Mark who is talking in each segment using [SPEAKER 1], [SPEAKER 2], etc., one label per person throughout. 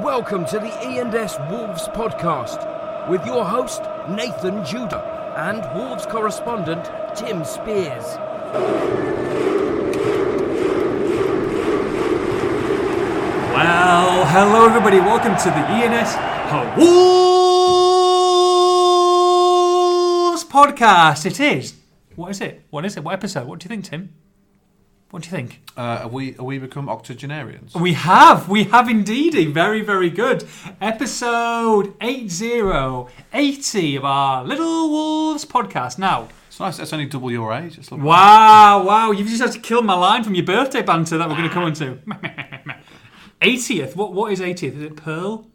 [SPEAKER 1] Welcome to the E&S Wolves podcast with your host Nathan Judah and Wolves correspondent Tim Spears.
[SPEAKER 2] Well, hello everybody. Welcome to the E ENS Wolves podcast. It is. What is it? What is it? What episode? What do you think, Tim? What do you think?
[SPEAKER 3] Uh, have we have we become octogenarians?
[SPEAKER 2] We have, we have indeedy. Very, very good. Episode 80, 80 of our Little Wolves podcast. Now,
[SPEAKER 3] It's nice. That's only double your age. It's lovely.
[SPEAKER 2] wow, wow, you've just had to kill my line from your birthday banter that we're going to come into. 80th. What, what is 80th? Is it Pearl?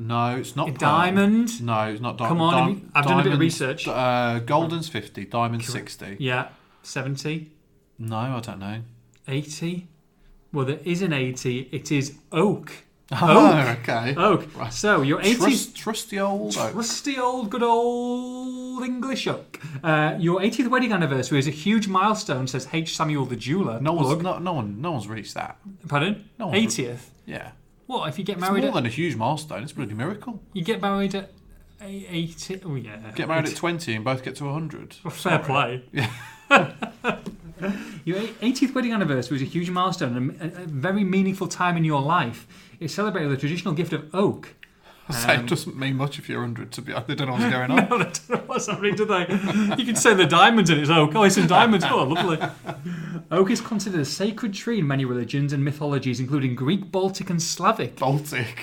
[SPEAKER 3] No, it's not.
[SPEAKER 2] A
[SPEAKER 3] pearl.
[SPEAKER 2] diamond?
[SPEAKER 3] No, it's not. Di-
[SPEAKER 2] Come on,
[SPEAKER 3] di-
[SPEAKER 2] I've done a bit of
[SPEAKER 3] diamonds-
[SPEAKER 2] research.
[SPEAKER 3] Uh, golden's fifty. Diamond's sixty.
[SPEAKER 2] Yeah, 70.
[SPEAKER 3] No, I don't know.
[SPEAKER 2] 80? Well, there is an 80. It is oak.
[SPEAKER 3] Oh, okay.
[SPEAKER 2] Oak. So your 80s.
[SPEAKER 3] Trust, trusty old oak.
[SPEAKER 2] Rusty old, good old English oak. Uh, your 80th wedding anniversary is a huge milestone, says H. Samuel the jeweler.
[SPEAKER 3] No one's
[SPEAKER 2] Plug.
[SPEAKER 3] no, no one no one's reached that.
[SPEAKER 2] Pardon?
[SPEAKER 3] no one's-
[SPEAKER 2] 80th.
[SPEAKER 3] Yeah,
[SPEAKER 2] What if you get
[SPEAKER 3] it's
[SPEAKER 2] married?
[SPEAKER 3] more
[SPEAKER 2] At,
[SPEAKER 3] than a huge milestone. It's a bloody miracle.
[SPEAKER 2] you get married at a- 80. Oh yeah.
[SPEAKER 3] Get married at twenty and both get to hundred.
[SPEAKER 2] Fair play. your 80th wedding anniversary is a huge milestone and a, a very meaningful time in your life. It's celebrated with a traditional gift of oak. Um,
[SPEAKER 3] So it doesn't mean much if you're hundred. To be honest, they don't know what's going on.
[SPEAKER 2] Oh, they don't know what's happening, do they? You can say the diamonds in it's oak. Oh, it's in diamonds. Oh, lovely. Oak is considered a sacred tree in many religions and mythologies, including Greek, Baltic, and Slavic.
[SPEAKER 3] Baltic.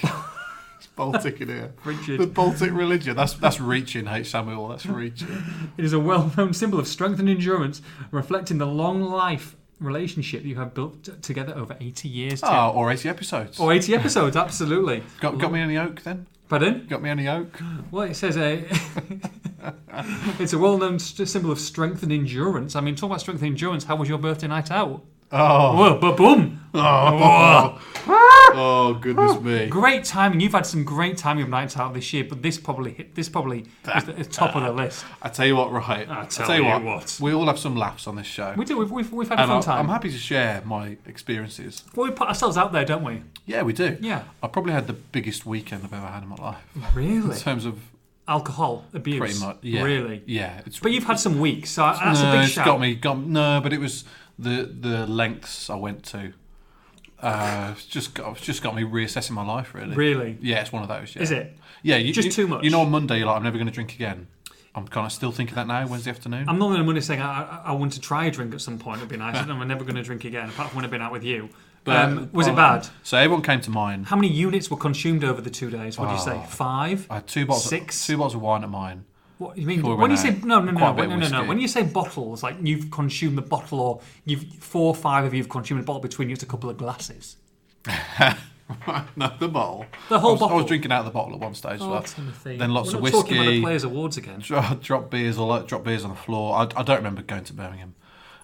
[SPEAKER 3] it's Baltic in here.
[SPEAKER 2] Richard.
[SPEAKER 3] The Baltic religion. That's that's reaching, H. Samuel. That's reaching.
[SPEAKER 2] It is a well known symbol of strength and endurance, reflecting the long life relationship you have built t- together over 80 years. Tim.
[SPEAKER 3] Oh, or 80 episodes.
[SPEAKER 2] Or 80 episodes, absolutely.
[SPEAKER 3] got, got me any oak then?
[SPEAKER 2] Pardon?
[SPEAKER 3] Got me any oak?
[SPEAKER 2] Well, it says a. it's a well known st- symbol of strength and endurance. I mean, talk about strength and endurance. How was your birthday night out?
[SPEAKER 3] Oh,
[SPEAKER 2] Whoa, ba boom!
[SPEAKER 3] oh, oh, goodness me.
[SPEAKER 2] Great timing. You've had some great timing of nights out this year, but this probably hit, this probably is the is top of the list.
[SPEAKER 3] I tell you what, right?
[SPEAKER 2] I
[SPEAKER 3] I
[SPEAKER 2] tell
[SPEAKER 3] you
[SPEAKER 2] you
[SPEAKER 3] what,
[SPEAKER 2] what.
[SPEAKER 3] We all have some laughs on this show.
[SPEAKER 2] We do. We've, we've, we've had a
[SPEAKER 3] and
[SPEAKER 2] fun
[SPEAKER 3] I,
[SPEAKER 2] time.
[SPEAKER 3] I'm happy to share my experiences.
[SPEAKER 2] Well, we put ourselves out there, don't we?
[SPEAKER 3] Yeah, we do.
[SPEAKER 2] Yeah.
[SPEAKER 3] I probably had the biggest weekend I've ever had in my life.
[SPEAKER 2] Really?
[SPEAKER 3] In terms of
[SPEAKER 2] Alcohol abuse.
[SPEAKER 3] pretty much. Yeah.
[SPEAKER 2] Really.
[SPEAKER 3] Yeah. It's,
[SPEAKER 2] But you've had some weeks, so that's
[SPEAKER 3] no,
[SPEAKER 2] a big
[SPEAKER 3] it's
[SPEAKER 2] shout.
[SPEAKER 3] got me. Got, no, but it was the the lengths I went to. Uh, it's just got, it's just got me reassessing my life, really.
[SPEAKER 2] Really?
[SPEAKER 3] Yeah, it's one of those. Yeah.
[SPEAKER 2] Is it?
[SPEAKER 3] Yeah, you,
[SPEAKER 2] Just
[SPEAKER 3] you-
[SPEAKER 2] too much?
[SPEAKER 3] You know, on Monday, you're like, I'm never going to drink again. I'm kind of still thinking that now, Wednesday afternoon.
[SPEAKER 2] I'm not going to money saying I, I, I want to try a drink at some point. It'd be nice. and I'm never going to drink again, apart from when I've been out with you. um, was it bad?
[SPEAKER 3] So everyone came to mine.
[SPEAKER 2] How many units were consumed over the two days? What do you say? Five?
[SPEAKER 3] Ah. I had two bottles,
[SPEAKER 2] Six?
[SPEAKER 3] two bottles of wine at mine.
[SPEAKER 2] What you mean?
[SPEAKER 3] Before we
[SPEAKER 2] When you
[SPEAKER 3] went
[SPEAKER 2] say
[SPEAKER 3] out,
[SPEAKER 2] no, no,
[SPEAKER 3] quite
[SPEAKER 2] no,
[SPEAKER 3] a bit
[SPEAKER 2] no,
[SPEAKER 3] of
[SPEAKER 2] no, no.
[SPEAKER 3] whiskey.
[SPEAKER 2] When you say bottles, like you've consumed the bottle, or you've four or five of you've consumed a bottle between you, it's a couple of glasses.
[SPEAKER 3] no, the bottle.
[SPEAKER 2] The whole
[SPEAKER 3] I was, I
[SPEAKER 2] bottle?
[SPEAKER 3] was drinking out of the bottle at one stage. as
[SPEAKER 2] Oh,
[SPEAKER 3] well.
[SPEAKER 2] Timothy.
[SPEAKER 3] Then lots
[SPEAKER 2] We're
[SPEAKER 3] of
[SPEAKER 2] not Talking about the
[SPEAKER 3] whiskey.
[SPEAKER 2] Players Awards again.
[SPEAKER 3] Drop, drop beers, all that. Drop beers on the floor. I, I don't remember going to Birmingham.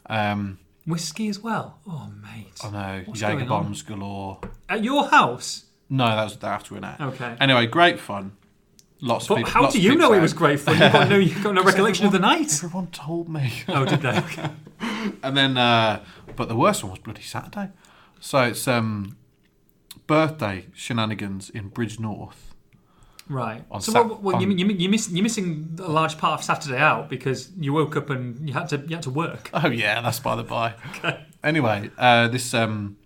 [SPEAKER 3] Um,
[SPEAKER 2] Whiskey as well. Oh, mate.
[SPEAKER 3] I know
[SPEAKER 2] What's
[SPEAKER 3] Jager
[SPEAKER 2] going on?
[SPEAKER 3] bombs galore.
[SPEAKER 2] At your house.
[SPEAKER 3] No, that was after we were out.
[SPEAKER 2] Okay.
[SPEAKER 3] Anyway, great fun. Lots of
[SPEAKER 2] But
[SPEAKER 3] people.
[SPEAKER 2] how
[SPEAKER 3] lots
[SPEAKER 2] do
[SPEAKER 3] of
[SPEAKER 2] you
[SPEAKER 3] people
[SPEAKER 2] know it
[SPEAKER 3] out.
[SPEAKER 2] was great fun? You've got no, you've got no recollection of the night.
[SPEAKER 3] Everyone told me.
[SPEAKER 2] Oh, did they? Okay.
[SPEAKER 3] And then, uh, but the worst one was bloody Saturday. So it's um, birthday shenanigans in Bridge North.
[SPEAKER 2] Right.
[SPEAKER 3] On
[SPEAKER 2] so,
[SPEAKER 3] Sat-
[SPEAKER 2] what, well, you,
[SPEAKER 3] on-
[SPEAKER 2] you, you miss, you're missing a large part of Saturday out because you woke up and you had to, you had to work.
[SPEAKER 3] Oh yeah, that's by the by. okay. Anyway, uh, this um,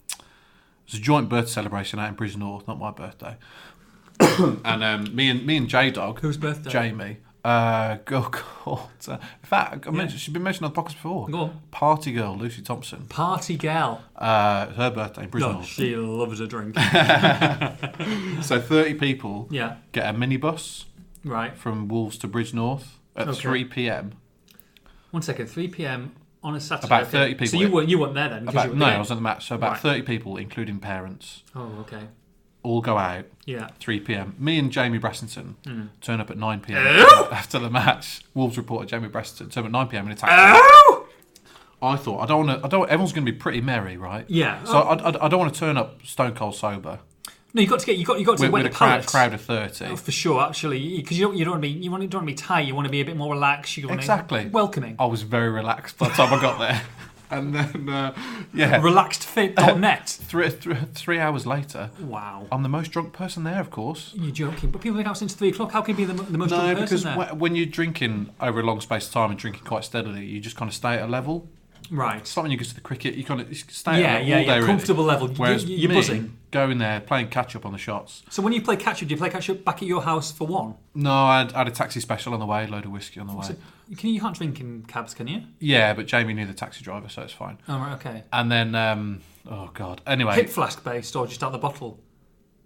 [SPEAKER 3] it's a joint birthday celebration out in Bridge North, not my birthday. and um, me and me and J Dog,
[SPEAKER 2] Whose birthday?
[SPEAKER 3] Jamie, uh, girl called. Uh, in fact, I mentioned, she's been mentioned on the podcast before.
[SPEAKER 2] Go on.
[SPEAKER 3] Party girl Lucy Thompson.
[SPEAKER 2] Party gal.
[SPEAKER 3] Uh, it's her birthday in Bridge
[SPEAKER 2] No,
[SPEAKER 3] North.
[SPEAKER 2] she loves a drink.
[SPEAKER 3] So thirty people
[SPEAKER 2] yeah.
[SPEAKER 3] get a minibus
[SPEAKER 2] Right.
[SPEAKER 3] from Wolves to Bridge North at
[SPEAKER 2] Okay.
[SPEAKER 3] three p.m.
[SPEAKER 2] One second. 3 p.m. on a Saturday.
[SPEAKER 3] About
[SPEAKER 2] okay.
[SPEAKER 3] 30 people.
[SPEAKER 2] So you weren't you weren't there then? 'cause you
[SPEAKER 3] About,
[SPEAKER 2] were
[SPEAKER 3] no,
[SPEAKER 2] there.
[SPEAKER 3] I was at the match. So about
[SPEAKER 2] Right.
[SPEAKER 3] 30 people, including parents,
[SPEAKER 2] Oh, okay.
[SPEAKER 3] all go out.
[SPEAKER 2] Yeah.
[SPEAKER 3] 3 p.m. Me and Jamie Brassington
[SPEAKER 2] Hmm.
[SPEAKER 3] turn up at 9 p.m. after the match. Wolves reporter Jamie Brassington turn up at 9 p.m. in a taxi.
[SPEAKER 2] Oh.
[SPEAKER 3] I thought I don't want to. I don't. Everyone's going to be pretty merry, right?
[SPEAKER 2] Yeah. Oh,
[SPEAKER 3] So I, I, I don't want to turn up stone cold sober
[SPEAKER 2] No, you got to get you got you got to
[SPEAKER 3] with,
[SPEAKER 2] wet
[SPEAKER 3] with a
[SPEAKER 2] the
[SPEAKER 3] crowd,
[SPEAKER 2] palate.
[SPEAKER 3] crowd of 30.
[SPEAKER 2] Oh, for sure, actually, because you don't you don't want to be you want you don't want to be tight. You want to be a bit more relaxed. You want
[SPEAKER 3] Exactly. Oh,
[SPEAKER 2] to welcoming.
[SPEAKER 3] I was very relaxed by the time I got there. and then uh, yeah,
[SPEAKER 2] Relaxedfit.net.
[SPEAKER 3] three, three, three hours later,
[SPEAKER 2] Wow.
[SPEAKER 3] I'm the most drunk person there, of course.
[SPEAKER 2] You're joking. But people have been out since three o'clock. How can you be the, the most
[SPEAKER 3] No,
[SPEAKER 2] drunk person
[SPEAKER 3] because
[SPEAKER 2] there?
[SPEAKER 3] wh- when you're drinking over a long space of time and drinking quite steadily, you just kind of stay at a level.
[SPEAKER 2] right.
[SPEAKER 3] It's like when you go to the cricket, you kind of stay
[SPEAKER 2] Yeah,
[SPEAKER 3] at a level
[SPEAKER 2] yeah,
[SPEAKER 3] all
[SPEAKER 2] yeah,
[SPEAKER 3] day, really.
[SPEAKER 2] comfortable level. You-
[SPEAKER 3] Whereas
[SPEAKER 2] you- you're
[SPEAKER 3] me,
[SPEAKER 2] buzzing.
[SPEAKER 3] going there, playing catch up on the shots.
[SPEAKER 2] So when you play catch up, do you play catch up back at your house for one?
[SPEAKER 3] No, I had, I had a taxi special on the way, load of whiskey on the way.
[SPEAKER 2] So can you, you can't drink in cabs, can you?
[SPEAKER 3] Yeah, but Jamie knew the taxi driver, so it's fine.
[SPEAKER 2] Oh, right, okay.
[SPEAKER 3] And then, um, oh god.
[SPEAKER 2] Hip
[SPEAKER 3] Anyway,
[SPEAKER 2] flask based or just out the bottle?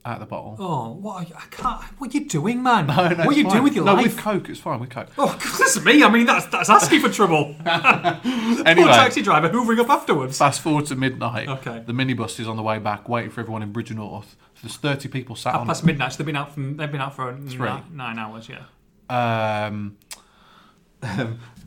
[SPEAKER 3] out of the bottle.
[SPEAKER 2] Oh, what are you, I can't. What are you doing, man?
[SPEAKER 3] No, no,
[SPEAKER 2] what
[SPEAKER 3] it's
[SPEAKER 2] are you
[SPEAKER 3] fine.
[SPEAKER 2] doing with your
[SPEAKER 3] no,
[SPEAKER 2] life?
[SPEAKER 3] with Coke, it's fine with Coke.
[SPEAKER 2] Oh, that's me. I mean, that's that's asking for trouble. Poor
[SPEAKER 3] Anyway,
[SPEAKER 2] taxi driver hoovering up afterwards.
[SPEAKER 3] fast forward to midnight.
[SPEAKER 2] Okay.
[SPEAKER 3] The minibus is on the way back, waiting for everyone in Bridge North. So there's 30 people sat on
[SPEAKER 2] Past midnight, so they've been out from they've been out for ni- nine hours. Yeah.
[SPEAKER 3] Um,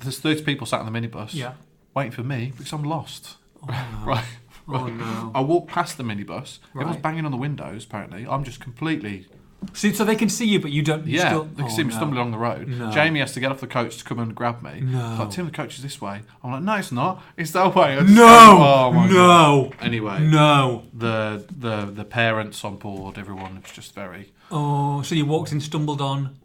[SPEAKER 3] there's 30 people sat on the minibus.
[SPEAKER 2] Yeah.
[SPEAKER 3] Waiting for me because I'm lost. right.
[SPEAKER 2] Oh no.
[SPEAKER 3] I walk past the minibus.
[SPEAKER 2] Right.
[SPEAKER 3] Everyone's banging on the windows. Apparently, I'm just completely
[SPEAKER 2] So, so they can see you, but you don't. you
[SPEAKER 3] yeah.
[SPEAKER 2] Still,
[SPEAKER 3] they can
[SPEAKER 2] oh,
[SPEAKER 3] see me
[SPEAKER 2] no.
[SPEAKER 3] stumbling along the road.
[SPEAKER 2] No.
[SPEAKER 3] Jamie has to get off the coach to come and grab me.
[SPEAKER 2] No.
[SPEAKER 3] He's like Tim, the coach is this way. I'm like, no, it's not. It's that way. I just-
[SPEAKER 2] No.
[SPEAKER 3] Oh, my God.
[SPEAKER 2] no.
[SPEAKER 3] Anyway,
[SPEAKER 2] No.
[SPEAKER 3] the the the parents on board, everyone was just very.
[SPEAKER 2] Oh, so you walked in, stumbled on.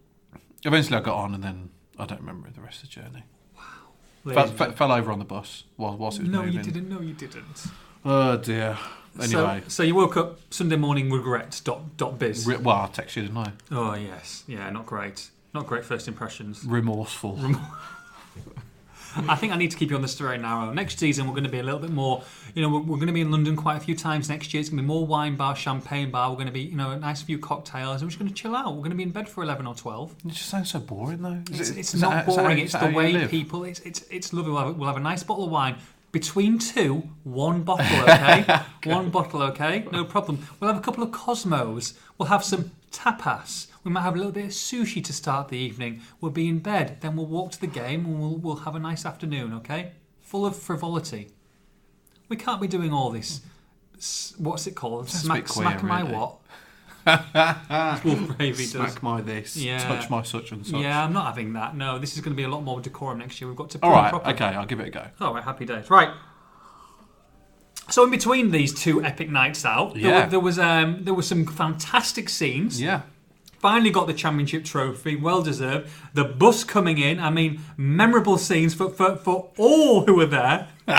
[SPEAKER 3] Eventually, I got on, and then I don't remember the rest of the journey. Fell,
[SPEAKER 2] Ladies and
[SPEAKER 3] fe- fell over on the bus whilst, whilst it was
[SPEAKER 2] No,
[SPEAKER 3] moving.
[SPEAKER 2] you didn't. No, you didn't.
[SPEAKER 3] Oh dear. Anyway,
[SPEAKER 2] So, so you woke up Sunday morning regrets. Dot dot biz.
[SPEAKER 3] re- well, I texted you, didn't I?
[SPEAKER 2] oh yes. Yeah. Not great. Not great first impressions.
[SPEAKER 3] Remorseful.
[SPEAKER 2] I think I need to keep you on the straight and narrow. Next season, we're going to be a little bit more. You know, we're, we're going to be in London quite a few times next year. It's going to be more wine bar, champagne bar. We're going to be, you know, a nice few cocktails. and We're just going to chill out. We're going to be in bed for eleven or twelve.
[SPEAKER 3] it just sounds so boring, though. Is
[SPEAKER 2] It's,
[SPEAKER 3] it-
[SPEAKER 2] it's
[SPEAKER 3] is
[SPEAKER 2] not
[SPEAKER 3] that- is that how-
[SPEAKER 2] boring.
[SPEAKER 3] is
[SPEAKER 2] it's
[SPEAKER 3] that
[SPEAKER 2] the
[SPEAKER 3] how you
[SPEAKER 2] way
[SPEAKER 3] live?
[SPEAKER 2] people. It's it's it's lovely. We'll have, we'll have a nice bottle of wine between two. One bottle, okay. One bottle, okay. No problem. We'll have a couple of cosmos. We'll have some tapas. We might have a little bit of sushi to start the evening. We'll be in bed. Then we'll walk to the game and we'll we'll have a nice afternoon, okay. Full of frivolity. We can't be doing all this. s- What's it called?
[SPEAKER 3] a bit
[SPEAKER 2] Smack,
[SPEAKER 3] queer,
[SPEAKER 2] smack my
[SPEAKER 3] really.
[SPEAKER 2] what? Wolf Gravy does.
[SPEAKER 3] Smack my this,
[SPEAKER 2] Yeah.
[SPEAKER 3] touch my such and such.
[SPEAKER 2] Yeah, I'm not having that. No, this is going to be a lot more decorum next year. We've got to.
[SPEAKER 3] All
[SPEAKER 2] plan
[SPEAKER 3] right,
[SPEAKER 2] properly.
[SPEAKER 3] okay, I'll give it a go.
[SPEAKER 2] All right, happy days. Right. So in between these two epic nights out, there,
[SPEAKER 3] Yeah.
[SPEAKER 2] were- there was um, there were some fantastic scenes.
[SPEAKER 3] Yeah.
[SPEAKER 2] Finally got the championship trophy, well deserved. The bus coming in, I mean, memorable scenes for for, for all who were there.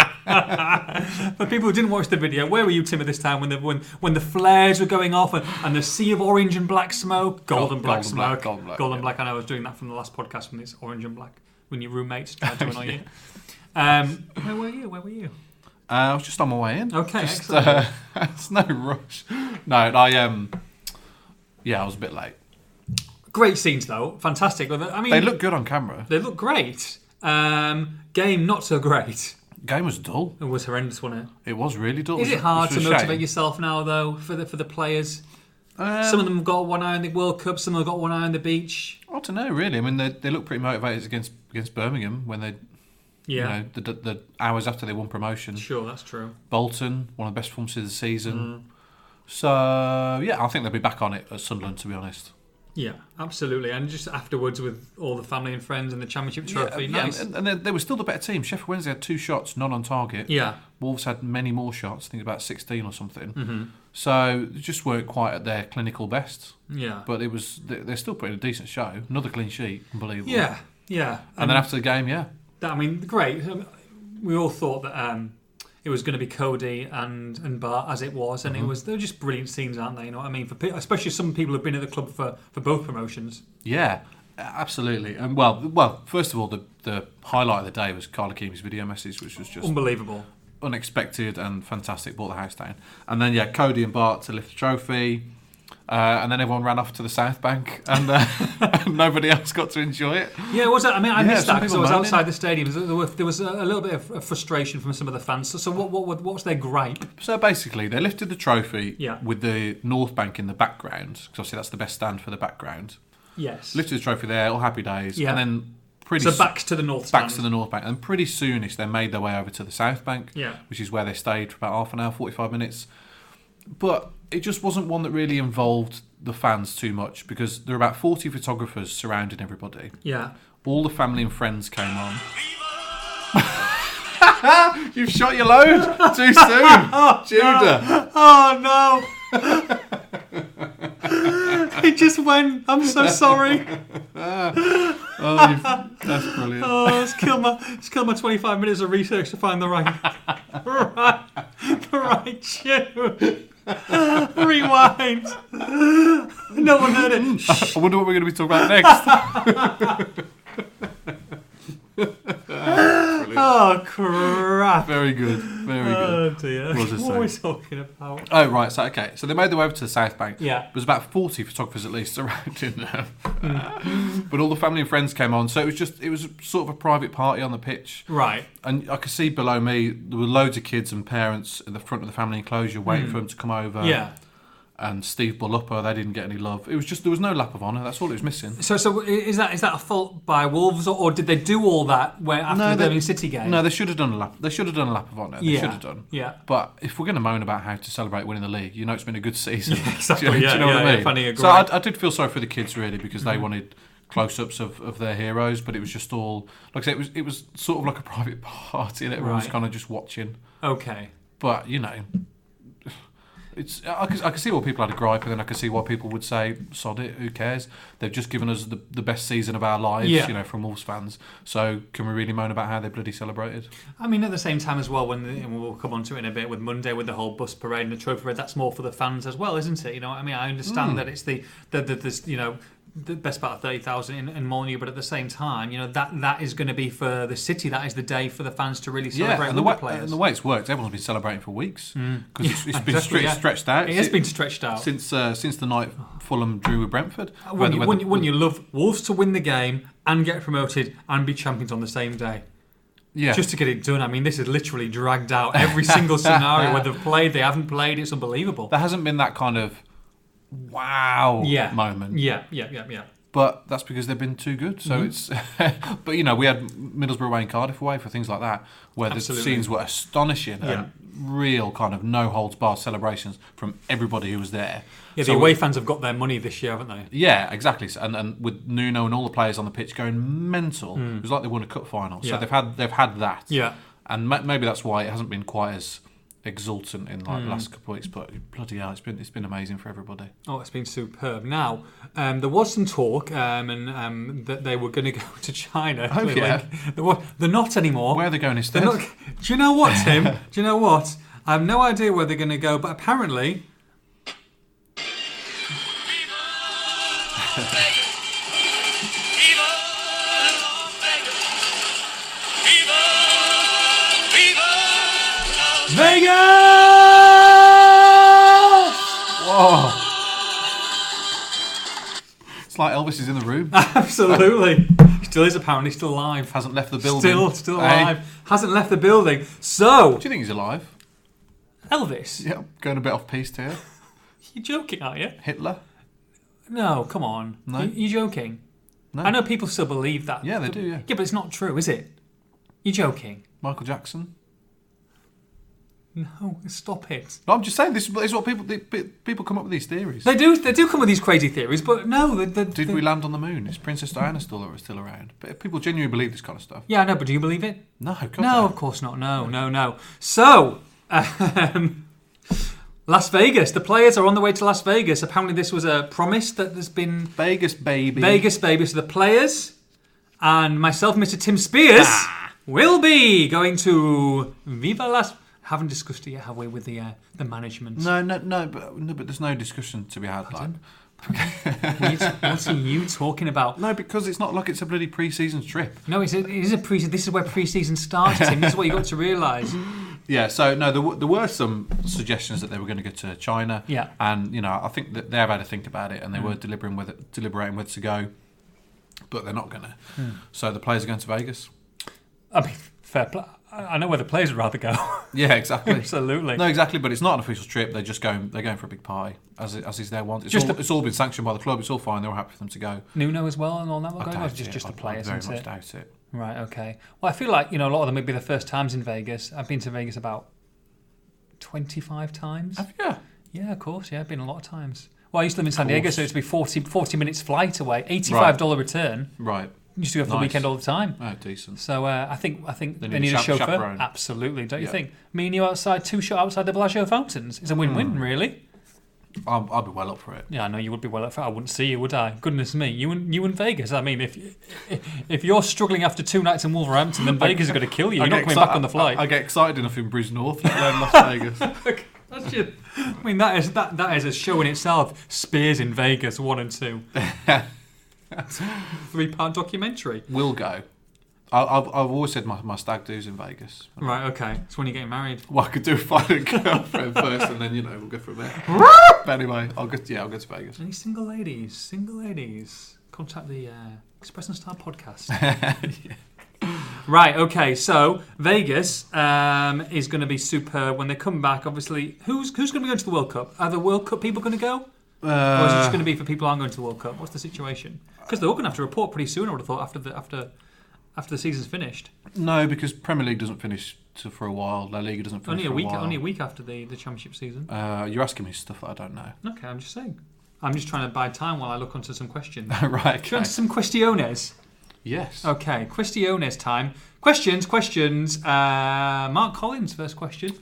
[SPEAKER 2] for people who didn't watch the video, where were you, Tim, at this time when the when, when the flares were going off and, and the sea of orange and black smoke, golden
[SPEAKER 3] Gold-
[SPEAKER 2] black
[SPEAKER 3] golden
[SPEAKER 2] smoke,
[SPEAKER 3] black, golden black, yeah.
[SPEAKER 2] I know I was doing that from the last podcast when it's orange and black when your roommates tried to annoy you. Um, where were you? Where were you?
[SPEAKER 3] Uh, I was just on my way in.
[SPEAKER 2] Okay,
[SPEAKER 3] Just,
[SPEAKER 2] excellent.
[SPEAKER 3] uh, it's no rush. No, and I um, yeah, I was a bit late.
[SPEAKER 2] Great scenes though, fantastic. I mean,
[SPEAKER 3] They look good on camera.
[SPEAKER 2] they look great. Um, game not so great.
[SPEAKER 3] Game was dull.
[SPEAKER 2] It was horrendous, wasn't
[SPEAKER 3] It was really dull.
[SPEAKER 2] it? Is it hard to
[SPEAKER 3] Which was a
[SPEAKER 2] motivate
[SPEAKER 3] shame.
[SPEAKER 2] yourself now, though, for the for the players?
[SPEAKER 3] Um,
[SPEAKER 2] some of them have got one eye on the World Cup, some have got one eye on the beach.
[SPEAKER 3] I don't know, really. I mean, they, they look pretty motivated against against Birmingham when they,
[SPEAKER 2] Yeah,
[SPEAKER 3] you know, the, the, the hours after they won promotion.
[SPEAKER 2] sure, that's true.
[SPEAKER 3] Bolton, one of the best performances of the
[SPEAKER 2] Mm.
[SPEAKER 3] season. So yeah, I think they'll be back on it at Sunderland. To be honest,
[SPEAKER 2] Yeah, absolutely. And just afterwards with all the family and friends and the championship trophy,
[SPEAKER 3] yeah,
[SPEAKER 2] nice.
[SPEAKER 3] and, and they, they were still the better team. Sheffield Wednesday had two shots, none on target.
[SPEAKER 2] yeah,
[SPEAKER 3] Wolves had many more shots, I think about sixteen or something. So they just weren't quite at their clinical best.
[SPEAKER 2] yeah,
[SPEAKER 3] But it was they- they're still putting a decent show. Another clean sheet, unbelievable.
[SPEAKER 2] yeah, yeah.
[SPEAKER 3] And then after the game, yeah,
[SPEAKER 2] That, I mean, great. Um, We all thought that um, it was going to be Cody and and Bart as it was, and
[SPEAKER 3] Uh-huh.
[SPEAKER 2] it was they're just brilliant scenes, aren't they? You know what I mean? For pe- especially some people who've been at the club for for both promotions.
[SPEAKER 3] yeah, a- absolutely. And well, well, first of all, the the highlight of the day was Carla Keane's video message, which was just
[SPEAKER 2] Unbelievable.
[SPEAKER 3] Mm. unexpected and fantastic. Bought the house down, and then yeah, Cody and Bart to lift the trophy, uh, and then everyone ran off to the South Bank, and uh, nobody else got to enjoy it.
[SPEAKER 2] Yeah, was that? I mean, I
[SPEAKER 3] Yeah,
[SPEAKER 2] missed that
[SPEAKER 3] some
[SPEAKER 2] because I
[SPEAKER 3] people
[SPEAKER 2] was
[SPEAKER 3] moaning.
[SPEAKER 2] outside the stadium. There was, there was a, a little bit of of frustration from some of the fans. So, so what, what, what, what's their gripe?
[SPEAKER 3] So basically, they lifted the trophy
[SPEAKER 2] Yeah.
[SPEAKER 3] with the North Bank in the background because obviously that's the best stand for the background.
[SPEAKER 2] Yes.
[SPEAKER 3] Lifted the trophy there, all happy days,
[SPEAKER 2] Yeah.
[SPEAKER 3] and then pretty
[SPEAKER 2] so
[SPEAKER 3] s-
[SPEAKER 2] backs to the north.
[SPEAKER 3] back
[SPEAKER 2] Stand.
[SPEAKER 3] to the North Bank, and pretty soonish they made their way over to the South Bank,
[SPEAKER 2] Yeah.
[SPEAKER 3] which is where they stayed for about half an hour, forty-five minutes. But it just wasn't one that really involved the fans too much because there were about forty photographers surrounding everybody.
[SPEAKER 2] Yeah.
[SPEAKER 3] All the family and friends came on. You've shot your load too soon, Judah.
[SPEAKER 2] Oh no! he just went. I'm so sorry.
[SPEAKER 3] Oh, you've, that's brilliant.
[SPEAKER 2] Oh, it's killed my it's killed my 25 minutes of research to find the right right the right tune. Rewind. No one heard it. Shh.
[SPEAKER 3] I wonder what we're going to be talking about next.
[SPEAKER 2] Oh crap!
[SPEAKER 3] Very good. Very good.
[SPEAKER 2] Oh dear.
[SPEAKER 3] What was I
[SPEAKER 2] What were we talking about?
[SPEAKER 3] Oh right, so okay, so they made their way over to the South Bank.
[SPEAKER 2] Yeah.
[SPEAKER 3] there was about forty photographers at least surrounding them,
[SPEAKER 2] Hmm.
[SPEAKER 3] but all the family and friends came on. So it was just it was sort of a private party on the pitch,
[SPEAKER 2] Right.
[SPEAKER 3] and I could see below me there were loads of kids and parents at the front of the family enclosure waiting for them to come over.
[SPEAKER 2] Hmm. Yeah.
[SPEAKER 3] and Steve Buluppa, they didn't get any love. It was just there was no lap of honour. That's all it was missing.
[SPEAKER 2] So, so i- is that is that a fault by Wolves, or, or did they do all that where after the Birmingham City game?
[SPEAKER 3] No, they should have done a lap. They should have done a lap of honour. They
[SPEAKER 2] yeah.
[SPEAKER 3] should have done.
[SPEAKER 2] Yeah.
[SPEAKER 3] But if we're going to moan about how to celebrate winning the league, you know it's been a good season.
[SPEAKER 2] exactly,
[SPEAKER 3] do you,
[SPEAKER 2] yeah,
[SPEAKER 3] do you know
[SPEAKER 2] yeah,
[SPEAKER 3] what
[SPEAKER 2] yeah,
[SPEAKER 3] I mean?
[SPEAKER 2] funny, agree. Mm-hmm.
[SPEAKER 3] so I, I did feel sorry for the kids really because they wanted close-ups of, of their heroes, but it was just all like I said, it was it was sort of like a private party and everyone was
[SPEAKER 2] Right.
[SPEAKER 3] kind of just watching.
[SPEAKER 2] Okay. But
[SPEAKER 3] But you know. It's, I, could, I could see why people had a gripe, and then I could see why people would say, "Sod it, who cares?" They've just given us the, the best season of our lives,
[SPEAKER 2] Yeah.
[SPEAKER 3] you know, from Wolves fans. So can we really moan about how they bloody celebrated?
[SPEAKER 2] I mean, at the same time as well, when the, and we'll come on to it in a bit with Monday with the whole bus parade and the trophy parade, that's more for the fans as well, isn't it? You know, I mean, I understand
[SPEAKER 3] Hmm.
[SPEAKER 2] that it's the the, the this, you know the best part of thirty thousand in, in Molyneux, but at the same time, you know that that is going to be for the city. That is the day for the fans to really celebrate
[SPEAKER 3] and
[SPEAKER 2] with
[SPEAKER 3] the,
[SPEAKER 2] the,
[SPEAKER 3] way,
[SPEAKER 2] players.
[SPEAKER 3] and the way it's worked, everyone's been celebrating for weeks because it's, it's been
[SPEAKER 2] exactly,
[SPEAKER 3] stre-
[SPEAKER 2] yeah.
[SPEAKER 3] stretched out.
[SPEAKER 2] it has been stretched out.
[SPEAKER 3] since uh, since the night Fulham drew with Brentford. where
[SPEAKER 2] Wouldn't
[SPEAKER 3] the-
[SPEAKER 2] you,
[SPEAKER 3] where
[SPEAKER 2] wouldn't,
[SPEAKER 3] the-
[SPEAKER 2] you, wouldn't you love Wolves to win the game and get promoted and be champions on the same day?
[SPEAKER 3] yeah,
[SPEAKER 2] Just to get it done. I mean, this is literally dragged out every single scenario where they've played, they haven't played. It's unbelievable.
[SPEAKER 3] there hasn't been that kind of wow
[SPEAKER 2] yeah.
[SPEAKER 3] moment,
[SPEAKER 2] Yeah, Mm-hmm. yeah, yeah, yeah.
[SPEAKER 3] but that's because they've been too good. So it's, but you know, we had Middlesbrough away and Cardiff away for things like that, where
[SPEAKER 2] Absolutely.
[SPEAKER 3] the scenes were astonishing
[SPEAKER 2] Yeah.
[SPEAKER 3] and real kind of no holds barred celebrations from everybody who was there.
[SPEAKER 2] Yeah, the
[SPEAKER 3] So
[SPEAKER 2] away fans have got their money this year, haven't they?
[SPEAKER 3] Yeah, exactly. So- And and with Nuno and all the players on the pitch going mental, it was like they won a cup final.
[SPEAKER 2] Hmm. Yeah.
[SPEAKER 3] So they've had they've had that.
[SPEAKER 2] Yeah.
[SPEAKER 3] and ma- maybe that's why it hasn't been quite as exultant in
[SPEAKER 2] Hmm.
[SPEAKER 3] like the last couple of weeks. But bloody hell, it's been it's been amazing for everybody.
[SPEAKER 2] Oh, it's been superb. Now, um, there was some talk um, and um, that they were going to go to China.
[SPEAKER 3] Oh, yeah.
[SPEAKER 2] There was- they're not anymore.
[SPEAKER 3] Where are they going instead?
[SPEAKER 2] They're not, do you know what, Tim? do you know what? I have no idea where they're going to go, but apparently. Vegas!
[SPEAKER 3] Whoa! it's like Elvis is in the room.
[SPEAKER 2] Absolutely. Still is apparently still alive.
[SPEAKER 3] hasn't left the building.
[SPEAKER 2] Still, still
[SPEAKER 3] eh?
[SPEAKER 2] alive. Hasn't left the building. So,
[SPEAKER 3] Do you think he's alive?
[SPEAKER 2] Elvis,
[SPEAKER 3] Yeah, going a bit off piste here.
[SPEAKER 2] you're joking, are you?
[SPEAKER 3] Hitler.
[SPEAKER 2] No, come on.
[SPEAKER 3] No?
[SPEAKER 2] You- You're joking.
[SPEAKER 3] No.
[SPEAKER 2] I know people still believe that.
[SPEAKER 3] Yeah, they do, yeah.
[SPEAKER 2] Yeah, but it's not true, is it? You're joking.
[SPEAKER 3] Michael Jackson.
[SPEAKER 2] No, stop it.
[SPEAKER 3] No, I'm just saying this is what people the- people come up with these theories.
[SPEAKER 2] They do. They do come with these crazy theories, but no. They, they,
[SPEAKER 3] Did
[SPEAKER 2] they-
[SPEAKER 3] we land on the moon? Is Princess Diana still still around? But people genuinely believe this kind of stuff.
[SPEAKER 2] Yeah, I know. But do you believe it?
[SPEAKER 3] No, God,
[SPEAKER 2] No, of course not. No, no, no. So, um, Las Vegas. The players are on the way to Las Vegas. Apparently, this was a promise that there's been
[SPEAKER 3] Vegas baby.
[SPEAKER 2] Vegas, baby. So the players and myself, Mr. Tim Spears, will be going to Viva Las. Haven't discussed it yet, have we, with the uh, the management?
[SPEAKER 3] No, no, no, but no, but there's no discussion to be had. Like.
[SPEAKER 2] What, what are you talking about?
[SPEAKER 3] No, because it's not like it's a bloody pre-season trip.
[SPEAKER 2] No, it's a, it is a pre. This is where pre-season starts, Tim. This is what you got to realise.
[SPEAKER 3] Yeah. So no, there, w- there were some suggestions that they were going to go to China.
[SPEAKER 2] Yeah. Hmm.
[SPEAKER 3] And you know, I think that they've had to think about it, and they were deliberating whether deliberating whether to go, but they're not going to.
[SPEAKER 2] Hmm.
[SPEAKER 3] So the players are going to Vegas.
[SPEAKER 2] I mean, fair play. I I know where the players would rather go.
[SPEAKER 3] Yeah, exactly.
[SPEAKER 2] Absolutely.
[SPEAKER 3] No, exactly. But it's not an official trip. They're just going. They're going for a big party, as it- as is their want. It's,
[SPEAKER 2] Just
[SPEAKER 3] all,
[SPEAKER 2] a-
[SPEAKER 3] it's all been sanctioned by the club. It's all fine. They're all happy for them to go.
[SPEAKER 2] Nuno as well, and all that. What going on?
[SPEAKER 3] Doubt
[SPEAKER 2] Or Just
[SPEAKER 3] it.
[SPEAKER 2] just
[SPEAKER 3] I-
[SPEAKER 2] the players,
[SPEAKER 3] I very
[SPEAKER 2] isn't
[SPEAKER 3] much
[SPEAKER 2] it?
[SPEAKER 3] doubt it.
[SPEAKER 2] Right. Okay. Well, I feel like you know a lot of them would be the first times in Vegas. I've been to Vegas about twenty-five times.
[SPEAKER 3] Yeah.
[SPEAKER 2] Yeah, of course. Yeah, I've been a lot of times. Well, I used to live in San Diego,
[SPEAKER 3] course.
[SPEAKER 2] so it'd be 40, 40 minutes flight away, $85 return.
[SPEAKER 3] Right.
[SPEAKER 2] used to go for the
[SPEAKER 3] Nice.
[SPEAKER 2] weekend all the time.
[SPEAKER 3] Oh, decent.
[SPEAKER 2] So uh, I think I think they,
[SPEAKER 3] They
[SPEAKER 2] need,
[SPEAKER 3] need a
[SPEAKER 2] a
[SPEAKER 3] chap-
[SPEAKER 2] chauffeur.
[SPEAKER 3] chaperone.
[SPEAKER 2] Absolutely, don't you
[SPEAKER 3] Yeah.
[SPEAKER 2] think? Me and you outside, two shot outside the Bellagio fountains. It's a win-win,
[SPEAKER 3] Hmm.
[SPEAKER 2] really.
[SPEAKER 3] I'll, I'll be well up for it.
[SPEAKER 2] Yeah, I know you would be well off. I wouldn't see you, would I? Goodness me, you and you and Vegas. I mean, if if you're struggling after two nights in Wolverhampton, then Vegas is going to kill you. You're
[SPEAKER 3] I
[SPEAKER 2] not
[SPEAKER 3] get
[SPEAKER 2] coming
[SPEAKER 3] exci-
[SPEAKER 2] back on the flight.
[SPEAKER 3] I, I get excited enough in Bruce North, let alone Las Vegas.
[SPEAKER 2] That's just, I mean, that is that that is a show in itself. Spears in Vegas, one and two. Three part documentary.
[SPEAKER 3] We'll go. I, I've, I've always said my, my stag do's in Vegas.
[SPEAKER 2] Right. Okay. It's when you're getting married.
[SPEAKER 3] Well, I could do a fire girlfriend first, and then you know we'll go from there. but anyway, I'll go. Yeah, I'll go to Vegas.
[SPEAKER 2] Any single ladies? Single ladies? Contact the uh, Express and Star podcast. Right. Okay. So Vegas um, is going to be superb when they come back. Obviously, who's who's going to be going to the World Cup? Are the World Cup people going to go, or is it just going to be for people who aren't going to the World Cup? What's the situation? Because they're all going to have to report pretty soon. I would have thought after the after after the season's finished.
[SPEAKER 3] No, because Premier League doesn't finish to, for a while. La Liga doesn't finish
[SPEAKER 2] only a
[SPEAKER 3] for
[SPEAKER 2] week.
[SPEAKER 3] while.
[SPEAKER 2] Only a week after the the championship season.
[SPEAKER 3] Uh, you're asking me stuff that I don't know.
[SPEAKER 2] Okay. I'm just saying. I'm just trying to buy time while I look onto some questions.
[SPEAKER 3] right.
[SPEAKER 2] Do you
[SPEAKER 3] Okay.
[SPEAKER 2] want some questiones?
[SPEAKER 3] Yes.
[SPEAKER 2] Okay, questiones time. Questions, questions. Uh, Mark Collins, first question.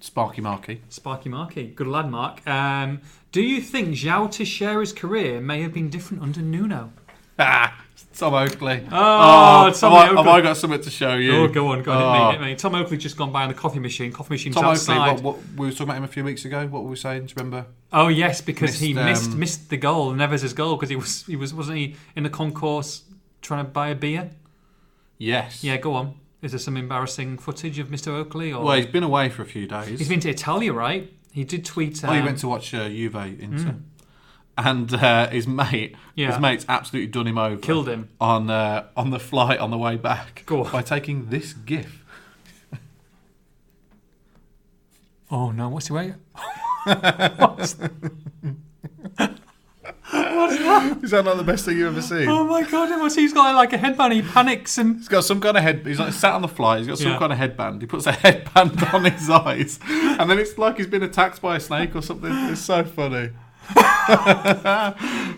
[SPEAKER 3] Sparky Marky.
[SPEAKER 2] Sparky Marky, good lad, Mark. Um, do you think Zhao Teixeira's career may have been different under Nuno?
[SPEAKER 3] Ah, Tom Oakley.
[SPEAKER 2] Oh, Tom
[SPEAKER 3] have I, Have
[SPEAKER 2] Oakley.
[SPEAKER 3] I got something to show you?
[SPEAKER 2] Oh, go on, go on,
[SPEAKER 3] Oh.
[SPEAKER 2] hit me, hit me. Tom Oakley just gone by on the coffee machine. Coffee machine's
[SPEAKER 3] Tom Oakley.
[SPEAKER 2] outside.
[SPEAKER 3] What, what, we were talking about him a few weeks ago. What were we saying? Do you remember?
[SPEAKER 2] Oh yes, because he
[SPEAKER 3] Missed,
[SPEAKER 2] missed
[SPEAKER 3] um,
[SPEAKER 2] missed the goal, Neves' goal, because he was he was wasn't he in the concourse trying to buy a beer?
[SPEAKER 3] Yes.
[SPEAKER 2] Yeah, go on. Is there some embarrassing footage of Mr. Oakley? Or
[SPEAKER 3] Well, he's been away for a few days.
[SPEAKER 2] he's been to Italia, right? He did tweet. Um,
[SPEAKER 3] Oh, he went to watch uh, Juve Inter, and uh, his mate,
[SPEAKER 2] Mm. Yeah.
[SPEAKER 3] his mate's absolutely done him over.
[SPEAKER 2] Killed him.
[SPEAKER 3] on uh, on the flight on the way back
[SPEAKER 2] Go on.
[SPEAKER 3] by taking this gif.
[SPEAKER 2] Oh no, what's he wearing? What's-
[SPEAKER 3] Is that not the best thing you've ever seen?
[SPEAKER 2] oh my god, what's he's got like a headband, he panics and
[SPEAKER 3] He's got some kind of head. He's like sat on the flight. He's got some
[SPEAKER 2] Yeah.
[SPEAKER 3] kind of headband. He puts a headband on his eyes, and then it's like he's been attacked by a snake or something. It's so funny.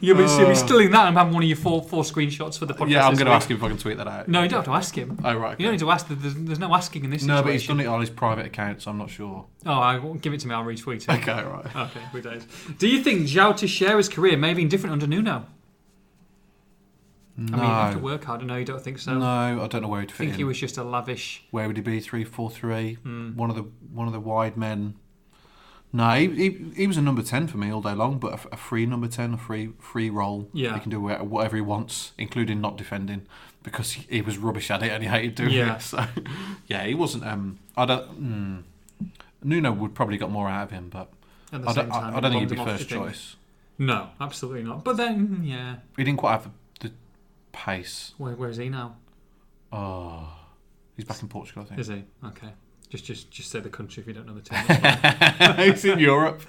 [SPEAKER 2] you'll be, you'll be stealing that and having one of your four four screenshots for the podcast.
[SPEAKER 3] Uh. Yeah, I'm
[SPEAKER 2] this
[SPEAKER 3] going to
[SPEAKER 2] week.
[SPEAKER 3] ask him if I can tweet that out.
[SPEAKER 2] No, you don't have to ask him.
[SPEAKER 3] Oh right.
[SPEAKER 2] You don't
[SPEAKER 3] okay.
[SPEAKER 2] need to ask. There's, there's no asking in this
[SPEAKER 3] No,
[SPEAKER 2] situation.
[SPEAKER 3] but he's done it on his private account, so I'm not sure.
[SPEAKER 2] Oh, I, won't- give it to me. I'll retweet it.
[SPEAKER 3] Okay, right.
[SPEAKER 2] okay, we don't. Do you think Zhao Teixeira's career may have been different under Nuno? I mean, you have to
[SPEAKER 3] No.
[SPEAKER 2] work hard. No, you don't think so.
[SPEAKER 3] No, I don't know where
[SPEAKER 2] I
[SPEAKER 3] he'd fit
[SPEAKER 2] think
[SPEAKER 3] in.
[SPEAKER 2] he was just a lavish.
[SPEAKER 3] Where would he be? Three, four, three.
[SPEAKER 2] Hmm.
[SPEAKER 3] One of the one of the wide men. No, he, he, he was a number ten for me all day long, but a f- a, free number ten, a free free role.
[SPEAKER 2] Yeah.
[SPEAKER 3] he can do wha- whatever he wants, including not defending, because he, he was rubbish at it and he hated doing
[SPEAKER 2] Yeah.
[SPEAKER 3] it. So, yeah, he wasn't. Um, I don't. Mm, Nuno would probably got more out of him, but
[SPEAKER 2] At the
[SPEAKER 3] I
[SPEAKER 2] same
[SPEAKER 3] don't,
[SPEAKER 2] time,
[SPEAKER 3] I, I don't
[SPEAKER 2] he
[SPEAKER 3] think he'd be
[SPEAKER 2] bombed him off
[SPEAKER 3] first
[SPEAKER 2] the thing.
[SPEAKER 3] choice.
[SPEAKER 2] No, absolutely not. But then, yeah,
[SPEAKER 3] He didn't quite have the, the pace.
[SPEAKER 2] where, where is he now?
[SPEAKER 3] Oh, he's back in Portugal, I think.
[SPEAKER 2] Is he? Okay. Just, just, just say the country if you don't know the team.
[SPEAKER 3] he's in Europe.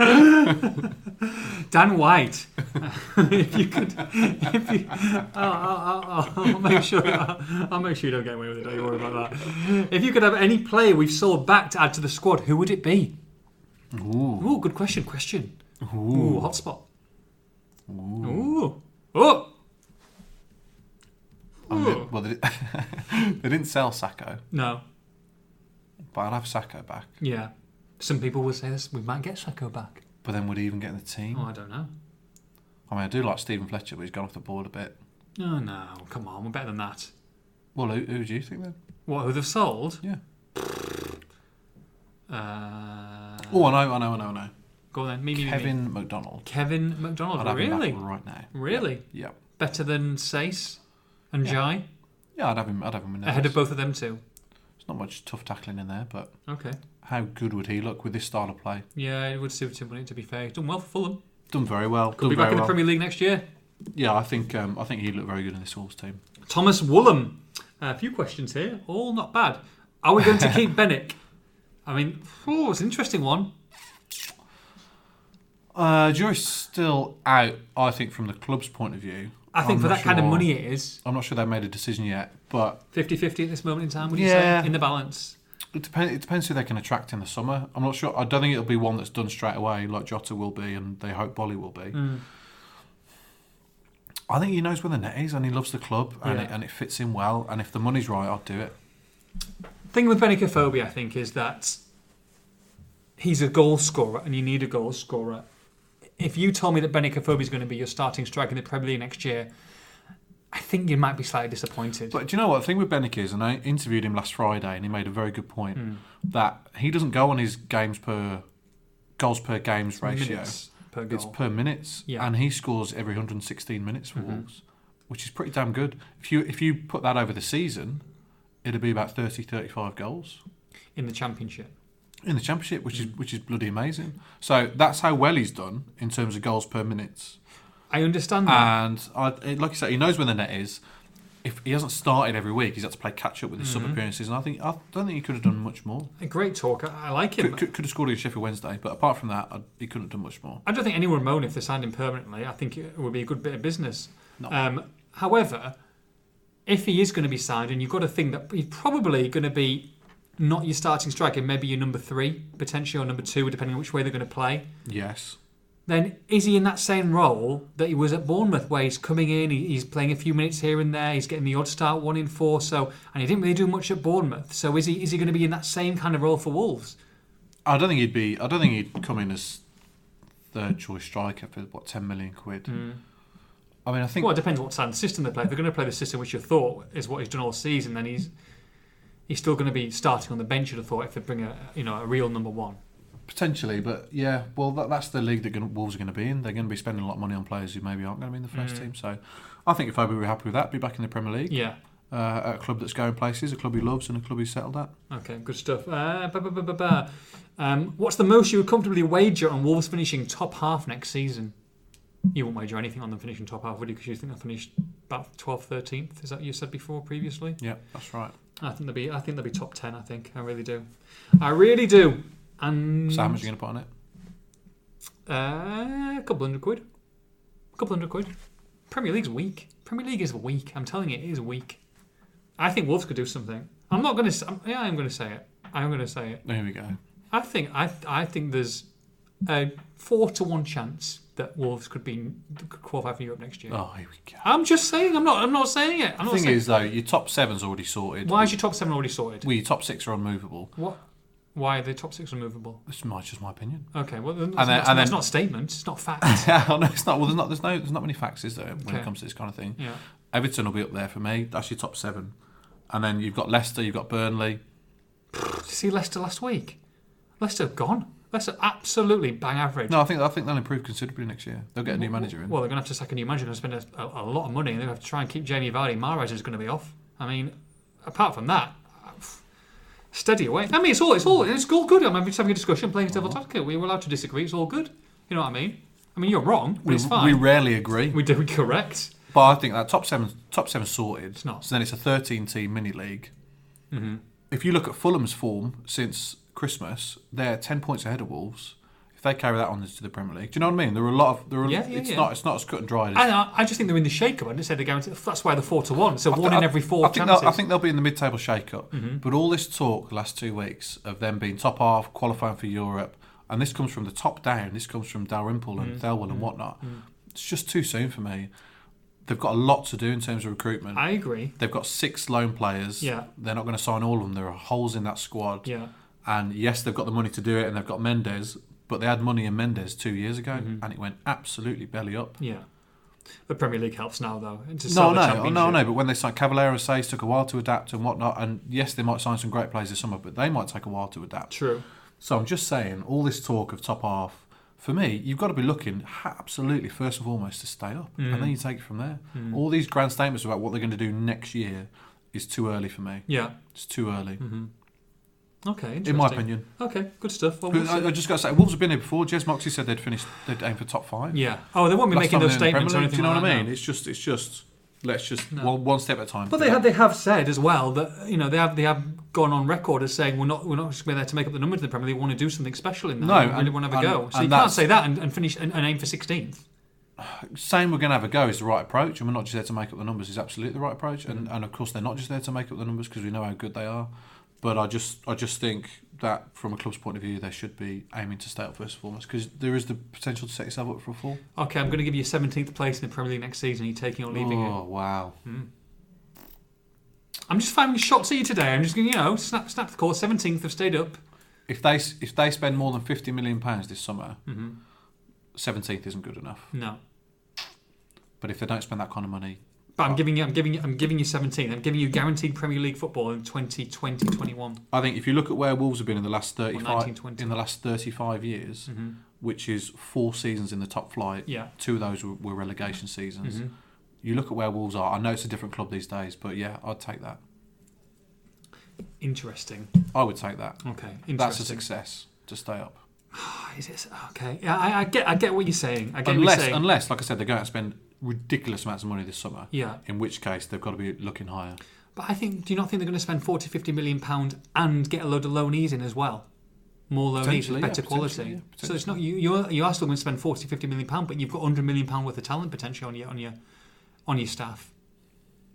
[SPEAKER 2] Dan White. if you could, if you, I'll, I'll, I'll, I'll make sure. I'll, I'll make sure you don't get away with it. Don't you worry about that. If you could have any player we've sold back to add to the squad, who would it be?
[SPEAKER 3] Ooh.
[SPEAKER 2] Ooh, good question. Question. Ooh,
[SPEAKER 3] Ooh.
[SPEAKER 2] hotspot. Ooh. Oh.
[SPEAKER 3] I'm
[SPEAKER 2] Ooh.
[SPEAKER 3] bit- well, they, they didn't sell Sacco,
[SPEAKER 2] No.
[SPEAKER 3] but I'll have Sacco back.
[SPEAKER 2] Yeah. Some people will say this. We might get Sacco back.
[SPEAKER 3] But then would he even get in the team?
[SPEAKER 2] Oh, I don't know.
[SPEAKER 3] I mean, I do like Stephen Fletcher, but he's gone off the board a bit.
[SPEAKER 2] Oh no. Come on. We're better than that.
[SPEAKER 3] Well, who, who do you think then?
[SPEAKER 2] What? Who they've sold?
[SPEAKER 3] Yeah.
[SPEAKER 2] Uh,
[SPEAKER 3] Oh, I know, I know, I know, I know.
[SPEAKER 2] Go on then. Me, me, me, me.
[SPEAKER 3] Kevin McDonald.
[SPEAKER 2] Kevin
[SPEAKER 3] I'd
[SPEAKER 2] McDonald.
[SPEAKER 3] have
[SPEAKER 2] really?
[SPEAKER 3] him back right now.
[SPEAKER 2] Really?
[SPEAKER 3] Yeah.
[SPEAKER 2] Better than Sace and Jai?
[SPEAKER 3] Yeah, I'd have him. I'd have him in there.
[SPEAKER 2] Ahead of both of them too.
[SPEAKER 3] There's not much tough tackling in there, but
[SPEAKER 2] Okay.
[SPEAKER 3] how good would he look with this style of play?
[SPEAKER 2] Yeah, it would suit him, wouldn't it, to be fair? He's done well for Fulham.
[SPEAKER 3] Done very well.
[SPEAKER 2] Could
[SPEAKER 3] done
[SPEAKER 2] be back
[SPEAKER 3] very
[SPEAKER 2] in the
[SPEAKER 3] well.
[SPEAKER 2] Premier League next year.
[SPEAKER 3] Yeah, I think um, I think he'd look very good in this Wolves team.
[SPEAKER 2] Thomas Woolham. A few questions here. All not bad. Are we going to keep Bennick? I mean, oh, it's an interesting one.
[SPEAKER 3] Uh, Jury's still out, I think, from the club's point of view.
[SPEAKER 2] I think
[SPEAKER 3] I'm
[SPEAKER 2] for
[SPEAKER 3] not
[SPEAKER 2] that kind of
[SPEAKER 3] sure-
[SPEAKER 2] money it is.
[SPEAKER 3] I'm not sure they've made a decision yet, but
[SPEAKER 2] 50-50 at this moment in time, would you
[SPEAKER 3] Yeah.
[SPEAKER 2] say? In the balance.
[SPEAKER 3] It, depend, it depends who they can attract in the summer. I'm not sure. I don't think it'll be one that's
[SPEAKER 2] Hmm.
[SPEAKER 3] done straight away, like Jota will be, and they hope Bolly will be. I think he knows where the net is and he loves the club and,
[SPEAKER 2] Yeah.
[SPEAKER 3] it, and it fits him well. And if the money's right, I'd do it.
[SPEAKER 2] thing with Benicophobia, I think, is that he's a goal scorer and you need a goal scorer. If you told me that Benicophobia is going to be your starting striker in the Premier League next year, I think you might be slightly disappointed.
[SPEAKER 3] But do you know what? The thing with Benick is, and I interviewed him last Friday and he made a very good point
[SPEAKER 2] Hmm.
[SPEAKER 3] that he doesn't go on his games per goals per games ratio.
[SPEAKER 2] Minutes per goal.
[SPEAKER 3] It's per minutes,
[SPEAKER 2] Yeah. Mm-hmm.
[SPEAKER 3] and he scores every 116 minutes for Wolves, which is pretty damn good. If you if you put that over the season, it'd be about 30, 35 goals
[SPEAKER 2] in the Championship.
[SPEAKER 3] in the championship, which is
[SPEAKER 2] Mm.
[SPEAKER 3] which is bloody amazing. So that's how well he's done in terms of goals per minutes.
[SPEAKER 2] I understand that.
[SPEAKER 3] And I, it- like you said, he knows when the net is. If he hasn't started every week, he's had to play catch up with his sub
[SPEAKER 2] Mm-hmm.
[SPEAKER 3] appearances, and I think I don't think he could have done much more.
[SPEAKER 2] A great talker. I like him.
[SPEAKER 3] Could, could, could have scored against Sheffield Wednesday, but apart from that, I, he couldn't have done much more.
[SPEAKER 2] I don't think anyone would moan if they signed him permanently. I think it would be a good bit of business. Um, however, if he is going to be signed, and you've got to think that he's probably going to be not your starting striker, maybe your number three, potentially or number two, depending on which way they're going to play.
[SPEAKER 3] Yes,
[SPEAKER 2] Then is he in that same role that he was at Bournemouth, where he's coming in, he- he's playing a few minutes here and there, he's getting the odd start, one in four. So, and he didn't really do much at Bournemouth. So, is he is he going to be in that same kind of role for Wolves?
[SPEAKER 3] I don't think he'd be. I don't think he'd come in as third choice striker for what ten million quid. I mean, I think
[SPEAKER 2] Well, it depends Hmm. what side of the system they play. If they're going to play the system which you thought is what he's done all season, then he's he's still going to be starting on the bench. You'd have thought if they bring a you know a real number one.
[SPEAKER 3] potentially, but yeah. Well, that, that's the league that gonna, Wolves are going to be in. They're going to be spending a lot of money on players who maybe aren't going to be in the first team. So, I think if I were happy with that, be back in the Premier League
[SPEAKER 2] Hmm. Yeah.
[SPEAKER 3] uh, at a club that's going places, a club he loves, and a club he's settled at.
[SPEAKER 2] Okay. Good stuff. Uh, ba, ba, ba, ba, ba. Um, what's the most you would comfortably wager on Wolves finishing top half next season? You wouldn't wager anything on them finishing top half, would you? Because you think they'll finish about 12th, 13th. Is that what you said before previously?
[SPEAKER 3] Yeah, that's right.
[SPEAKER 2] I think they'll be. I think they'll be top 10. I think. I really do. I really do. And
[SPEAKER 3] So, how much are you going to put on it?
[SPEAKER 2] Uh, a couple hundred quid. A couple hundred quid. Premier League's weak. Premier League is weak. I'm telling you, it is weak. I think Wolves could do something. I'm not going to. Yeah, I'm going to say it. I'm going to say it.
[SPEAKER 3] There we go.
[SPEAKER 2] I think. I. I think there's a four to one chance that Wolves could be could qualify for Europe next year.
[SPEAKER 3] Oh, here we go.
[SPEAKER 2] I'm just saying. I'm not. I'm not saying it. I'm
[SPEAKER 3] The
[SPEAKER 2] not
[SPEAKER 3] thing
[SPEAKER 2] saying.
[SPEAKER 3] is, though, your top seven's already sorted.
[SPEAKER 2] why is your top seven already sorted?
[SPEAKER 3] Well, your top six are unmovable.
[SPEAKER 2] what? Why are the top six unmovable?
[SPEAKER 3] That's my, just my opinion.
[SPEAKER 2] Okay. Well, then,
[SPEAKER 3] then-
[SPEAKER 2] that's,
[SPEAKER 3] and
[SPEAKER 2] that's
[SPEAKER 3] then-
[SPEAKER 2] not statements. It's not facts.
[SPEAKER 3] Yeah, I know it's not. Well, there's not. There's no. There's not many facts, is there, when
[SPEAKER 2] Okay.
[SPEAKER 3] it comes to this kind of thing.
[SPEAKER 2] yeah.
[SPEAKER 3] Everton will be up there for me. That's your top seven. And then you've got Leicester, you've got Burnley.
[SPEAKER 2] Did you see Leicester last week? Leicester gone. Leicester absolutely bang average.
[SPEAKER 3] No, I think I think they'll improve considerably next year. They'll get a new manager in.
[SPEAKER 2] Well, they're going to have to sack a new manager. They're going to spend a, a, a lot of money. and They're going to have to try and keep Jamie Vardy. Mahrez is going to be off. I mean, apart from that, steady away. I mean, it's all it's all it's all good. I'm just having a discussion, playing devil's
[SPEAKER 3] Uh-huh.
[SPEAKER 2] advocate. We were allowed to disagree. It's all good. You know what I mean? I mean, you're wrong, but
[SPEAKER 3] we,
[SPEAKER 2] it's
[SPEAKER 3] we
[SPEAKER 2] fine.
[SPEAKER 3] rarely agree,
[SPEAKER 2] We do correct.
[SPEAKER 3] but I think that top seven, top seven sorted. It's
[SPEAKER 2] not. Mm-hmm.
[SPEAKER 3] So then it's a thirteen-team mini league. If you look at Fulham's form since Christmas, they're ten points ahead of Wolves. If they carry that on into the Premier League, do you know what I mean? There are a lot of there are.
[SPEAKER 2] Yeah, yeah,
[SPEAKER 3] it's
[SPEAKER 2] yeah.
[SPEAKER 3] not. It's not as cut and dried. As,
[SPEAKER 2] And I, I just think they're in the shake-up. I didn't say they're guaranteed. That's why they're four to one. So
[SPEAKER 3] I
[SPEAKER 2] one
[SPEAKER 3] thi-
[SPEAKER 2] in every four
[SPEAKER 3] I think they'll-
[SPEAKER 2] chances. Mm-hmm.
[SPEAKER 3] I think they'll be in the mid-table shake-up. But all this talk the last two weeks of them being top half, qualifying for Europe, and this comes from the top down. This comes from Dalrymple and
[SPEAKER 2] Mm-hmm.
[SPEAKER 3] Thelwell and whatnot. It's just too soon for me. They've got a lot to do in terms of recruitment.
[SPEAKER 2] I agree.
[SPEAKER 3] They've got six loan players.
[SPEAKER 2] Yeah.
[SPEAKER 3] They're not going to sign all of them. There are holes in that squad.
[SPEAKER 2] Yeah.
[SPEAKER 3] And yes, they've got the money to do it, and they've got Mendes. But they had money in Mendes two years ago,
[SPEAKER 2] Mm-hmm.
[SPEAKER 3] and it went absolutely belly up.
[SPEAKER 2] Yeah. The Premier League helps now, though. and to
[SPEAKER 3] No, oh,
[SPEAKER 2] sell the
[SPEAKER 3] no, no,
[SPEAKER 2] Championship.
[SPEAKER 3] no. But when they signed Cavallero, says took a while to adapt and whatnot. And yes, they might sign some great players this summer, but they might take a while to adapt.
[SPEAKER 2] True.
[SPEAKER 3] So I'm just saying, all this talk of top half, for me, you've got to be looking ha- absolutely first and foremost to stay up,
[SPEAKER 2] Mm.
[SPEAKER 3] and then you take it from there. All these grand statements about what they're going to do next year is too early for me.
[SPEAKER 2] Yeah.
[SPEAKER 3] It's too early,
[SPEAKER 2] Mm-hmm. Okay.
[SPEAKER 3] in my
[SPEAKER 2] interesting.
[SPEAKER 3] opinion.
[SPEAKER 2] Okay. Good stuff. Well,
[SPEAKER 3] But
[SPEAKER 2] we'll
[SPEAKER 3] I, I
[SPEAKER 2] see.
[SPEAKER 3] just got to say, Wolves have been here before. Jez Moxie said they'd finished, they'd aim for top five.
[SPEAKER 2] yeah. Oh, they won't be
[SPEAKER 3] Last
[SPEAKER 2] making
[SPEAKER 3] time
[SPEAKER 2] those
[SPEAKER 3] they were in the
[SPEAKER 2] statements or
[SPEAKER 3] Premier League,
[SPEAKER 2] anything.
[SPEAKER 3] Do you know
[SPEAKER 2] like
[SPEAKER 3] what I
[SPEAKER 2] that,
[SPEAKER 3] mean?
[SPEAKER 2] no.
[SPEAKER 3] It's just, it's just, let's just one, one step at a time.
[SPEAKER 2] But they have they have said as well that you know they have they have gone on record as saying we're not we're not just going to be there to make up the numbers in the Premier League. We want to do something special in that.
[SPEAKER 3] No,
[SPEAKER 2] we really
[SPEAKER 3] and-
[SPEAKER 2] want to have a
[SPEAKER 3] and-
[SPEAKER 2] go. So
[SPEAKER 3] and
[SPEAKER 2] you can't
[SPEAKER 3] that's-
[SPEAKER 2] say that and, and finish and, and aim for 16th.
[SPEAKER 3] saying we're going to have a go is the right approach, and we're not just there to make up the numbers is absolutely the right approach. And, and of course, they're not just there to make up the numbers because we know how good they are. But I just I just think that from a club's point of view, they should be aiming to stay up first and foremost because there is the potential to set yourself up for a fall.
[SPEAKER 2] Okay, I'm going to give you 17th place in the Premier League next season. Are you taking or leaving it?
[SPEAKER 3] Oh wow!
[SPEAKER 2] I'm just firing shots at you today. I'm just going, to you know, snap, snap the course. 17th, I've stayed up.
[SPEAKER 3] If they s- if they spend more than fifty million pounds this summer, 17th isn't good enough.
[SPEAKER 2] No,
[SPEAKER 3] But if they don't spend that kind of money,
[SPEAKER 2] but I'm giving you, I'm giving you, I'm giving you 17. I'm giving you guaranteed Premier League football in 2020, 21.
[SPEAKER 3] I think if you look at where Wolves have been in the last thirty-five
[SPEAKER 2] 1920.
[SPEAKER 3] in the last thirty-five years, which is four seasons in the top flight,
[SPEAKER 2] Mm-hmm. Yeah. Mm-hmm.
[SPEAKER 3] two of those were, were relegation seasons. You look at where Wolves are. I know it's a different club these days, but yeah, I'd take that.
[SPEAKER 2] Interesting.
[SPEAKER 3] I would take that.
[SPEAKER 2] Okay,
[SPEAKER 3] That's a
[SPEAKER 2] interesting. Ah,
[SPEAKER 3] success to stay up.
[SPEAKER 2] Is it- okay, yeah, I, I get, I get what you're saying. I get what
[SPEAKER 3] Unless,
[SPEAKER 2] you're saying.
[SPEAKER 3] unless, like I said, they're going to spend ridiculous amounts of money this summer.
[SPEAKER 2] Yeah.
[SPEAKER 3] In which case, they've got to be looking higher.
[SPEAKER 2] But I think, do you not think they're going to spend 40, 50 million pound and get a load of loanees in as well? More loanees,
[SPEAKER 3] Potentially,
[SPEAKER 2] with
[SPEAKER 3] yeah,
[SPEAKER 2] better quality.
[SPEAKER 3] potentially, yeah,
[SPEAKER 2] so it's not you. You're you are still going to spend 40, 50 million pound, but you've got 100 million pound worth of talent potentially on your on your on your staff.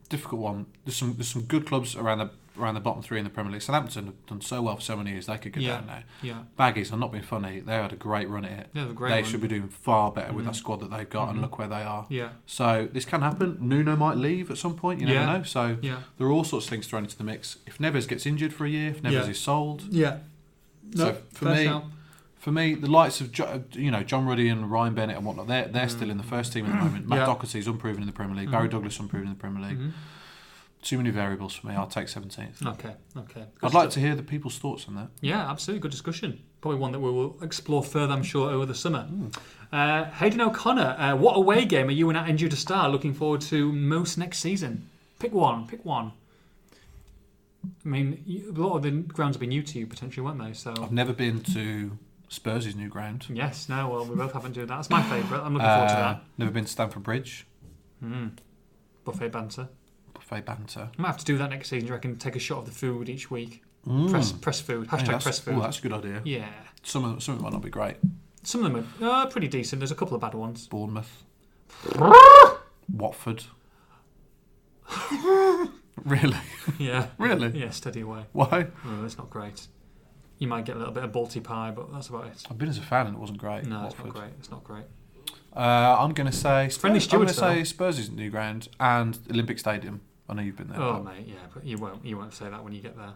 [SPEAKER 3] Difficult one. There's some there's some good clubs around the around the bottom three in the Premier League. Southampton have done so well for so many years they could go
[SPEAKER 2] Yeah.
[SPEAKER 3] down now.
[SPEAKER 2] Yeah.
[SPEAKER 3] Baggies, I'm not being funny. They had a great run at it.
[SPEAKER 2] They had a great
[SPEAKER 3] they
[SPEAKER 2] run. Mm-hmm.
[SPEAKER 3] should be doing far better with that squad that they've got, and look where they are.
[SPEAKER 2] Yeah.
[SPEAKER 3] So this can happen. Nuno might leave at some point. You never
[SPEAKER 2] Yeah.
[SPEAKER 3] know. So
[SPEAKER 2] Yeah.
[SPEAKER 3] there are all sorts of things thrown into the mix. If Neves gets injured for a year, if Neves
[SPEAKER 2] Yeah.
[SPEAKER 3] is sold,
[SPEAKER 2] Yeah.
[SPEAKER 3] No, So, for fair me- shout. For me, the likes of Jo- you know John Ruddy and Ryan Bennett and whatnot, they're they're still in the first team at the moment. Matt
[SPEAKER 2] Mm-hmm. Yeah. Mm-hmm.
[SPEAKER 3] Doherty's unproven in the Premier League. Barry Douglas unproven in the Premier League. Too many variables for me. I'll take 17th.
[SPEAKER 2] Okay. Okay.
[SPEAKER 3] I'd like to hear the people's thoughts on that.
[SPEAKER 2] Yeah, absolutely. Good discussion. Probably one that we will explore further, I'm sure, over the summer.
[SPEAKER 3] Hmm.
[SPEAKER 2] Uh, Hayden O'Connor, uh, what away game are you and at Endue to Star looking forward to most next season? Pick one, pick one. I mean, you, a lot of the grounds will be new to you potentially, won't they? So,
[SPEAKER 3] I've never been to Spurs' new ground.
[SPEAKER 2] yes, no, well, we both haven't done that. That's my favourite. I'm looking forward to
[SPEAKER 3] Uh,
[SPEAKER 2] that.
[SPEAKER 3] never been to Stamford Bridge.
[SPEAKER 2] Buffet banter.
[SPEAKER 3] Buffet banter.
[SPEAKER 2] I might have to do that next season. I reckon take a shot of the food each week. Press, press food.
[SPEAKER 3] Hmm. Yeah,
[SPEAKER 2] Hashtag
[SPEAKER 3] that's,
[SPEAKER 2] press
[SPEAKER 3] ooh,
[SPEAKER 2] food.
[SPEAKER 3] that's a good idea.
[SPEAKER 2] yeah.
[SPEAKER 3] Some of some of it might not be great.
[SPEAKER 2] Some of them are uh, pretty decent. There's a couple of bad ones.
[SPEAKER 3] Bournemouth, Watford. really,
[SPEAKER 2] Yeah.
[SPEAKER 3] really.
[SPEAKER 2] Yeah, steady away.
[SPEAKER 3] Why?
[SPEAKER 2] Oh, that's not great. You might get a little bit of balti pie, but that's about it.
[SPEAKER 3] I've been as a fan and it wasn't great.
[SPEAKER 2] No, it's
[SPEAKER 3] Watford.
[SPEAKER 2] not great. It's not great.
[SPEAKER 3] Uh, I'm going to say Spurs,
[SPEAKER 2] Friendly
[SPEAKER 3] I'm going to
[SPEAKER 2] stewards, though.
[SPEAKER 3] say Spurs is new ground and Olympic Stadium. I know you've been there.
[SPEAKER 2] Oh
[SPEAKER 3] but-
[SPEAKER 2] mate, yeah, but you won't. You won't say that when you get there.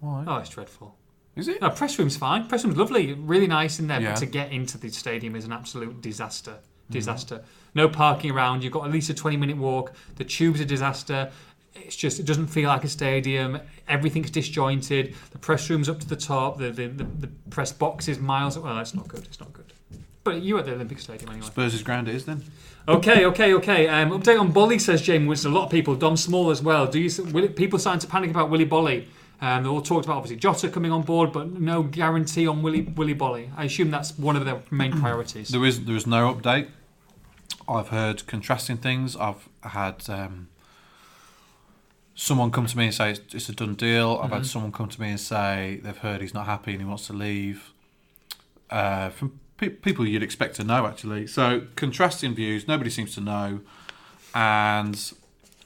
[SPEAKER 3] Why?
[SPEAKER 2] Oh, it's dreadful.
[SPEAKER 3] Is it?
[SPEAKER 2] No, press room's fine. Press room's lovely, really nice in there.
[SPEAKER 3] Yeah.
[SPEAKER 2] But to get into the stadium is an absolute disaster. Disaster. No parking around. You've got at least a twenty-minute walk. The tube's a disaster. It's just it doesn't feel like a stadium. Everything's disjointed. The press room's up to the top. The the, the, the press box is miles. Well, it's not good. It's not good. But you were at the Olympic Stadium anyway.
[SPEAKER 3] Spurs is ground it is then.
[SPEAKER 2] Okay, okay, okay. Um, update on Bolly says Jamie Winston. A lot of people, Dom Small as well. Do you will it, people starting to panic about Willie Bolly? Um, they all talked about obviously Jota coming on board, but no guarantee on Willie Willie Bolly. I assume that's one of their main priorities.
[SPEAKER 3] There is there is no update. I've heard contrasting things. I've had um, someone come to me and say it's, it's a done deal. I've had someone come to me and say they've heard he's not happy and he wants to leave. Uh, from pe- people you'd expect to know, actually. So contrasting views. Nobody seems to know. And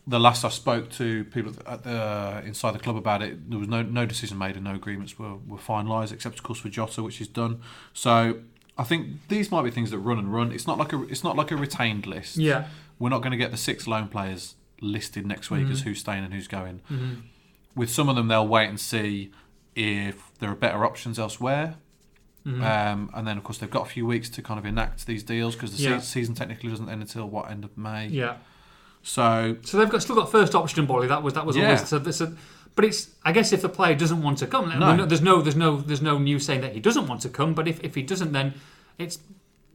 [SPEAKER 3] the last I spoke to people at the, inside the club about it, there was no no decision made and no agreements were, were finalised, except of course for Jota, which is done. So I think these might be things that run and run. It's not like a it's not like a retained list.
[SPEAKER 2] Yeah.
[SPEAKER 3] we're not going to get the six loan players listed next week
[SPEAKER 2] Mm-hmm.
[SPEAKER 3] as who's staying and who's going. With some of them, they'll wait and see if there are better options elsewhere.
[SPEAKER 2] Mm-hmm.
[SPEAKER 3] Um, and then, of course, they've got a few weeks to kind of enact these deals because the se-
[SPEAKER 2] Yeah.
[SPEAKER 3] season technically doesn't end until what end of May.
[SPEAKER 2] Yeah.
[SPEAKER 3] So
[SPEAKER 2] So they've got still got first option in Bolly. That was that was
[SPEAKER 3] Yeah.
[SPEAKER 2] always. So, this- so, but it's I guess if the player doesn't want to come,
[SPEAKER 3] No.
[SPEAKER 2] there's no there's no there's no news saying that he doesn't want to come. But if, if he doesn't, then it's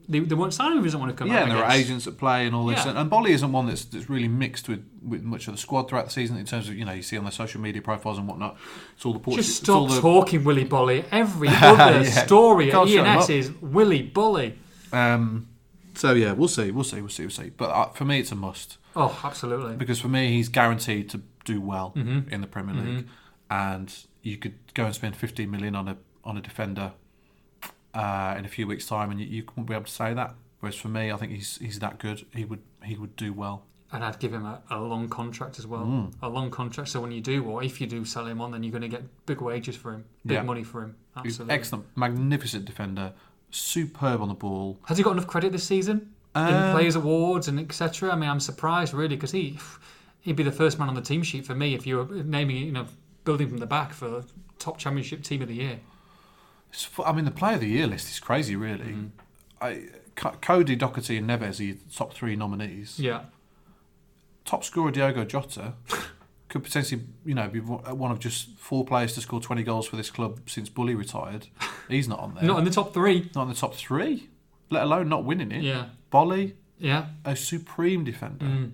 [SPEAKER 2] they, they won't sign him if he doesn't want to come.
[SPEAKER 3] Yeah,
[SPEAKER 2] I
[SPEAKER 3] and there are
[SPEAKER 2] guess.
[SPEAKER 3] agents at play and all this.
[SPEAKER 2] Yeah.
[SPEAKER 3] And, and Bolly isn't one that's, that's really mixed with, with much of the squad throughout the season in terms of, you know, you see on their social media profiles and whatnot. It's all the Portuguese.
[SPEAKER 2] Just stop
[SPEAKER 3] it's all
[SPEAKER 2] talking Willy Bolly. Every other
[SPEAKER 3] Yeah.
[SPEAKER 2] story at
[SPEAKER 3] Can't shut him
[SPEAKER 2] ENS
[SPEAKER 3] up.
[SPEAKER 2] is Willy Bolly.
[SPEAKER 3] the, um, So, yeah, we'll see. We'll see. We'll see. We'll see. But uh, for me, it's a must
[SPEAKER 2] Oh, absolutely.
[SPEAKER 3] because for me, he's guaranteed to do well in the Premier League. And you could go and spend 15 million on a, on a defender uh, in a few weeks' time and you, you wouldn't be able to say that. Whereas for me, I think he's he's that good. He would he would do well.
[SPEAKER 2] and I'd give him a, a long contract as well.
[SPEAKER 3] Mm.
[SPEAKER 2] A long contract. So when you do, or if you do sell him on, then you're going to get big wages for him, big
[SPEAKER 3] Yeah.
[SPEAKER 2] money for him.
[SPEAKER 3] He's
[SPEAKER 2] Absolutely.
[SPEAKER 3] excellent, magnificent defender, superb on the ball.
[SPEAKER 2] Has he got enough credit this season in
[SPEAKER 3] Um,
[SPEAKER 2] players' awards and etc.? I mean, I'm surprised really because he he'd be the first man on the team sheet for me if you were naming you know building from the back for top championship team of the year.
[SPEAKER 3] It's, fu- I mean, the player of the year list is crazy, really. I, Co- Cody, Doherty, and Neves are your top three nominees.
[SPEAKER 2] Yeah,
[SPEAKER 3] Top scorer Diogo Jota could potentially, you know, be one uh, one of just four players to score 20 goals for this club since Bully retired. He's not on there.
[SPEAKER 2] not in the top three.
[SPEAKER 3] Not in the top three, let alone not winning it.
[SPEAKER 2] Yeah, Mm.
[SPEAKER 3] Bolly,
[SPEAKER 2] yeah,
[SPEAKER 3] a supreme defender.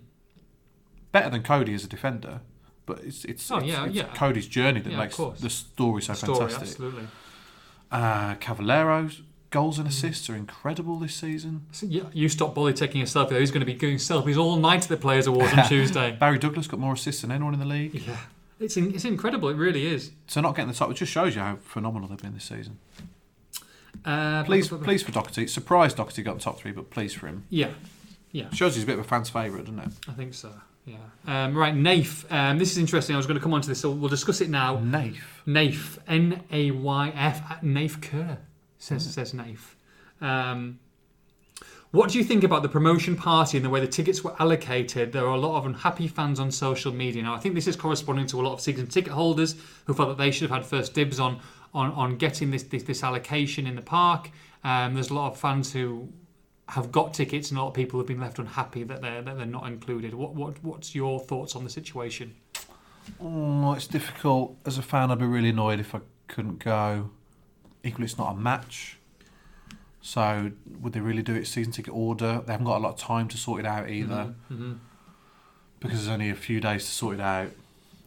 [SPEAKER 3] Better than Cody as a defender, but it's it's,
[SPEAKER 2] Oh,
[SPEAKER 3] it's,
[SPEAKER 2] yeah,
[SPEAKER 3] it's
[SPEAKER 2] yeah.
[SPEAKER 3] Cody's journey that
[SPEAKER 2] Yeah, of
[SPEAKER 3] makes
[SPEAKER 2] course.
[SPEAKER 3] the story so
[SPEAKER 2] story
[SPEAKER 3] fantastic.
[SPEAKER 2] absolutely.
[SPEAKER 3] Uh, Cavallero's goals
[SPEAKER 2] Mm.
[SPEAKER 3] and assists are incredible this season.
[SPEAKER 2] So, yeah, you stop Bolly taking a selfie. though. He's going to be doing selfies all night at the players' awards on Tuesday.
[SPEAKER 3] Barry Douglas got more assists than anyone in the league.
[SPEAKER 2] Yeah, it's in, it's incredible. It really is.
[SPEAKER 3] So not getting the top, it just shows you how phenomenal they've been this season.
[SPEAKER 2] Uh,
[SPEAKER 3] Please, please for Doherty. Surprised Doherty got the top three, but please for him.
[SPEAKER 2] Yeah, yeah.
[SPEAKER 3] Shows he's a bit of a fan's favourite, doesn't it?
[SPEAKER 2] I think so. Yeah. Um, right, Naif. Um, this is interesting. I was going to come on to this, so we'll discuss it now.
[SPEAKER 3] Naif.
[SPEAKER 2] Naif. N A Y F. at Naif Kerr says says Naif. Um, what do you think about the promotion party and the way the tickets were allocated? There are a lot of unhappy fans on social media now. I think this is corresponding to a lot of season ticket holders who felt that they should have had first dibs on on, on getting this, this this allocation in the park. Um, there's a lot of fans who have got tickets, and a lot of people have been left unhappy that they're that they're not included. What what what's your thoughts on the situation?
[SPEAKER 3] Oh, it's difficult. As a fan, I'd be really annoyed if I couldn't go. Equally, it's not a match. So, would they really do it season ticket order? They haven't got a lot of time to sort it out either.
[SPEAKER 2] Mm-hmm.
[SPEAKER 3] Because there's only a few days to sort it out.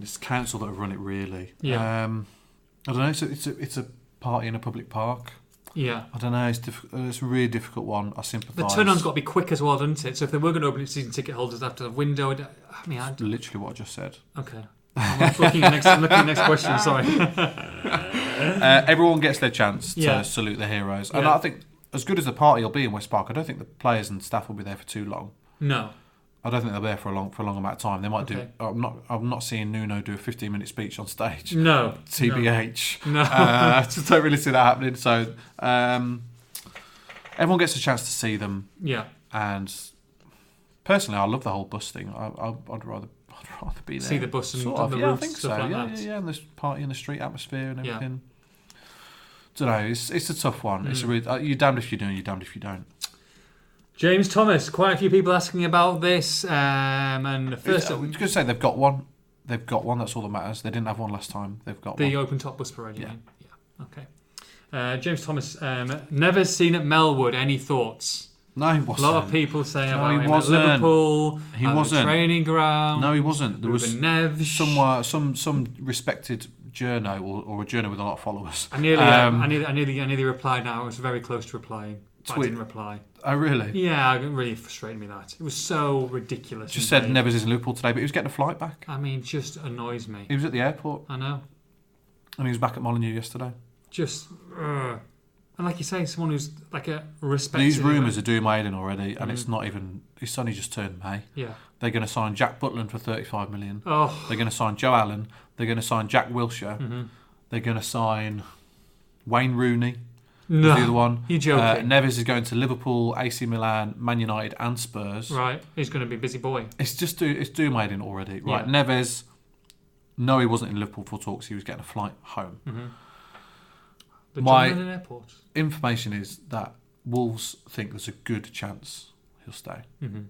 [SPEAKER 3] It's council that have run it, really.
[SPEAKER 2] Yeah.
[SPEAKER 3] Um, I don't know. It's a, it's, a, it's a party in a public park.
[SPEAKER 2] Yeah.
[SPEAKER 3] I don't know. It's, diff- uh, it's a really difficult one. I sympathise.
[SPEAKER 2] The turn on's got to be quick as well, doesn't it? So if they were going to open it to season ticket holders after the window, I'd- I mean, I'd,
[SPEAKER 3] Literally what I just said.
[SPEAKER 2] okay. I'm looking at next, I'm looking at next question. Sorry.
[SPEAKER 3] uh, everyone gets their chance to
[SPEAKER 2] Yeah.
[SPEAKER 3] salute their heroes. And
[SPEAKER 2] Yeah.
[SPEAKER 3] I think, as good as the party will be in West Park, I don't think the players and staff will be there for too long.
[SPEAKER 2] No.
[SPEAKER 3] I don't think they're there for a long for a long amount of time. They might
[SPEAKER 2] Okay.
[SPEAKER 3] do. I'm not. I'm not seeing Nuno do a 15 minute speech on stage.
[SPEAKER 2] No.
[SPEAKER 3] TBH.
[SPEAKER 2] No.
[SPEAKER 3] uh, I just don't really see that happening. So um, everyone gets a chance to see them.
[SPEAKER 2] Yeah.
[SPEAKER 3] And personally, I love the whole bus thing. I, I, I'd rather. I'd rather be there.
[SPEAKER 2] See the bus and-
[SPEAKER 3] Sort
[SPEAKER 2] and
[SPEAKER 3] of,
[SPEAKER 2] the
[SPEAKER 3] yeah,
[SPEAKER 2] roofs,
[SPEAKER 3] I think
[SPEAKER 2] stuff
[SPEAKER 3] so.
[SPEAKER 2] like
[SPEAKER 3] yeah,
[SPEAKER 2] that.
[SPEAKER 3] yeah, yeah, and this party in the street atmosphere and
[SPEAKER 2] Yeah.
[SPEAKER 3] everything. Don't know. It's it's a tough one.
[SPEAKER 2] Mm.
[SPEAKER 3] It's a really, uh, you're damned if you do, and you're damned if you don't.
[SPEAKER 2] James Thomas. Quite a few people asking about this. Um, and the first,
[SPEAKER 3] Uh, I was going to say they've got one. They've got one. That's all that matters. They didn't have one last time. They've got
[SPEAKER 2] the
[SPEAKER 3] one.
[SPEAKER 2] open top bus parade. You
[SPEAKER 3] Yeah.
[SPEAKER 2] mean? Yeah. Okay. Uh, James Thomas. Um, never seen at Melwood. Any thoughts?
[SPEAKER 3] No, he
[SPEAKER 2] A
[SPEAKER 3] wasn't.
[SPEAKER 2] lot of people saying
[SPEAKER 3] No,
[SPEAKER 2] about
[SPEAKER 3] he
[SPEAKER 2] him
[SPEAKER 3] wasn't.
[SPEAKER 2] at Liverpool.
[SPEAKER 3] He
[SPEAKER 2] at the
[SPEAKER 3] wasn't.
[SPEAKER 2] training ground.
[SPEAKER 3] No, he wasn't. There was
[SPEAKER 2] Ruben Neves.
[SPEAKER 3] somewhere some some respected journo or, or a journo with a lot of followers.
[SPEAKER 2] I nearly, uh,
[SPEAKER 3] Um,
[SPEAKER 2] I nearly, I nearly, I nearly replied. Now I was very close to replying. But I
[SPEAKER 3] Tweet.
[SPEAKER 2] didn't reply.
[SPEAKER 3] oh really?
[SPEAKER 2] Yeah, it really frustrated me that it was so ridiculous.
[SPEAKER 3] Just
[SPEAKER 2] and
[SPEAKER 3] said
[SPEAKER 2] vague.
[SPEAKER 3] Neves is in Liverpool today, but he was getting a flight back.
[SPEAKER 2] I mean, just annoys me.
[SPEAKER 3] He was at the airport
[SPEAKER 2] I know.
[SPEAKER 3] and he was back at Molineux yesterday.
[SPEAKER 2] Just, ugh. and like you say, someone who's like a respected.
[SPEAKER 3] These rumours are doing my head in already, and
[SPEAKER 2] Mm.
[SPEAKER 3] it's not even. It's only just turned May.
[SPEAKER 2] Yeah.
[SPEAKER 3] They're going to sign Jack Butland for 35 million.
[SPEAKER 2] Oh,
[SPEAKER 3] They're going to sign Joe Allen. They're going to sign Jack Wilshire.
[SPEAKER 2] Mm-hmm.
[SPEAKER 3] They're going to sign Wayne Rooney.
[SPEAKER 2] no.
[SPEAKER 3] The other one.
[SPEAKER 2] You're joking.
[SPEAKER 3] Uh, Neves is going to Liverpool, AC Milan, Man United, and Spurs.
[SPEAKER 2] Right. He's going to be a busy boy.
[SPEAKER 3] It's just do, it's doom in already. Right,
[SPEAKER 2] Yeah.
[SPEAKER 3] Neves. No, he wasn't in Liverpool for talks. He was getting a flight home.
[SPEAKER 2] The
[SPEAKER 3] My-
[SPEAKER 2] John Lennon Airport.
[SPEAKER 3] Information is that Wolves think there's a good chance he'll stay,
[SPEAKER 2] Mm-hmm.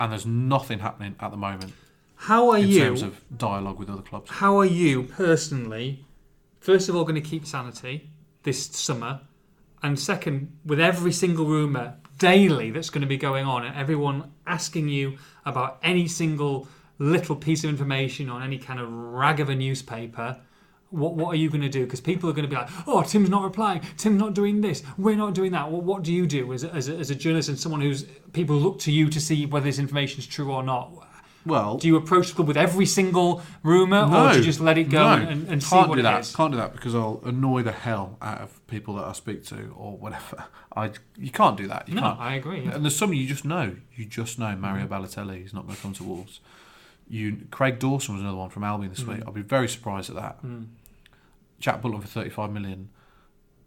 [SPEAKER 3] and there's nothing happening at the moment
[SPEAKER 2] How are
[SPEAKER 3] in
[SPEAKER 2] you?
[SPEAKER 3] terms of dialogue with other clubs.
[SPEAKER 2] How are you personally, first of all, going to keep sanity this summer? And second, with every single rumour daily that's going to be going on, and everyone asking you about any single little piece of information on any kind of rag of a newspaper. What, what are you going to do? Because people are going to be like, oh, Tim's not replying. Tim's not doing this. We're not doing that. Well, what do you do as a, as, a, as a journalist and someone who's people look to you to see whether this information is true or not?
[SPEAKER 3] Well,
[SPEAKER 2] Do you approach the club with every single rumour, or do you just let it go
[SPEAKER 3] no,
[SPEAKER 2] and, and see
[SPEAKER 3] can't
[SPEAKER 2] what
[SPEAKER 3] do
[SPEAKER 2] it
[SPEAKER 3] that.
[SPEAKER 2] is?
[SPEAKER 3] Can't do that because I'll annoy the hell out of people that I speak to or whatever. I you can't do that. You
[SPEAKER 2] No,
[SPEAKER 3] can't.
[SPEAKER 2] I agree. yeah. Mm.
[SPEAKER 3] And there's some you just know. You just know Mario Balotelli is not going to come to Wolves. You Craig Dawson was another one from Albion
[SPEAKER 2] Mm.
[SPEAKER 3] this week. I'd be very surprised at that. Jack Butland for 35 million.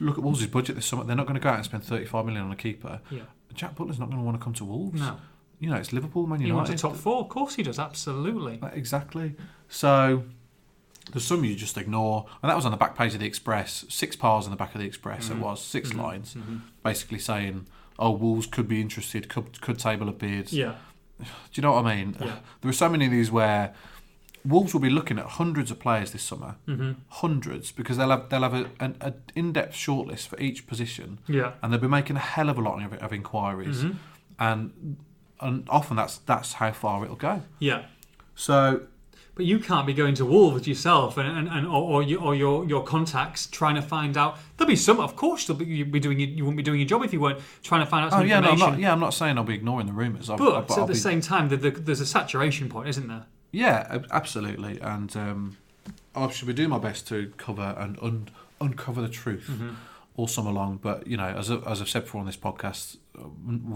[SPEAKER 3] Look at Wolves' budget this summer. They're not going to go out and spend 35 million on a keeper.
[SPEAKER 2] Yeah.
[SPEAKER 3] Jack Butler's not going to want to come to Wolves.
[SPEAKER 2] No.
[SPEAKER 3] You know, it's Liverpool, Man
[SPEAKER 2] He
[SPEAKER 3] United.
[SPEAKER 2] wants a top four. Of course he does. Absolutely.
[SPEAKER 3] Like, Exactly. So there's some you just ignore, and that was on the back page of the Express. Six piles on the back of the Express.
[SPEAKER 2] Mm-hmm.
[SPEAKER 3] It was 6 lines, basically saying, "Oh, Wolves could be interested. Could could table a bid."
[SPEAKER 2] Yeah.
[SPEAKER 3] Do you know what I mean?
[SPEAKER 2] Yeah.
[SPEAKER 3] There are so many of these where Wolves will be looking at hundreds of players this summer,
[SPEAKER 2] Mm-hmm.
[SPEAKER 3] hundreds, because they'll have they'll have a, an a in-depth shortlist for each position
[SPEAKER 2] Yeah. Mm-hmm.
[SPEAKER 3] and they've been making a hell of a lot of, of inquiries, and and often that's that's how far it'll go.
[SPEAKER 2] Yeah.
[SPEAKER 3] So
[SPEAKER 2] But you can't be going to Wolves yourself and, and, and or, or, you, or your, your contacts trying to find out. There'll be some, of course, there'll be, you'd be doing, your- you wouldn't be doing your job if you weren't trying to find out some
[SPEAKER 3] oh yeah, no, I'm
[SPEAKER 2] information.
[SPEAKER 3] not yeah, I'm not saying I'll be ignoring the rumours, I'll- I'll-
[SPEAKER 2] but at
[SPEAKER 3] I'll
[SPEAKER 2] the
[SPEAKER 3] be-
[SPEAKER 2] same time, the, the, there's a saturation point, isn't there?
[SPEAKER 3] yeah, ab- absolutely, and um, I should be doing my best to cover and un- uncover the truth.
[SPEAKER 2] Mm-hmm.
[SPEAKER 3] All summer long, but you know, as, I- as I've said before on this podcast, uh,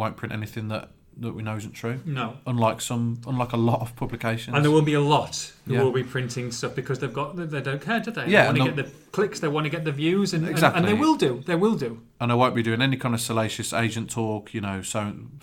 [SPEAKER 3] won't print anything that, that we know isn't true.
[SPEAKER 2] No.
[SPEAKER 3] Unlike some, unlike a lot of publications,
[SPEAKER 2] And there will be a lot who
[SPEAKER 3] Yeah.
[SPEAKER 2] will be printing stuff because they've got they- they don't care, do they?
[SPEAKER 3] Yeah,
[SPEAKER 2] they want
[SPEAKER 3] and
[SPEAKER 2] to get the clicks, they want to get the views, and, and- and,
[SPEAKER 3] Exactly.
[SPEAKER 2] they will do. They will do.
[SPEAKER 3] and I won't be doing any kind of salacious agent talk. You know, so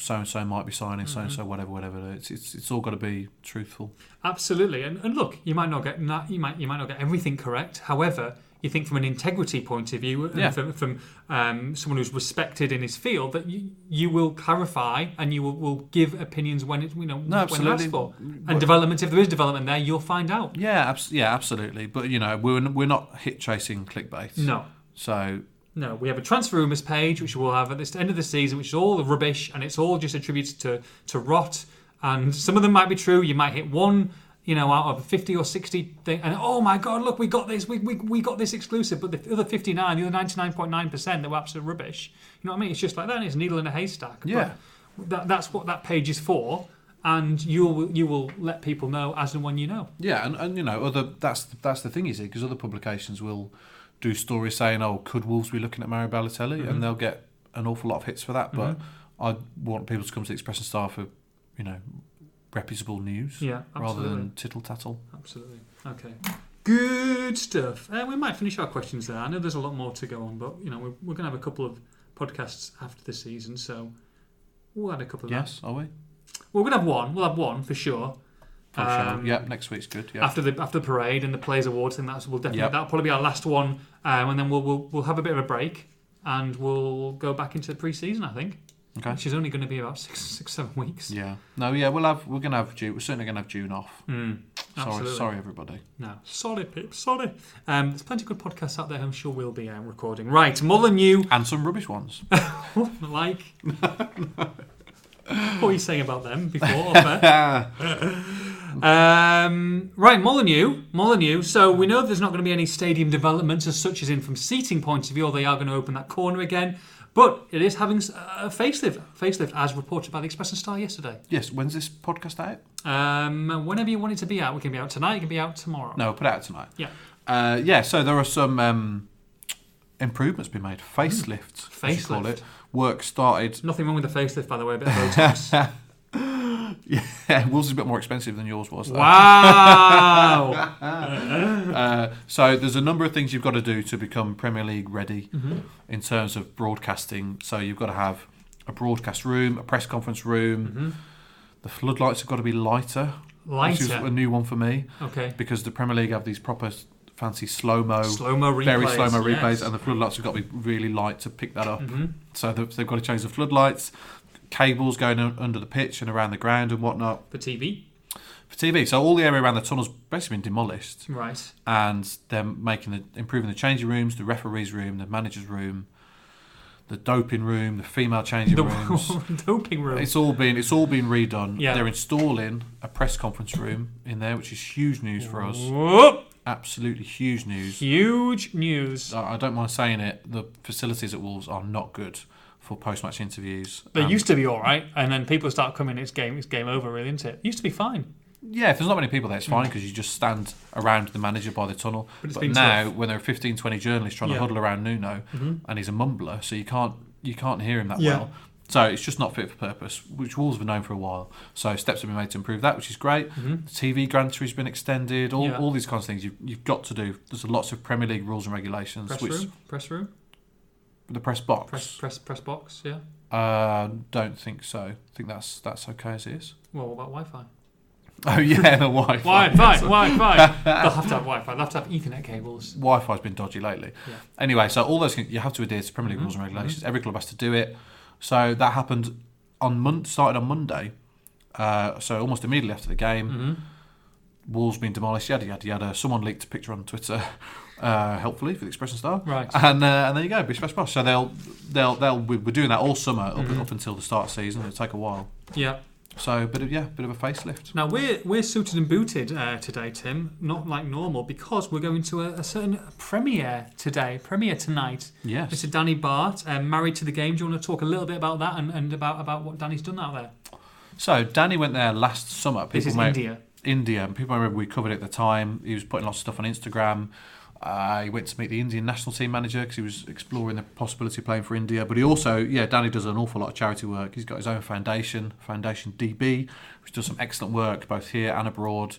[SPEAKER 3] so and so might be signing, so and
[SPEAKER 2] Mm-hmm.
[SPEAKER 3] so whatever, whatever. It's it's, it's all got to be truthful.
[SPEAKER 2] Absolutely. And, and look, you might not get na- you might you might not get everything correct. However, you think from an integrity point of view, and
[SPEAKER 3] Yeah.
[SPEAKER 2] from, from um, someone who's respected in his field, that you, you will clarify and you will, will give opinions when it you know when
[SPEAKER 3] absolutely.
[SPEAKER 2] asked for. And development, if there is development there, you'll find out.
[SPEAKER 3] Yeah, abs- yeah, absolutely. But you know, we're we're not hit chasing clickbait.
[SPEAKER 2] No.
[SPEAKER 3] So
[SPEAKER 2] No, we have a transfer rumours page, which we'll have at this end of the season, which is all the rubbish, and it's all just attributed to to rot. And some of them might be true. You might hit one, you know, out of fifty or sixty thing, and oh my god, look, we got this, we we, we got this exclusive. But the other fifty nine, the other ninety nine point nine percent, they were absolute rubbish. You know what I mean? It's just like that. and It's a needle in a haystack.
[SPEAKER 3] Yeah.
[SPEAKER 2] But that, that's what that page is for, and you'll you will let people know as and when you know.
[SPEAKER 3] yeah, and, and you know, other that's that's the thing is it because other publications will do stories saying, "Oh, could Wolves be looking at Mario Balotelli?"
[SPEAKER 2] Mm-hmm.
[SPEAKER 3] and they'll get an awful lot of hits for that. But I want people to come to the Express and Star for you know reputable news
[SPEAKER 2] Yeah,
[SPEAKER 3] rather
[SPEAKER 2] absolutely.
[SPEAKER 3] than tittle tattle.
[SPEAKER 2] Absolutely. Okay. Good stuff. Uh, we might finish our questions there. I know there's a lot more to go on, but you know we're, we're going to have a couple of podcasts after the season, so we'll add a couple of
[SPEAKER 3] Yes, are we?
[SPEAKER 2] that. We're going to have one. We'll have one for sure.
[SPEAKER 3] Oh, shall we?
[SPEAKER 2] Um,
[SPEAKER 3] yeah, next week's good. Yeah.
[SPEAKER 2] After the after the parade and the players awards thing, that's we'll definitely
[SPEAKER 3] Yep.
[SPEAKER 2] that'll probably be our last one, um, and then we'll, we'll we'll have a bit of a break and we'll go back into the pre-season. I think,
[SPEAKER 3] okay.
[SPEAKER 2] which is only going to be about six six seven weeks.
[SPEAKER 3] Yeah. No. Yeah. We'll have. We're gonna have June. We're certainly gonna have June off.
[SPEAKER 2] Mm, absolutely.
[SPEAKER 3] Sorry. Sorry, everybody.
[SPEAKER 2] No, sorry, Pip, sorry. Um, there's plenty of good podcasts out there. I'm sure we'll be um, recording. Right, Molyneux,
[SPEAKER 3] And some rubbish ones.
[SPEAKER 2] like. what were you saying about them before? off air? um, right, Molyneux, Molyneux. So we know there's not going to be any stadium developments as such as in from seating point of view, or they are going to open that corner again. But it is having s- a facelift, facelift as reported by the Express and Star yesterday.
[SPEAKER 3] yes. When's this podcast out?
[SPEAKER 2] Um, whenever you want it to be out, we can be out tonight. It can be out tomorrow.
[SPEAKER 3] No, we'll put it out tonight.
[SPEAKER 2] Yeah.
[SPEAKER 3] Uh, yeah. So there are some um, improvements been made. Facelifts. as you call
[SPEAKER 2] Hmm. Facelift.
[SPEAKER 3] it. Work started.
[SPEAKER 2] Nothing wrong with the facelift, by the way. A bit of Botox.
[SPEAKER 3] Yeah. Wolves is a bit more expensive than yours was. though.
[SPEAKER 2] Wow.
[SPEAKER 3] Uh, so there's a number of things you've got to do to become Premier League ready
[SPEAKER 2] Mm-hmm.
[SPEAKER 3] in terms of broadcasting. So you've got to have a broadcast room, a press conference room.
[SPEAKER 2] Mm-hmm.
[SPEAKER 3] The floodlights have got to be lighter. This is a
[SPEAKER 2] Lighter.
[SPEAKER 3] new one for me
[SPEAKER 2] Okay.
[SPEAKER 3] because the Premier League have these proper s- fancy slow mo,
[SPEAKER 2] Slow mo replays.
[SPEAKER 3] very slow mo
[SPEAKER 2] yes. Mm-hmm.
[SPEAKER 3] replays, and the floodlights have got to be really light to pick that up. So they've, they've got to change the floodlights, cables going un- under the pitch and around the ground and whatnot
[SPEAKER 2] for TV.
[SPEAKER 3] for TV. So all the area around the tunnels basically been demolished,
[SPEAKER 2] Right.
[SPEAKER 3] and they're making the improving the changing rooms, the referees room, the managers room, the doping room, the female changing rooms.
[SPEAKER 2] The doping room.
[SPEAKER 3] It's all been it's all been redone.
[SPEAKER 2] Yeah.
[SPEAKER 3] They're installing a press conference room in there, which is huge news for us.
[SPEAKER 2] Whoop.
[SPEAKER 3] absolutely huge news.
[SPEAKER 2] Huge news.
[SPEAKER 3] I I don't mind saying it. The facilities at Wolves are not good for post-match interviews.
[SPEAKER 2] They
[SPEAKER 3] Um,
[SPEAKER 2] used to be all right, and then people start coming. It's game. It's game over, really, isn't it? Used to be fine.
[SPEAKER 3] yeah, if there's not many people there, it's fine because you just stand around the manager by the tunnel.
[SPEAKER 2] Hmm. But it's
[SPEAKER 3] But,
[SPEAKER 2] been
[SPEAKER 3] now,
[SPEAKER 2] tough.
[SPEAKER 3] when there are 15, 20 journalists trying
[SPEAKER 2] Yeah. Mm-hmm.
[SPEAKER 3] to huddle around Nuno, and he's a mumbler, so you can't you can't hear him that
[SPEAKER 2] Yeah.
[SPEAKER 3] well. So it's just not fit for purpose, which Wolves have known for a while. So steps have been made to improve that, which is great. The TV grant has been extended. All,
[SPEAKER 2] Mm-hmm. Yeah.
[SPEAKER 3] all these kinds of things you've, you've got to do. There's lots of Premier League rules and regulations,
[SPEAKER 2] Press
[SPEAKER 3] which
[SPEAKER 2] room. Press room.
[SPEAKER 3] the press box.
[SPEAKER 2] Press press press box. Yeah.
[SPEAKER 3] Uh, don't think so. I think that's that's okay as it is.
[SPEAKER 2] Well, what about Wi-Fi?
[SPEAKER 3] Oh yeah, the Wi-Fi.
[SPEAKER 2] Wi-Fi. Wi-Fi. They'll have to have Wi-Fi. They'll have to have Ethernet cables.
[SPEAKER 3] Wi-Fi's been dodgy lately.
[SPEAKER 2] Yeah.
[SPEAKER 3] Anyway, so all those things you have to adhere to Premier League rules and regulations. Every club has to do it. So that happened on Mon- started on Monday. Uh, so almost immediately after the game, Wolves being demolished. Yada yada yada. Someone leaked a picture on Twitter, uh, helpfully for the Express and Star.
[SPEAKER 2] Right.
[SPEAKER 3] And uh, and there you go, bish bash bosh. So they'll they'll they'll we- we're doing that all summer up, up until the start of season. It'll take a while.
[SPEAKER 2] Yeah.
[SPEAKER 3] So bit of yeah, bit of a facelift.
[SPEAKER 2] Now we're we're suited and booted uh, today, Tim. Not like normal because we're going to a, a certain premiere today, premiere tonight.
[SPEAKER 3] Yes.
[SPEAKER 2] Mr. Danny Bart, um, married to the game. Do you want to talk a little bit about that and, and about, about what Danny's done out there?
[SPEAKER 3] So Danny went there last summer. People
[SPEAKER 2] This is
[SPEAKER 3] may-
[SPEAKER 2] India.
[SPEAKER 3] India. And people I remember we covered it at the time. He was putting lots of stuff on Instagram. Uh, he went to meet the Indian national team manager because he was exploring the possibility of playing for India. But he also, yeah, Danny does an awful lot of charity work. He's got his own foundation, Foundation DB, which does some excellent work both here and abroad.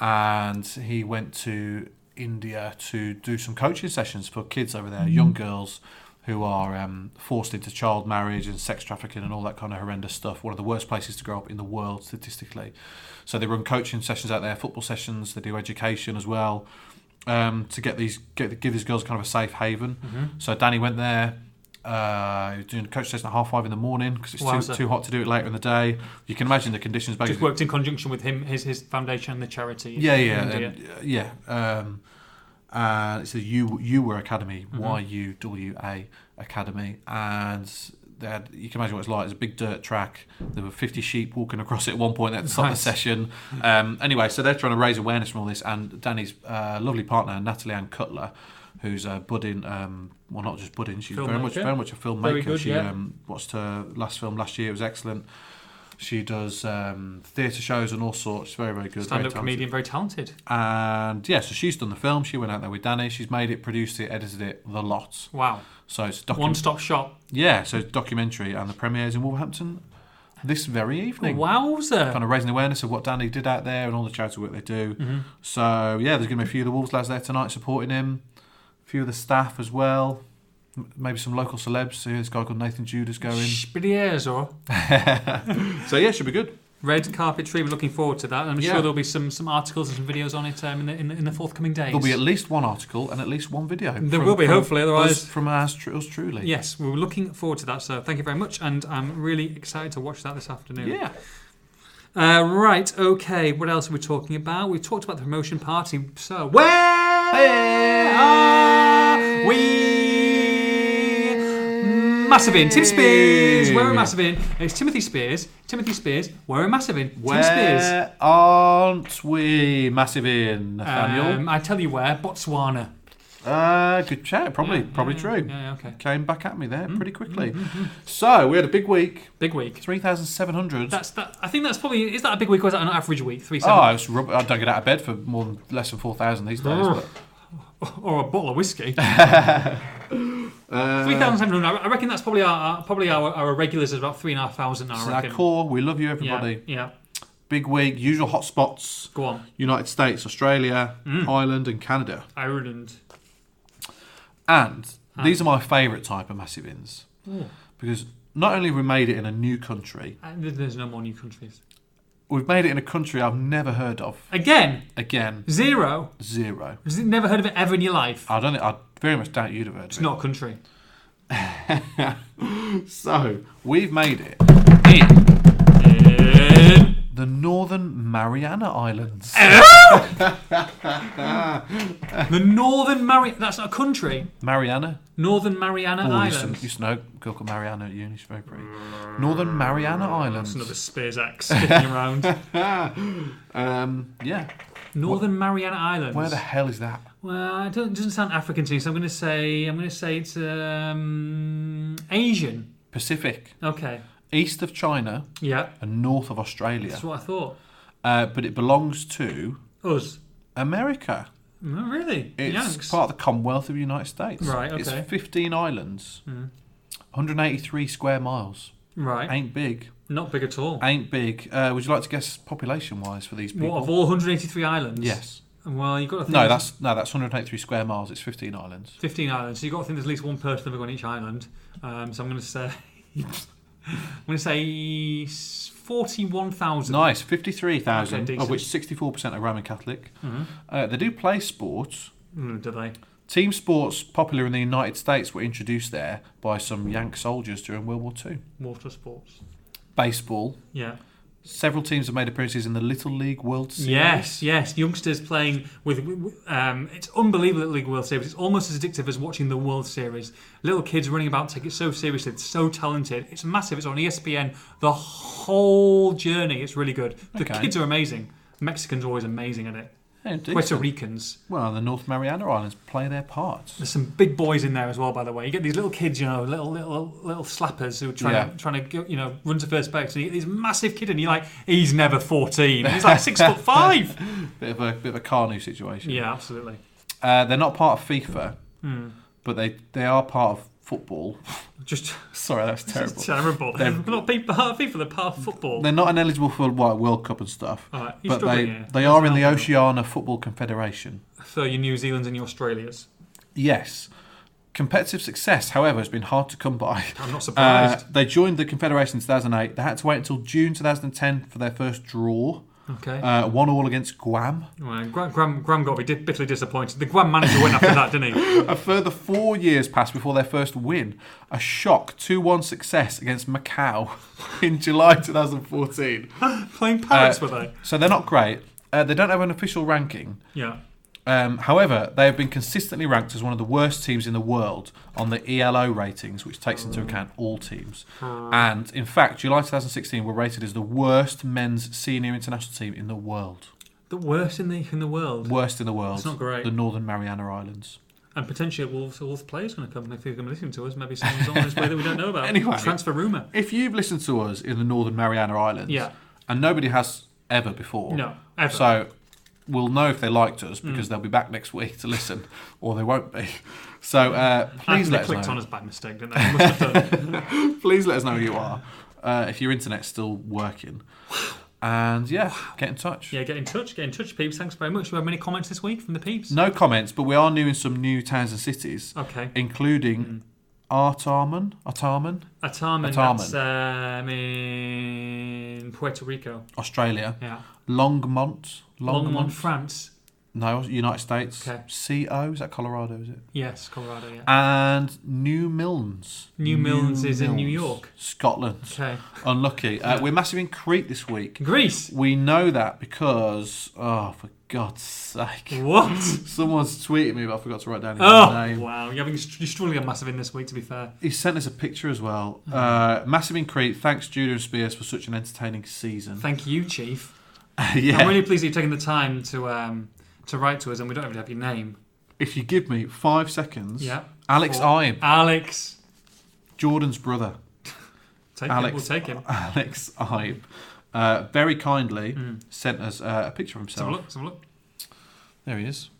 [SPEAKER 3] And he went to India to do some coaching sessions for kids over
[SPEAKER 2] Mm-hmm.
[SPEAKER 3] there, young girls who are um, forced into child marriage and sex trafficking and all that kind of horrendous stuff. One of the worst places to grow up in the world statistically. So they run coaching sessions out there, football sessions. They do education as well um, to get these get give these girls kind of a safe haven.
[SPEAKER 2] Mm-hmm.
[SPEAKER 3] So Danny went there. Uh, he was doing a coach session at half five in the morning because it's too,
[SPEAKER 2] Wowza.
[SPEAKER 3] too hot to do it later in the day. You can imagine the conditions.
[SPEAKER 2] Just
[SPEAKER 3] basically.
[SPEAKER 2] worked in conjunction with him, his his foundation and the charity.
[SPEAKER 3] Yeah, yeah,
[SPEAKER 2] in India.
[SPEAKER 3] and, uh, yeah. Um, uh, it's a U U were academy,
[SPEAKER 2] Mm-hmm.
[SPEAKER 3] Y U W A academy, and they had, you can imagine what it's like. It's a big dirt track. There were fifty sheep walking across it at one point. At the start of
[SPEAKER 2] Nice.
[SPEAKER 3] the session. Um, anyway, so they're trying to raise awareness from all this, and Danny's uh, lovely partner Natalie Ann Cutler, who's a budding, um, well, not just budding, she's very much
[SPEAKER 2] Filmmaker.
[SPEAKER 3] very much a filmmaker.
[SPEAKER 2] Very good,
[SPEAKER 3] she
[SPEAKER 2] yeah.
[SPEAKER 3] um, watched her last film last year. It was excellent. She does um, theatre shows and all sorts. She's very, very good. very
[SPEAKER 2] Stand-up
[SPEAKER 3] talented.
[SPEAKER 2] comedian, very talented.
[SPEAKER 3] And yeah, so she's done the film. She went out there with Danny. She's made it, produced it, edited it, the lot.
[SPEAKER 2] Wow.
[SPEAKER 3] So it's docu-
[SPEAKER 2] One-stop shop.
[SPEAKER 3] yeah, so it's documentary, and the premiere's in Wolverhampton this very evening.
[SPEAKER 2] Wowzer.
[SPEAKER 3] Kind of raising awareness of what Danny did out there and all the charity work they do.
[SPEAKER 2] Mm-hmm.
[SPEAKER 3] So yeah, there's going to be a few of the Wolves lads there tonight supporting him. A few of the staff as well. M- Maybe some local celebs. So this guy called Nathan Judas going.
[SPEAKER 2] Spiezo.
[SPEAKER 3] so yeah, should be good.
[SPEAKER 2] Red carpet tree. We're looking forward to that, and I'm
[SPEAKER 3] Yeah.
[SPEAKER 2] sure there'll be some some articles and some videos on it um, in, the, in the in the forthcoming days.
[SPEAKER 3] There'll be at least one article and at least one video.
[SPEAKER 2] There will be, hopefully,
[SPEAKER 3] us,
[SPEAKER 2] otherwise-
[SPEAKER 3] from us, tr- us truly.
[SPEAKER 2] Yes, we were looking forward to that. So thank you very much, and I'm really excited to watch that this afternoon.
[SPEAKER 3] Yeah.
[SPEAKER 2] Uh, right. Okay. What else are we talking about? We talked about the promotion party. So where are we? Massive in Tim Spears. Where are we massive in? It's Timothy Spears. Timothy Spears. Where are we massive in? Tim Spears.
[SPEAKER 3] Where aren't we massive in, Nathaniel?
[SPEAKER 2] Um, I tell you where. Botswana.
[SPEAKER 3] uh, good chat. Probably, probably true.
[SPEAKER 2] Yeah, Mm-hmm, yeah, okay.
[SPEAKER 3] Came back at me there pretty quickly. So we had a big week.
[SPEAKER 2] Big week.
[SPEAKER 3] Three thousand seven hundred.
[SPEAKER 2] That's that. I think that's probably is that a big week or is that an average week? Three
[SPEAKER 3] Oh,
[SPEAKER 2] seven
[SPEAKER 3] I, was rub- I don't get out of bed for more than less than four thousand these days.
[SPEAKER 2] Brr.
[SPEAKER 3] but-
[SPEAKER 2] Ah. or a bottle of whiskey. Three thousand seven hundred. I reckon that's probably our, our probably our, our regulars is about three and a half thousand. I
[SPEAKER 3] So our
[SPEAKER 2] reckon.
[SPEAKER 3] core, we love you,
[SPEAKER 2] yeah,
[SPEAKER 3] everybody.
[SPEAKER 2] yeah.
[SPEAKER 3] Big week, usual hotspots:
[SPEAKER 2] Go on,
[SPEAKER 3] United States, Australia,
[SPEAKER 2] Mm.
[SPEAKER 3] Ireland, and Canada.
[SPEAKER 2] Ireland.
[SPEAKER 3] And
[SPEAKER 2] Ah.
[SPEAKER 3] these are my favourite type of massive ins because not only have we made it in a new country,
[SPEAKER 2] Uh, there- There's no more new countries.
[SPEAKER 3] we've made it in a country I've never heard of.
[SPEAKER 2] Again,
[SPEAKER 3] Again,
[SPEAKER 2] zero.
[SPEAKER 3] zero.
[SPEAKER 2] You've Never heard of it ever in your life.
[SPEAKER 3] I don't. Think, I very much doubt you'd have heard.
[SPEAKER 2] It's
[SPEAKER 3] of it.
[SPEAKER 2] not a country.
[SPEAKER 3] So we've made it in the Northern Mariana Islands.
[SPEAKER 2] Eh? the Northern Mariana. That's not a country.
[SPEAKER 3] Mariana.
[SPEAKER 2] Northern Mariana
[SPEAKER 3] Oh, you
[SPEAKER 2] Islands.
[SPEAKER 3] used, to, used to know a girl called Mariana at uni. She's very pretty. Northern Mariana Islands.
[SPEAKER 2] Another Spears axe sticking around.
[SPEAKER 3] Um, yeah.
[SPEAKER 2] Northern Mariana Islands.
[SPEAKER 3] Where the hell is that?
[SPEAKER 2] Well, it doesn't, doesn't sound African to me, so I'm going to say I'm going to say it's um, Asian.
[SPEAKER 3] Pacific,
[SPEAKER 2] Okay.
[SPEAKER 3] east of China
[SPEAKER 2] Yeah,
[SPEAKER 3] and north of Australia.
[SPEAKER 2] that's what I thought.
[SPEAKER 3] Uh, but it belongs to
[SPEAKER 2] Us.
[SPEAKER 3] America.
[SPEAKER 2] No, really?
[SPEAKER 3] It's
[SPEAKER 2] Yanks.
[SPEAKER 3] part of the Commonwealth of the United States.
[SPEAKER 2] Right,
[SPEAKER 3] It's
[SPEAKER 2] okay. Hmm.
[SPEAKER 3] 15 islands, 183 square miles.
[SPEAKER 2] right.
[SPEAKER 3] Ain't big.
[SPEAKER 2] Not big at all.
[SPEAKER 3] Ain't big. Uh, would you like to guess population wise for these people?
[SPEAKER 2] What of all 183 islands?
[SPEAKER 3] Yes.
[SPEAKER 2] Well, you've got to think
[SPEAKER 3] No,
[SPEAKER 2] there's
[SPEAKER 3] that's no, that's 183 square miles. It's 15 islands.
[SPEAKER 2] 15 islands. So you've got to think there's at least one person living on each island. Um, so I'm going to say I'm going to say s- 41,000.
[SPEAKER 3] Nice, 53,000,
[SPEAKER 2] Okay,
[SPEAKER 3] of
[SPEAKER 2] decent. Mm-hmm.
[SPEAKER 3] which 64% are Roman Catholic. Uh, they do play sports.
[SPEAKER 2] Mm, do they?
[SPEAKER 3] Team sports popular in the United States were introduced there by some Yank soldiers during World War II.
[SPEAKER 2] Water sports.
[SPEAKER 3] Baseball.
[SPEAKER 2] Yeah.
[SPEAKER 3] Several teams have made appearances in the Little League World Series.
[SPEAKER 2] Yes, yes. Youngsters playing with. Um, it's unbelievable at League World Series. It's almost as addictive as watching the World Series. Little kids running about take it so seriously. It's so talented. It's massive. It's on E ESPN. The whole journey. It's really good. The
[SPEAKER 3] Okay.
[SPEAKER 2] kids are amazing. Mexicans are always amazing at it.
[SPEAKER 3] Oh, decent.
[SPEAKER 2] Puerto Ricans.
[SPEAKER 3] Well, the North Mariana Islands play their parts.
[SPEAKER 2] There's some big boys in there as well, by the way. You get these little kids, you know, little little little slappers who are trying
[SPEAKER 3] Yeah.
[SPEAKER 2] to trying to go, you know run to first base. And you get this massive kid, and you're like, he's never 14. He's like six foot five.
[SPEAKER 3] Bit of a bit of a Carnu situation.
[SPEAKER 2] Yeah, absolutely.
[SPEAKER 3] Uh, they're not part of FIFA,
[SPEAKER 2] Hmm.
[SPEAKER 3] but they they are part of football.
[SPEAKER 2] Just
[SPEAKER 3] Sorry, that's
[SPEAKER 2] It's
[SPEAKER 3] terrible.
[SPEAKER 2] terrible. They're not people, half people, they're part football.
[SPEAKER 3] they're not ineligible for like, World Cup and stuff.
[SPEAKER 2] All right, he's
[SPEAKER 3] But they,
[SPEAKER 2] struggling here.
[SPEAKER 3] they
[SPEAKER 2] That's
[SPEAKER 3] are in the
[SPEAKER 2] not-
[SPEAKER 3] Oceania Football Confederation.
[SPEAKER 2] So your New Zealands and your Australias.
[SPEAKER 3] Yes. Competitive success, however, has been hard to come by.
[SPEAKER 2] I'm not
[SPEAKER 3] Uh,
[SPEAKER 2] surprised.
[SPEAKER 3] they joined the Confederation in 2008. They had to wait until June 2010 for their first draw,
[SPEAKER 2] okay.
[SPEAKER 3] uh, one all against Guam.
[SPEAKER 2] well, Gra- Graham, Graham got to be di- bitterly disappointed. The Graham manager went after that, didn't he?
[SPEAKER 3] A further four years passed before their first win. A shock 2 1 success against Macau in July 2014.
[SPEAKER 2] Playing Paris,
[SPEAKER 3] Uh,
[SPEAKER 2] were they?
[SPEAKER 3] So they're not great. Uh, they don't have an official ranking.
[SPEAKER 2] Yeah.
[SPEAKER 3] Um, however, they have been consistently ranked as one of the worst teams in the world on the ELO ratings, which takes into account all teams.
[SPEAKER 2] Hmm.
[SPEAKER 3] And in fact, July 2016 were rated as the worst men's senior international team in the world.
[SPEAKER 2] The worst in the in the world.
[SPEAKER 3] Worst in the world.
[SPEAKER 2] It's not great.
[SPEAKER 3] The Northern Mariana Islands.
[SPEAKER 2] And potentially a Wolves, a Wolves player is going to come if he's going to listen to us. Maybe someone's on his way that we don't know about.
[SPEAKER 3] Anyway.
[SPEAKER 2] Transfer rumour.
[SPEAKER 3] If you've listened to us in the Northern Mariana Islands,
[SPEAKER 2] Yeah.
[SPEAKER 3] and nobody has ever before,
[SPEAKER 2] No, Mm. ever.
[SPEAKER 3] So we'll know if they liked us because they'll be back next week to listen, or they won't be. So uh,
[SPEAKER 2] And
[SPEAKER 3] please
[SPEAKER 2] they
[SPEAKER 3] let us
[SPEAKER 2] clicked on
[SPEAKER 3] know.
[SPEAKER 2] us by mistake, didn't they? Must have done.
[SPEAKER 3] please let us know who you are uh, if your internet's still working. And yeah, get in touch.
[SPEAKER 2] yeah, get in touch. Get in touch, peeps. Thanks very much. Do we have many comments this week from the peeps?
[SPEAKER 3] No comments, but we are new in some new towns and cities,
[SPEAKER 2] Okay. Mm.
[SPEAKER 3] including Artarmon. Artarmon,
[SPEAKER 2] Ataman,
[SPEAKER 3] Ataman.
[SPEAKER 2] that's um, in Puerto Rico.
[SPEAKER 3] Australia.
[SPEAKER 2] Yeah.
[SPEAKER 3] Longmont.
[SPEAKER 2] Longmont, France.
[SPEAKER 3] No, United States.
[SPEAKER 2] Okay.
[SPEAKER 3] CO, is that Colorado, is it?
[SPEAKER 2] Yes, Colorado, yeah.
[SPEAKER 3] And New Milnes.
[SPEAKER 2] New Milnes is in New
[SPEAKER 3] Milnes,
[SPEAKER 2] York.
[SPEAKER 3] Scotland.
[SPEAKER 2] Okay.
[SPEAKER 3] Unlucky. Uh, we're massive in Crete this week.
[SPEAKER 2] Greece.
[SPEAKER 3] We know that because, oh, for God's sake.
[SPEAKER 2] What?
[SPEAKER 3] Someone's tweeted me, but I forgot to write down his
[SPEAKER 2] Oh,
[SPEAKER 3] name.
[SPEAKER 2] wow. You're, having, you're struggling a massive in this week, to be fair.
[SPEAKER 3] He sent us a picture as well. Uh, massive in Crete. Thanks, Judah and Spears, for such an entertaining season.
[SPEAKER 2] Thank you, Chief.
[SPEAKER 3] yeah.
[SPEAKER 2] I'm really pleased that you've taken the time to um, to write to us, and we don't even have your name.
[SPEAKER 3] If you give me five seconds,
[SPEAKER 2] Yeah.
[SPEAKER 3] Alex
[SPEAKER 2] Four.
[SPEAKER 3] Ibe,
[SPEAKER 2] Alex.
[SPEAKER 3] Jordan's brother,
[SPEAKER 2] Take
[SPEAKER 3] Alex.
[SPEAKER 2] him. We'll take him. Let's
[SPEAKER 3] Alex Ibe, uh, very kindly sent us uh, a picture of
[SPEAKER 2] have a
[SPEAKER 3] himself.
[SPEAKER 2] look. Hmm. Let's have a look.
[SPEAKER 3] There he is.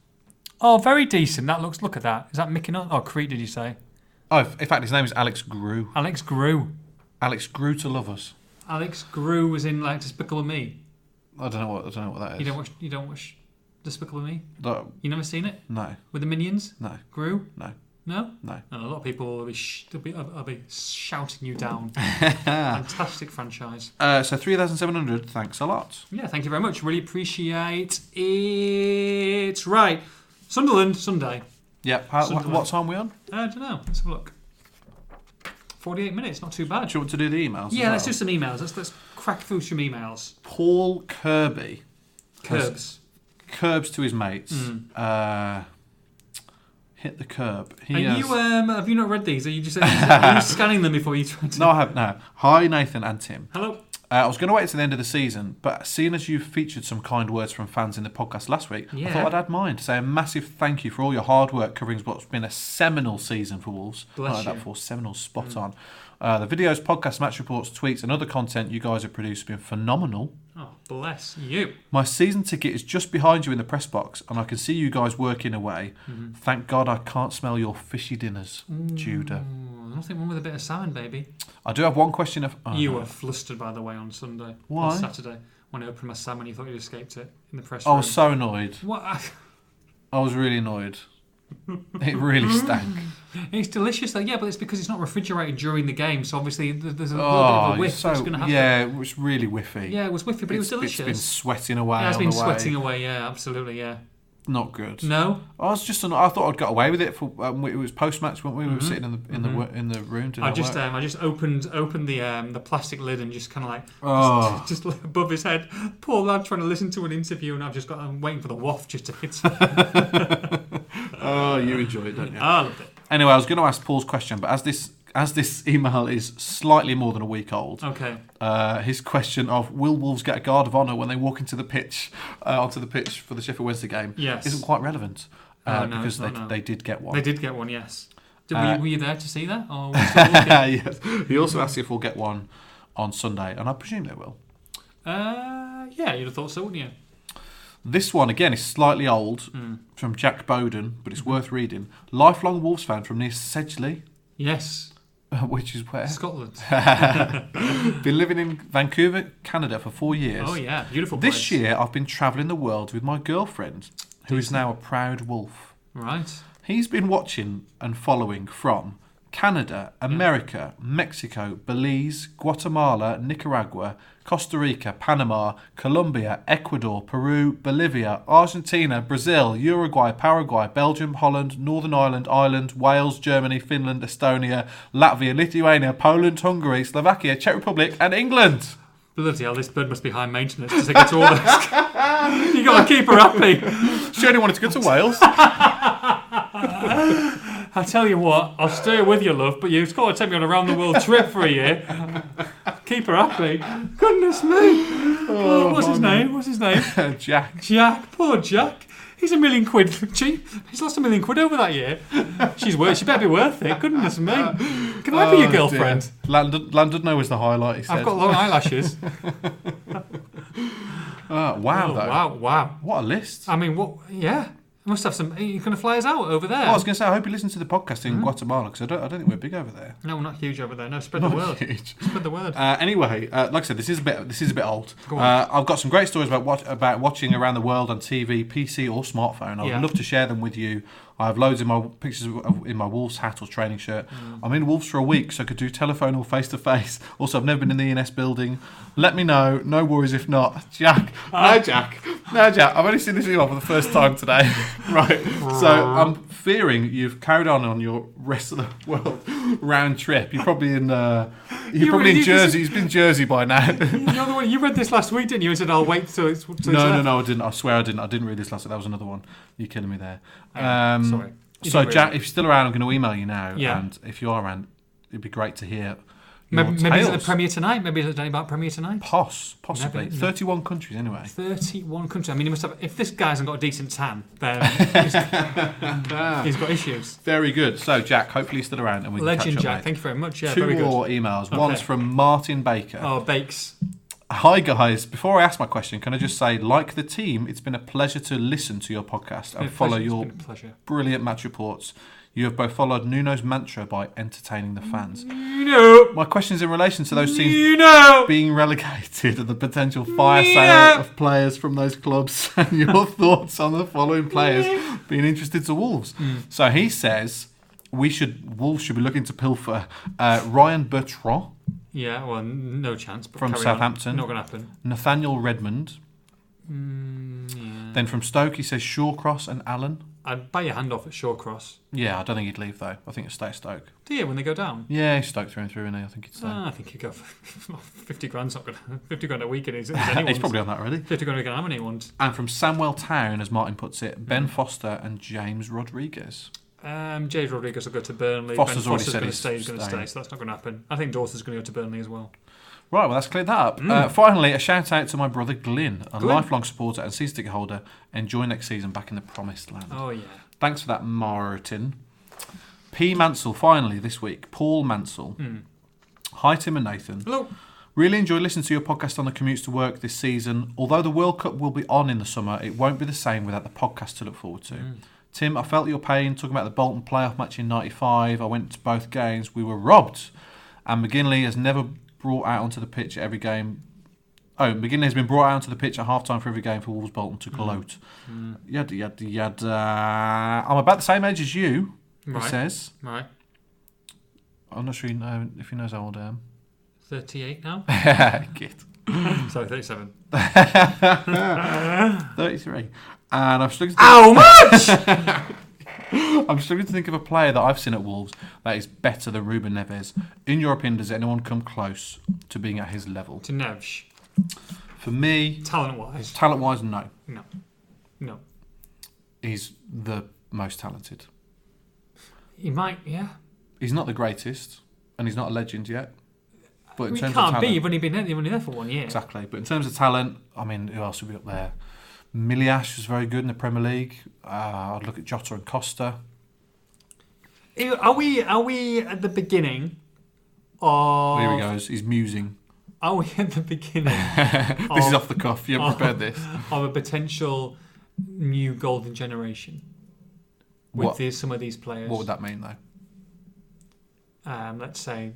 [SPEAKER 2] Oh, very decent. That looks. Look at that. Is that Mickey? Oh, Crete, did you say?
[SPEAKER 3] Oh, in fact, his name is Alex Grew.
[SPEAKER 2] Alex Grew.
[SPEAKER 3] Alex Grew to love us.
[SPEAKER 2] Alex Grew was in like Despicable Me.
[SPEAKER 3] I don't know what I don't know what that is.
[SPEAKER 2] You don't watch. You don't watch Despicable Me.
[SPEAKER 3] Don't-
[SPEAKER 2] You never seen it
[SPEAKER 3] no,
[SPEAKER 2] with the minions.
[SPEAKER 3] no,
[SPEAKER 2] Grew.
[SPEAKER 3] no.
[SPEAKER 2] No.
[SPEAKER 3] No.
[SPEAKER 2] A lot of people will be. Sh- they'll be. I'll be shouting you down. Fantastic franchise.
[SPEAKER 3] Uh, so three thousand seven hundred. Thanks a lot.
[SPEAKER 2] Yeah. Thank you very much. Really appreciate it. Right. Sunderland Sunday.
[SPEAKER 3] Yep. How, wh-
[SPEAKER 2] Sunderland.
[SPEAKER 3] what time are we on?
[SPEAKER 2] I don't know. Let's have a look. Forty-eight minutes. Not too bad.
[SPEAKER 3] Do you want to do the emails? as
[SPEAKER 2] Yeah. Let's
[SPEAKER 3] well?
[SPEAKER 2] do some emails. Let's let's crack through some emails.
[SPEAKER 3] Paul Kirby
[SPEAKER 2] Curbs.
[SPEAKER 3] curbs to his mates.
[SPEAKER 2] Hmm.
[SPEAKER 3] Uh, hit the curb. He
[SPEAKER 2] Are
[SPEAKER 3] has-
[SPEAKER 2] you um? Have you not read these? Are you just are you scanning them before you try to?
[SPEAKER 3] no, I have no. Hi Nathan and Tim.
[SPEAKER 2] Hello.
[SPEAKER 3] Uh, I was going to wait to the end of the season, but seeing as you've featured some kind words from fans in the podcast last week, I
[SPEAKER 2] Yeah.
[SPEAKER 3] thought I'd add mine to say a massive thank you for all your hard work covering what's been a seminal season for Wolves.
[SPEAKER 2] Bless
[SPEAKER 3] I like
[SPEAKER 2] you. Mm.
[SPEAKER 3] that for seminal, spot on. Uh, the videos, podcasts, match reports, tweets, and other content you guys have produced have been phenomenal.
[SPEAKER 2] Oh, bless you.
[SPEAKER 3] My season ticket is just behind you in the press box, and I can see you guys working away.
[SPEAKER 2] Mm-hmm.
[SPEAKER 3] Thank God I can't smell your fishy dinners, Judah.
[SPEAKER 2] Mm, nothing wrong with a bit of salmon, baby.
[SPEAKER 3] I do have one question. Of, oh,
[SPEAKER 2] you
[SPEAKER 3] no.
[SPEAKER 2] were flustered, by the way, on Sunday.
[SPEAKER 3] Why?
[SPEAKER 2] On Saturday, when I opened my salmon, you thought you'd escaped it in the press
[SPEAKER 3] I
[SPEAKER 2] room.
[SPEAKER 3] was so annoyed.
[SPEAKER 2] What?
[SPEAKER 3] I was really annoyed. It really stank.
[SPEAKER 2] It's delicious though, yeah, but it's because it's not refrigerated during the game, so obviously th- there's a little bit
[SPEAKER 3] Oh,
[SPEAKER 2] of a
[SPEAKER 3] you're
[SPEAKER 2] whiff
[SPEAKER 3] so,
[SPEAKER 2] that's going to happen.
[SPEAKER 3] yeah, it was really whiffy.
[SPEAKER 2] Yeah, it was whiffy, but it was
[SPEAKER 3] It's-
[SPEAKER 2] delicious.
[SPEAKER 3] It's been sweating away.
[SPEAKER 2] yeah, it's
[SPEAKER 3] on
[SPEAKER 2] been
[SPEAKER 3] the way.
[SPEAKER 2] sweating away, yeah, absolutely, yeah.
[SPEAKER 3] Not good.
[SPEAKER 2] No?
[SPEAKER 3] I was just. An, I thought I'd got away with it for. Um, it was post match, weren't we? We were sitting in the in the wo- in the room. Did
[SPEAKER 2] Mm-hmm. I just um, I just opened opened the um, the plastic lid and just kind of like just-
[SPEAKER 3] Oh.
[SPEAKER 2] just, above his head. Poor lad trying to listen to an interview, and I've just got I'm waiting for the waft just to hit. him. uh,
[SPEAKER 3] oh, you enjoyed it, don't you?
[SPEAKER 2] Ah, I loved it.
[SPEAKER 3] Anyway, I was going to ask Paul's question, but as this as this email is slightly more than a week old,
[SPEAKER 2] Okay,
[SPEAKER 3] uh, his question of will Wolves get a guard of honour when they walk into the pitch uh, onto the pitch for the Sheffield Wednesday game
[SPEAKER 2] Yes.
[SPEAKER 3] isn't quite relevant uh,
[SPEAKER 2] Oh, no,
[SPEAKER 3] because
[SPEAKER 2] it's not,
[SPEAKER 3] they,
[SPEAKER 2] no.
[SPEAKER 3] they did get one.
[SPEAKER 2] they did get one. Yes. Did,
[SPEAKER 3] Uh,
[SPEAKER 2] were, were you there to see that? Or were you still looking?
[SPEAKER 3] yes. He also asked if we'll get one on Sunday, and I presume they will.
[SPEAKER 2] uh, yeah, you'd have thought so, wouldn't you?
[SPEAKER 3] This one again is slightly old
[SPEAKER 2] Hmm.
[SPEAKER 3] from Jack Bowden, but it's worth reading. Lifelong Wolves fan from near Sedgley,
[SPEAKER 2] Yes,
[SPEAKER 3] which is where
[SPEAKER 2] Scotland.
[SPEAKER 3] been living in Vancouver, Canada for four years.
[SPEAKER 2] Oh yeah, beautiful.
[SPEAKER 3] This
[SPEAKER 2] place.
[SPEAKER 3] year, I've been travelling the world with my girlfriend, who is now a proud wolf.
[SPEAKER 2] right?
[SPEAKER 3] He's been watching and following from Canada, America, Mexico, Belize, Guatemala, Nicaragua, Costa Rica, Panama, Colombia, Ecuador, Peru, Bolivia, Argentina, Brazil, Uruguay, Paraguay, Belgium, Holland, Northern Ireland, Ireland, Wales, Germany, Finland, Estonia, Latvia, Lithuania, Poland, Hungary, Slovakia, Czech Republic, and England.
[SPEAKER 2] Bloody hell, this bird must be high maintenance to take it to all this. you got to keep her happy.
[SPEAKER 3] She only wanted to go to Wales.
[SPEAKER 2] I tell you what, I'll stay with you, love, but you've got to take me on a round the world trip for a year. keep her happy. Goodness me. Oh, what's his name? What's his name?
[SPEAKER 3] Jack.
[SPEAKER 2] Jack. Poor Jack. He's a million quid cheap. He's lost a million quid over that year. She's worth. She better be worth it. Goodness me. Can I be your
[SPEAKER 3] Oh, dear.
[SPEAKER 2] girlfriend?
[SPEAKER 3] Landon, Landon no was the highlight. He said.
[SPEAKER 2] I've got long eyelashes.
[SPEAKER 3] Uh, wow,
[SPEAKER 2] Oh,
[SPEAKER 3] though.
[SPEAKER 2] wow, wow.
[SPEAKER 3] What a list.
[SPEAKER 2] I mean, what? Yeah, must have some. You're going to fly us out over there.
[SPEAKER 3] Well, I was going to say, I hope you listen to the podcast in Guatemala because I don't, I don't think we're big over there.
[SPEAKER 2] No, we're not huge over there. No, spread the word.
[SPEAKER 3] Huge.
[SPEAKER 2] Spread the word.
[SPEAKER 3] Uh, anyway, uh, like I said, this is a bit this is a bit old.
[SPEAKER 2] Go on.
[SPEAKER 3] Uh, I've got some great stories about what about watching around the world on TV, PC or smartphone. I'd
[SPEAKER 2] Yeah.
[SPEAKER 3] love to share them with you. I have loads in my pictures of, in my Wolves hat or training shirt.
[SPEAKER 2] Mm.
[SPEAKER 3] I'm in Wolves for a week, so I could do telephone or face to face. Also, I've never been in the ENS building. Let me know. No worries if not. Jack,
[SPEAKER 2] Ah.
[SPEAKER 3] no Jack, no Jack. I've only seen this email for the first time today. right, so I'm fearing you've carried on on your rest of the world round trip. You're probably in uh, you're
[SPEAKER 2] You-
[SPEAKER 3] probably in
[SPEAKER 2] you-
[SPEAKER 3] Jersey. He's been Jersey by now.
[SPEAKER 2] you know the one you read this last week, didn't you? And said, "I'll wait till it's." Till it's
[SPEAKER 3] no, no,
[SPEAKER 2] left."
[SPEAKER 3] no, I didn't. I swear I didn't. I didn't read this last. That was another one. You're killing me there.
[SPEAKER 2] Yeah,
[SPEAKER 3] Um,
[SPEAKER 2] Oh, sorry. You
[SPEAKER 3] So,
[SPEAKER 2] didn't read
[SPEAKER 3] Jack,
[SPEAKER 2] it.
[SPEAKER 3] if you're still around, I'm going to email you now.
[SPEAKER 2] Yeah.
[SPEAKER 3] And if you are around, it'd be great to hear. Your
[SPEAKER 2] Maybe, maybe it's at
[SPEAKER 3] tales.
[SPEAKER 2] the premiere tonight. Maybe it's at about premiere tonight.
[SPEAKER 3] Poss, possibly.
[SPEAKER 2] Maybe, yeah.
[SPEAKER 3] 31 countries anyway.
[SPEAKER 2] Thirty-one countries. I mean, he must have. If this guy hasn't got a decent tan, then he's- he's got issues.
[SPEAKER 3] Very good. So, Jack, hopefully you're still around and we can catch
[SPEAKER 2] Legend,
[SPEAKER 3] up,
[SPEAKER 2] Jack.
[SPEAKER 3] mate.
[SPEAKER 2] Thank you very much. Yeah,
[SPEAKER 3] Two
[SPEAKER 2] very good.
[SPEAKER 3] more emails. One's from Martin Baker.
[SPEAKER 2] Oh, bakes.
[SPEAKER 3] Hi guys, before I ask my question, can I just say, like the team, it's been a pleasure to listen to your podcast
[SPEAKER 2] It's
[SPEAKER 3] and
[SPEAKER 2] been a
[SPEAKER 3] follow
[SPEAKER 2] pleasure- it's
[SPEAKER 3] your
[SPEAKER 2] been a pleasure.
[SPEAKER 3] brilliant match reports. You have both followed Nuno's mantra by entertaining the fans.
[SPEAKER 2] You know,
[SPEAKER 3] My question is in relation to those teams
[SPEAKER 2] you know.
[SPEAKER 3] being relegated and the potential fire
[SPEAKER 2] Yeah.
[SPEAKER 3] sale of players from those clubs and your thoughts on the following players being interested to Wolves.
[SPEAKER 2] Mm.
[SPEAKER 3] So he says we should Wolves should be looking to pilfer uh, Ryan Bertrand,
[SPEAKER 2] Yeah, well, n- no chance. But
[SPEAKER 3] From
[SPEAKER 2] carry on.
[SPEAKER 3] Southampton.
[SPEAKER 2] not going to happen.
[SPEAKER 3] Nathaniel Redmond.
[SPEAKER 2] Mm, Yeah.
[SPEAKER 3] Then from Stoke he says Shawcross and Allen.
[SPEAKER 2] I'd buy your hand off at Shawcross.
[SPEAKER 3] Yeah, I don't think he'd leave though. I think he'd stay at Stoke.
[SPEAKER 2] Do you when they go down?
[SPEAKER 3] Yeah, he's Stoke through and through, and I think he'd stay.
[SPEAKER 2] Ah, I think you go for fifty grand's not gonna fifty grand a week and he's, anyone's.
[SPEAKER 3] he's probably on that already.
[SPEAKER 2] fifty grand a week and how many ones?
[SPEAKER 3] And from Samwell Town, as Martin puts it, Ben
[SPEAKER 2] Hmm.
[SPEAKER 3] Foster and James Rodriguez.
[SPEAKER 2] Um, James Rodriguez will go to Burnley.
[SPEAKER 3] Foster's
[SPEAKER 2] ben
[SPEAKER 3] already
[SPEAKER 2] Foster's going
[SPEAKER 3] said
[SPEAKER 2] to
[SPEAKER 3] he's
[SPEAKER 2] stay. He's going to
[SPEAKER 3] staying.
[SPEAKER 2] stay, so that's not going to happen. I think Daughter's going to go to Burnley as well.
[SPEAKER 3] Right, well, that's cleared that up. Uh, finally, a shout out to my brother Glyn, a
[SPEAKER 2] Hmm. Glyn.
[SPEAKER 3] lifelong supporter and season ticket holder, and join next season back in the promised land.
[SPEAKER 2] Oh yeah.
[SPEAKER 3] Thanks for that, Martin. P. Mansell, finally, this week. Paul Mansell. Hi, Tim and Nathan.
[SPEAKER 2] Hmm. Hello.
[SPEAKER 3] Really enjoy listening to your podcast on the commutes to work this season. Although the World Cup will be on in the summer, it won't be the same without the podcast to look forward to. Tim, I felt your pain talking about the Bolton playoff match in 95. I went to both games. We were robbed. And McGinley has never brought out onto the pitch at every game. Oh, McGinley has been brought out onto the pitch at half time for every game for Wolves Bolton to gloat. Yad, yad, yad. uh, I'm about the same age as you, he
[SPEAKER 2] Right.
[SPEAKER 3] says.
[SPEAKER 2] Right.
[SPEAKER 3] I'm not sure you know, if he knows how old I am.
[SPEAKER 2] Thirty-eight now.
[SPEAKER 3] Git.
[SPEAKER 2] Sorry, thirty-seven.
[SPEAKER 3] 33. And I'm struggling, to
[SPEAKER 2] How much?
[SPEAKER 3] I'm struggling to think of a player that I've seen at Wolves that is better than Ruben Neves. In your opinion, does anyone come close to being at his level?
[SPEAKER 2] to Nevsh,
[SPEAKER 3] For me,
[SPEAKER 2] talent-wise,
[SPEAKER 3] talent wise, no.
[SPEAKER 2] no, no.
[SPEAKER 3] He's the most talented.
[SPEAKER 2] He might, yeah.
[SPEAKER 3] He's not the greatest, and he's not a legend yet. But in
[SPEAKER 2] I mean,
[SPEAKER 3] terms
[SPEAKER 2] can't
[SPEAKER 3] of
[SPEAKER 2] be.
[SPEAKER 3] talent,
[SPEAKER 2] You've only been there, you've only there for one year.
[SPEAKER 3] exactly. But in terms of talent, I mean, who else would be up there? Miliash was very good in the Premier League. Uh, I'd look at Jota and Costa.
[SPEAKER 2] Ew, Are we? Are we at the beginning? Of,
[SPEAKER 3] Here he goes. He's musing.
[SPEAKER 2] Are we at the beginning
[SPEAKER 3] This is
[SPEAKER 2] Oh.
[SPEAKER 3] off the cuff. You haven't
[SPEAKER 2] Oh.
[SPEAKER 3] prepared this.
[SPEAKER 2] of a potential new golden generation with
[SPEAKER 3] What?
[SPEAKER 2] these, some of these players?
[SPEAKER 3] What would that mean, though?
[SPEAKER 2] um, let's say,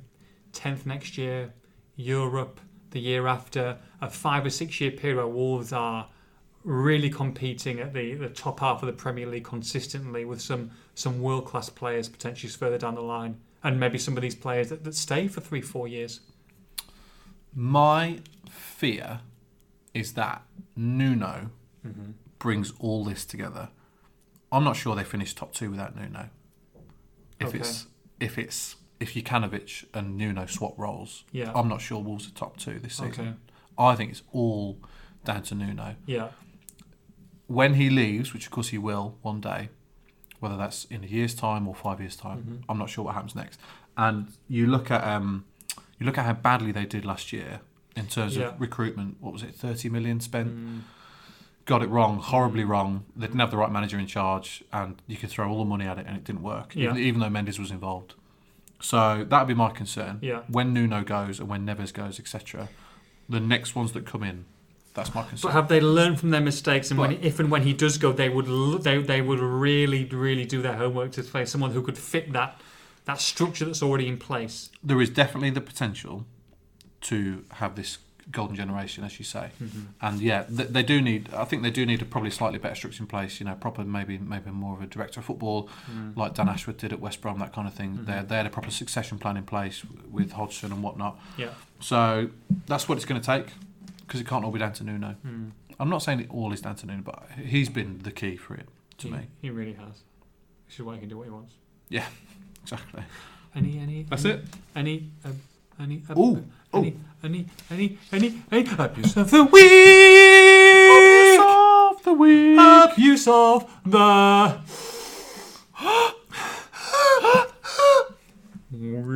[SPEAKER 2] 10th next year, Europe the year after, a five or six year period where Wolves are really competing at the, the top half of the Premier League consistently with some, some world class players potentially further down the line. And maybe some of these players that, that stay for three, four years.
[SPEAKER 3] My fear is that Nuno
[SPEAKER 2] Mm-hmm.
[SPEAKER 3] brings all this together. I'm not sure they finish top two without Nuno. If
[SPEAKER 2] Okay.
[SPEAKER 3] it's if it's if Jukanovic and Nuno swap roles,
[SPEAKER 2] Yeah.
[SPEAKER 3] I'm not sure Wolves are top two this season.
[SPEAKER 2] Okay.
[SPEAKER 3] I think it's all down to Nuno.
[SPEAKER 2] Yeah.
[SPEAKER 3] When he leaves, which of course he will one day, whether that's in a year's time or five years' time,
[SPEAKER 2] Mm-hmm.
[SPEAKER 3] I'm not sure what happens next. And you look at um, you look at how badly they did last year in terms
[SPEAKER 2] Yeah. Mm.
[SPEAKER 3] of recruitment. What was it, 30 million spent? Got it wrong, horribly wrong. They didn't have the right manager in charge, and you could throw all the money at it, and it didn't work,
[SPEAKER 2] Yeah.
[SPEAKER 3] even, even though Mendes was involved. So that would be my concern.
[SPEAKER 2] Yeah.
[SPEAKER 3] When Nuno goes and when Neves goes, etc., the next ones that come in, that's my
[SPEAKER 2] But
[SPEAKER 3] concern.
[SPEAKER 2] have they learned from their mistakes? And when,
[SPEAKER 3] But-
[SPEAKER 2] if and when he does go, they would l- they, they would really really do their homework to play someone who could fit that that structure that's already in place.
[SPEAKER 3] there is definitely the potential to have this golden generation, as you say, and yeah, th- they do need. I think they do need a probably slightly better structure in place. You know, proper maybe maybe more of a director of football, like Dan Ashworth did at West Brom, that kind of thing. They they had a proper succession plan in place w- with Hodgson and whatnot.
[SPEAKER 2] Yeah.
[SPEAKER 3] So that's what it's going to take because it can't all be down to Nuno. I'm not saying it all is down to Nuno, but he's been the key for it to
[SPEAKER 2] he,
[SPEAKER 3] me.
[SPEAKER 2] He really has. Which is why he can do what he wants.
[SPEAKER 3] Exactly.
[SPEAKER 2] Any, any.
[SPEAKER 3] That's
[SPEAKER 2] any,
[SPEAKER 3] it.
[SPEAKER 2] Any, um, any, um,
[SPEAKER 3] Ooh,
[SPEAKER 2] any, any, any, any, any, abuse of the week!
[SPEAKER 3] Of the week.
[SPEAKER 2] Abuse of the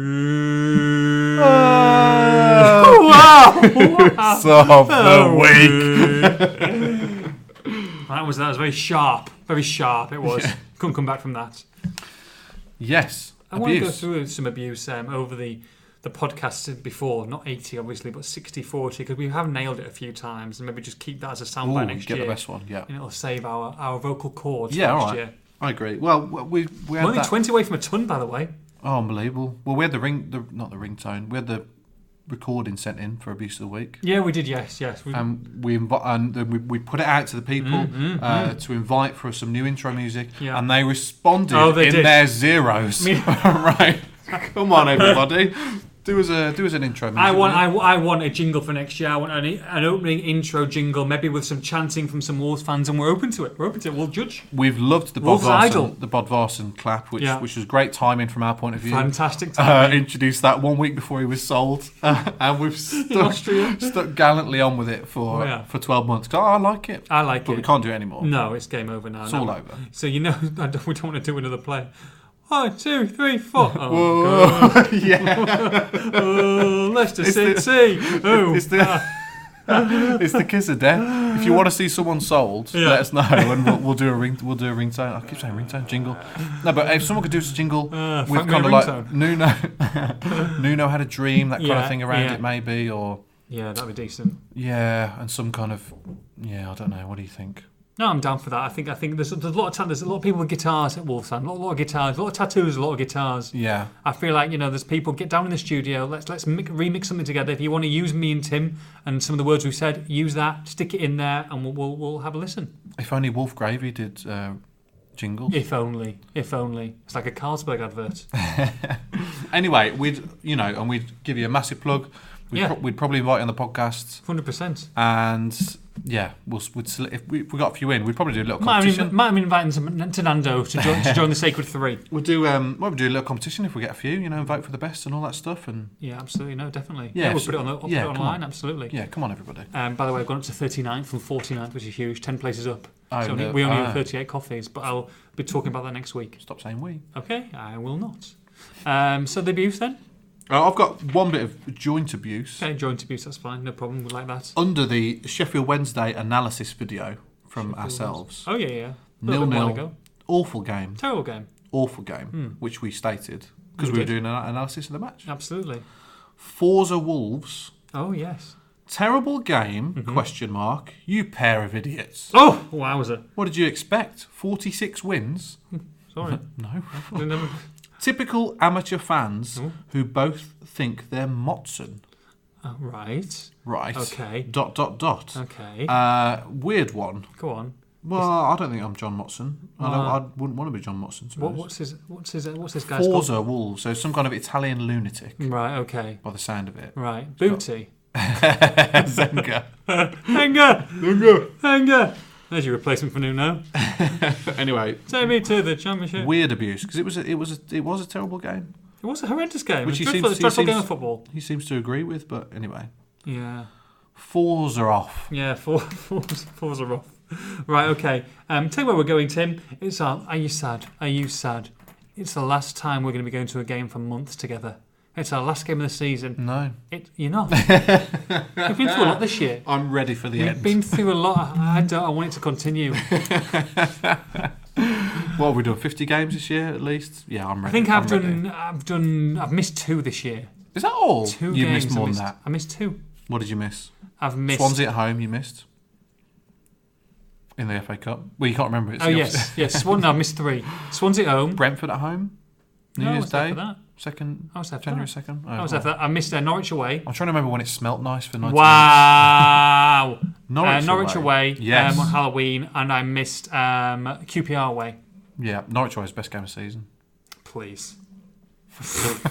[SPEAKER 2] week. wow!
[SPEAKER 3] of the
[SPEAKER 2] that was that was very sharp, very sharp. It was. Couldn't come back from that.
[SPEAKER 3] Yes.
[SPEAKER 2] I want to go
[SPEAKER 3] abuse.
[SPEAKER 2] through some abuse um, over the the podcast before, not 80 obviously, but 60 40, because we have nailed it a few times and maybe just keep that as a
[SPEAKER 3] Ooh,
[SPEAKER 2] soundbite next
[SPEAKER 3] get
[SPEAKER 2] year.
[SPEAKER 3] the best one. Yeah.
[SPEAKER 2] And it'll save our, our vocal cords
[SPEAKER 3] Yeah,
[SPEAKER 2] next
[SPEAKER 3] all right.
[SPEAKER 2] year.
[SPEAKER 3] I agree. Well, w- we we
[SPEAKER 2] We're
[SPEAKER 3] had
[SPEAKER 2] only
[SPEAKER 3] that.
[SPEAKER 2] 20 away from a ton, by the way.
[SPEAKER 3] Oh, unbelievable. Well, we had the ring, the not the ringtone. We had the recording sent in for abuse of the week,
[SPEAKER 2] Yeah, we did, yes, yes. We,
[SPEAKER 3] and we invi- and then we, we put it out to the people uh, to invite for some new intro music,
[SPEAKER 2] Mm, Yeah.
[SPEAKER 3] and they responded
[SPEAKER 2] Oh, they
[SPEAKER 3] in
[SPEAKER 2] did.
[SPEAKER 3] their zeros.
[SPEAKER 2] Me-
[SPEAKER 3] right. Come on, everybody. Do us a do us an intro. Music,
[SPEAKER 2] I want
[SPEAKER 3] mate.
[SPEAKER 2] I, I want a jingle for next year. I want an, an opening intro jingle, maybe with some chanting from some Wolves fans, and we're open to it. We're open to it. We'll judge.
[SPEAKER 3] We've loved the Bob
[SPEAKER 2] Wolves Idol.
[SPEAKER 3] Varson, the Bob Varson clap, which
[SPEAKER 2] Yeah.
[SPEAKER 3] which was great timing from our point of view.
[SPEAKER 2] Fantastic time.
[SPEAKER 3] uh, introduced that one week before he was sold, and we've stuck,
[SPEAKER 2] Austria.
[SPEAKER 3] stuck gallantly on with it for
[SPEAKER 2] Yeah.
[SPEAKER 3] for twelve months. 'Cause I like it,
[SPEAKER 2] I like
[SPEAKER 3] but we
[SPEAKER 2] it.
[SPEAKER 3] can't do it anymore.
[SPEAKER 2] No, it's game over now.
[SPEAKER 3] it's
[SPEAKER 2] No.
[SPEAKER 3] all over.
[SPEAKER 2] So you know, I don't, we don't want to do another play. One, two, three, four. Oh,
[SPEAKER 3] yeah,
[SPEAKER 2] oh, Leicester
[SPEAKER 3] It's the-
[SPEAKER 2] City. Oh,
[SPEAKER 3] it's the it's the kiss of death. If you want to see someone sold,
[SPEAKER 2] Yeah.
[SPEAKER 3] let us know, and we'll, we'll do a ring. We'll do a ringtone. I keep saying ringtone jingle. No, but if someone could do us a jingle,
[SPEAKER 2] Uh,
[SPEAKER 3] we've
[SPEAKER 2] fuck me a
[SPEAKER 3] kind of like
[SPEAKER 2] ringtone.
[SPEAKER 3] Nuno. Nuno had a dream, that kind
[SPEAKER 2] Yeah,
[SPEAKER 3] of thing around
[SPEAKER 2] yeah.
[SPEAKER 3] it, maybe, or
[SPEAKER 2] yeah, that'd be decent.
[SPEAKER 3] yeah, and some kind of yeah. I don't know. What do you think?
[SPEAKER 2] No, I'm down for that. I think I think there's, there's a lot of ta- there's a lot of people with guitars at Wolfstown. A lot, a lot of guitars, a lot of tattoos, a lot of guitars.
[SPEAKER 3] Yeah,
[SPEAKER 2] I feel like you know there's people get down in the studio. Let's let's mi remix something together. If you want to use me and Tim and some of the words we said, use that. Stick it in there, and we'll we'll, we'll have a listen.
[SPEAKER 3] if only Wolf Gravy did uh, jingles.
[SPEAKER 2] If only, if only. It's like a Carlsberg advert.
[SPEAKER 3] Anyway, we'd you know, and we'd give you a massive plug. We'd,
[SPEAKER 2] Yeah.
[SPEAKER 3] pro- we'd probably invite you on the podcast,
[SPEAKER 2] Hundred percent.
[SPEAKER 3] and yeah, we'll s- we'd sele- if we, if we got a few in, we'd probably do a little
[SPEAKER 2] Might have
[SPEAKER 3] competition.
[SPEAKER 2] been, might have been inviting some, to Nando to join, to join the Sacred Three.
[SPEAKER 3] We'll do um, might do a little competition if we get a few, you know, and vote for the best and all that stuff. And
[SPEAKER 2] Yeah, absolutely. No, definitely.
[SPEAKER 3] Yeah,
[SPEAKER 2] Yeah, we'll
[SPEAKER 3] so-
[SPEAKER 2] put it on the, we'll
[SPEAKER 3] yeah,
[SPEAKER 2] put it
[SPEAKER 3] come on.
[SPEAKER 2] online. Absolutely.
[SPEAKER 3] yeah, come on, everybody.
[SPEAKER 2] Um, by the way, I've gone up to 39th from 49th, which is huge, 10 places up.
[SPEAKER 3] Oh,
[SPEAKER 2] so
[SPEAKER 3] no.
[SPEAKER 2] we only
[SPEAKER 3] Ah.
[SPEAKER 2] have 38 coffees, but I'll be talking about that next week.
[SPEAKER 3] Stop saying we.
[SPEAKER 2] Okay, I will not. Um, so the abuse then?
[SPEAKER 3] Uh, I've got one bit of joint abuse
[SPEAKER 2] Okay, joint abuse, that's fine, no problem, we like that.
[SPEAKER 3] under the Sheffield Wednesday analysis video from ourselves.
[SPEAKER 2] Oh, yeah, yeah.
[SPEAKER 3] Nil
[SPEAKER 2] bit while
[SPEAKER 3] nil.
[SPEAKER 2] ago.
[SPEAKER 3] Awful game.
[SPEAKER 2] Terrible game,
[SPEAKER 3] Awful game. Which we stated because
[SPEAKER 2] You
[SPEAKER 3] we were
[SPEAKER 2] Hmm. did.
[SPEAKER 3] doing an analysis of the match.
[SPEAKER 2] absolutely.
[SPEAKER 3] Forza Wolves.
[SPEAKER 2] Oh, yes.
[SPEAKER 3] Terrible game?
[SPEAKER 2] Mm-hmm.
[SPEAKER 3] Question mark. You pair of idiots.
[SPEAKER 2] Oh, wowza.
[SPEAKER 3] What did you expect? Forty-six wins.
[SPEAKER 2] Sorry.
[SPEAKER 3] No.
[SPEAKER 2] No, Hmm. no,
[SPEAKER 3] Typical amateur fans who both think they're Motson.
[SPEAKER 2] oh, right,
[SPEAKER 3] Right.
[SPEAKER 2] Okay.
[SPEAKER 3] Dot dot dot.
[SPEAKER 2] okay,
[SPEAKER 3] Uh, weird one.
[SPEAKER 2] go on.
[SPEAKER 3] Well, I don't think I'm John Motson. I, don't, I wouldn't want to be John Motson. To be
[SPEAKER 2] Uh-huh. What,
[SPEAKER 3] honest.
[SPEAKER 2] what's his, what's his, what's this guy's called?
[SPEAKER 3] Forza Wolves, so some kind of Italian lunatic
[SPEAKER 2] Right, okay,
[SPEAKER 3] by the sound of it.
[SPEAKER 2] Hmm. right. Booty.
[SPEAKER 3] Zenga.
[SPEAKER 2] Anger! Anger! There's your replacement for Nuno.
[SPEAKER 3] anyway,
[SPEAKER 2] Take me to the championship.
[SPEAKER 3] weird abuse because it was a, it was a, it was a terrible game.
[SPEAKER 2] It was a horrendous game.
[SPEAKER 3] Which
[SPEAKER 2] Which
[SPEAKER 3] he
[SPEAKER 2] it was dreadful,
[SPEAKER 3] seems-
[SPEAKER 2] it's a dreadful
[SPEAKER 3] he
[SPEAKER 2] game
[SPEAKER 3] seems-
[SPEAKER 2] of football.
[SPEAKER 3] He seems to agree with, but anyway,
[SPEAKER 2] Yeah.
[SPEAKER 3] fours are off.
[SPEAKER 2] Yeah, four, fours, fours are off. Right, okay. Um, tell you where we're going, Tim. It's our Are You Sad? Are You Sad? It's the last time we're going to be going to a game for months together. It's our last game of the season.
[SPEAKER 3] No,
[SPEAKER 2] It, you're not. We've been through a lot this year.
[SPEAKER 3] I'm ready for the
[SPEAKER 2] We've been through a lot. I don't. I want it to continue.
[SPEAKER 3] What have we done? Fifty games this year at least. Yeah, I'm
[SPEAKER 2] I
[SPEAKER 3] ready.
[SPEAKER 2] think
[SPEAKER 3] I'm
[SPEAKER 2] I've
[SPEAKER 3] ready.
[SPEAKER 2] done. I've done. I've missed two this year.
[SPEAKER 3] Is that all?
[SPEAKER 2] Two
[SPEAKER 3] you
[SPEAKER 2] games.
[SPEAKER 3] missed more
[SPEAKER 2] I,
[SPEAKER 3] than
[SPEAKER 2] missed,
[SPEAKER 3] that.
[SPEAKER 2] I missed two.
[SPEAKER 3] What did you miss?
[SPEAKER 2] I've missed.
[SPEAKER 3] Swansea at home. You missed in the FA Cup. Well, you can't remember. It's
[SPEAKER 2] Oh
[SPEAKER 3] the
[SPEAKER 2] yes,
[SPEAKER 3] opposite.
[SPEAKER 2] yes. Swan. No, I missed three. Swansea at home.
[SPEAKER 3] Brentford at home. New
[SPEAKER 2] No, I
[SPEAKER 3] Year's
[SPEAKER 2] was there
[SPEAKER 3] Day.
[SPEAKER 2] for that.
[SPEAKER 3] Second.
[SPEAKER 2] I was there for
[SPEAKER 3] January
[SPEAKER 2] that.
[SPEAKER 3] second. Oh,
[SPEAKER 2] I was there for that. I missed uh, Norwich away.
[SPEAKER 3] I'm trying to remember when it smelt nice for 90
[SPEAKER 2] Wow.
[SPEAKER 3] Norwich
[SPEAKER 2] uh, Norwich
[SPEAKER 3] away.
[SPEAKER 2] away,
[SPEAKER 3] Yes.
[SPEAKER 2] um, on Halloween, and I missed um, QPR away.
[SPEAKER 3] Yeah, Norwich away's best game of season.
[SPEAKER 2] Please.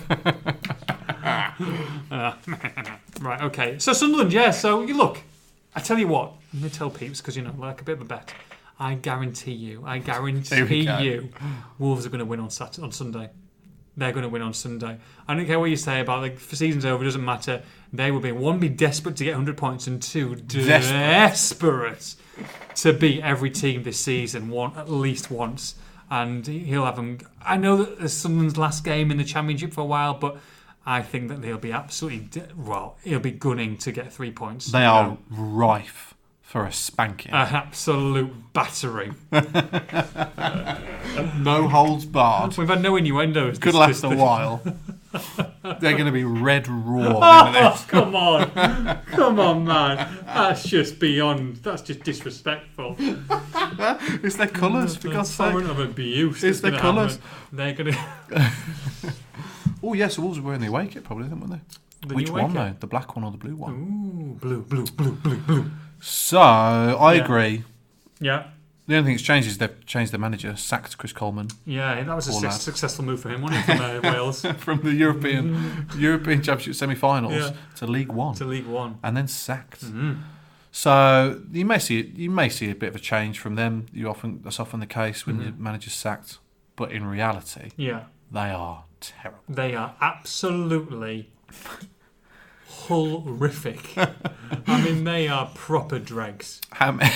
[SPEAKER 2] Uh, right, okay. So Sunderland, yeah. So you look, I tell you what, I'm going to tell peeps because, you know, like a bit of a bet. I guarantee you, I
[SPEAKER 3] Here we
[SPEAKER 2] guarantee
[SPEAKER 3] go.
[SPEAKER 2] you, Wolves are going to win on Saturday, on Sunday. They're going to win on Sunday. I don't care what you say about the season's over, it doesn't matter. They will be, one, be desperate to get 100 points, and two, desperate to beat every team this season one at least once, and he'll have them. I know that there's Sunderland's last game in the championship for a while, but I think that they'll be absolutely de- well. He'll be gunning to get three points.
[SPEAKER 3] They are rife for a spanking.
[SPEAKER 2] an absolute battering.
[SPEAKER 3] no holds barred.
[SPEAKER 2] We've had no innuendos.
[SPEAKER 3] Could
[SPEAKER 2] this-
[SPEAKER 3] last a
[SPEAKER 2] this-
[SPEAKER 3] while. They're going to be red raw. in the next-
[SPEAKER 2] Oh, come on, come on, man. That's just beyond. That's just disrespectful.
[SPEAKER 3] it's their colours, for God's sake.
[SPEAKER 2] Torrent of abuse. that's
[SPEAKER 3] It's the
[SPEAKER 2] gonna
[SPEAKER 3] colours.
[SPEAKER 2] happen. They're gonna.
[SPEAKER 3] Oh, yes, the Wolves were wearing the away kit, probably, weren't they?
[SPEAKER 2] The
[SPEAKER 3] Which
[SPEAKER 2] new
[SPEAKER 3] one,
[SPEAKER 2] wicket.
[SPEAKER 3] though? The black one or the blue one?
[SPEAKER 2] Ooh, blue, blue, blue, blue, blue.
[SPEAKER 3] So, I
[SPEAKER 2] Yeah.
[SPEAKER 3] agree.
[SPEAKER 2] Yeah.
[SPEAKER 3] The only thing that's changed is they've changed their manager, sacked Chris Coleman
[SPEAKER 2] Yeah, that was a
[SPEAKER 3] Poor
[SPEAKER 2] suc-
[SPEAKER 3] lad.
[SPEAKER 2] successful move for him, wasn't it, from uh, Wales
[SPEAKER 3] from the European European Championship semi-finals
[SPEAKER 2] Yeah.
[SPEAKER 3] to League One.
[SPEAKER 2] to League One?
[SPEAKER 3] and then sacked.
[SPEAKER 2] Mm-hmm.
[SPEAKER 3] So you may see you may see a bit of a change from them. You often that's often the case when
[SPEAKER 2] Mm-hmm.
[SPEAKER 3] the manager's sacked, but in reality
[SPEAKER 2] Yeah,
[SPEAKER 3] they are terrible.
[SPEAKER 2] they are absolutely horrific. I mean, they are proper dregs.
[SPEAKER 3] How many,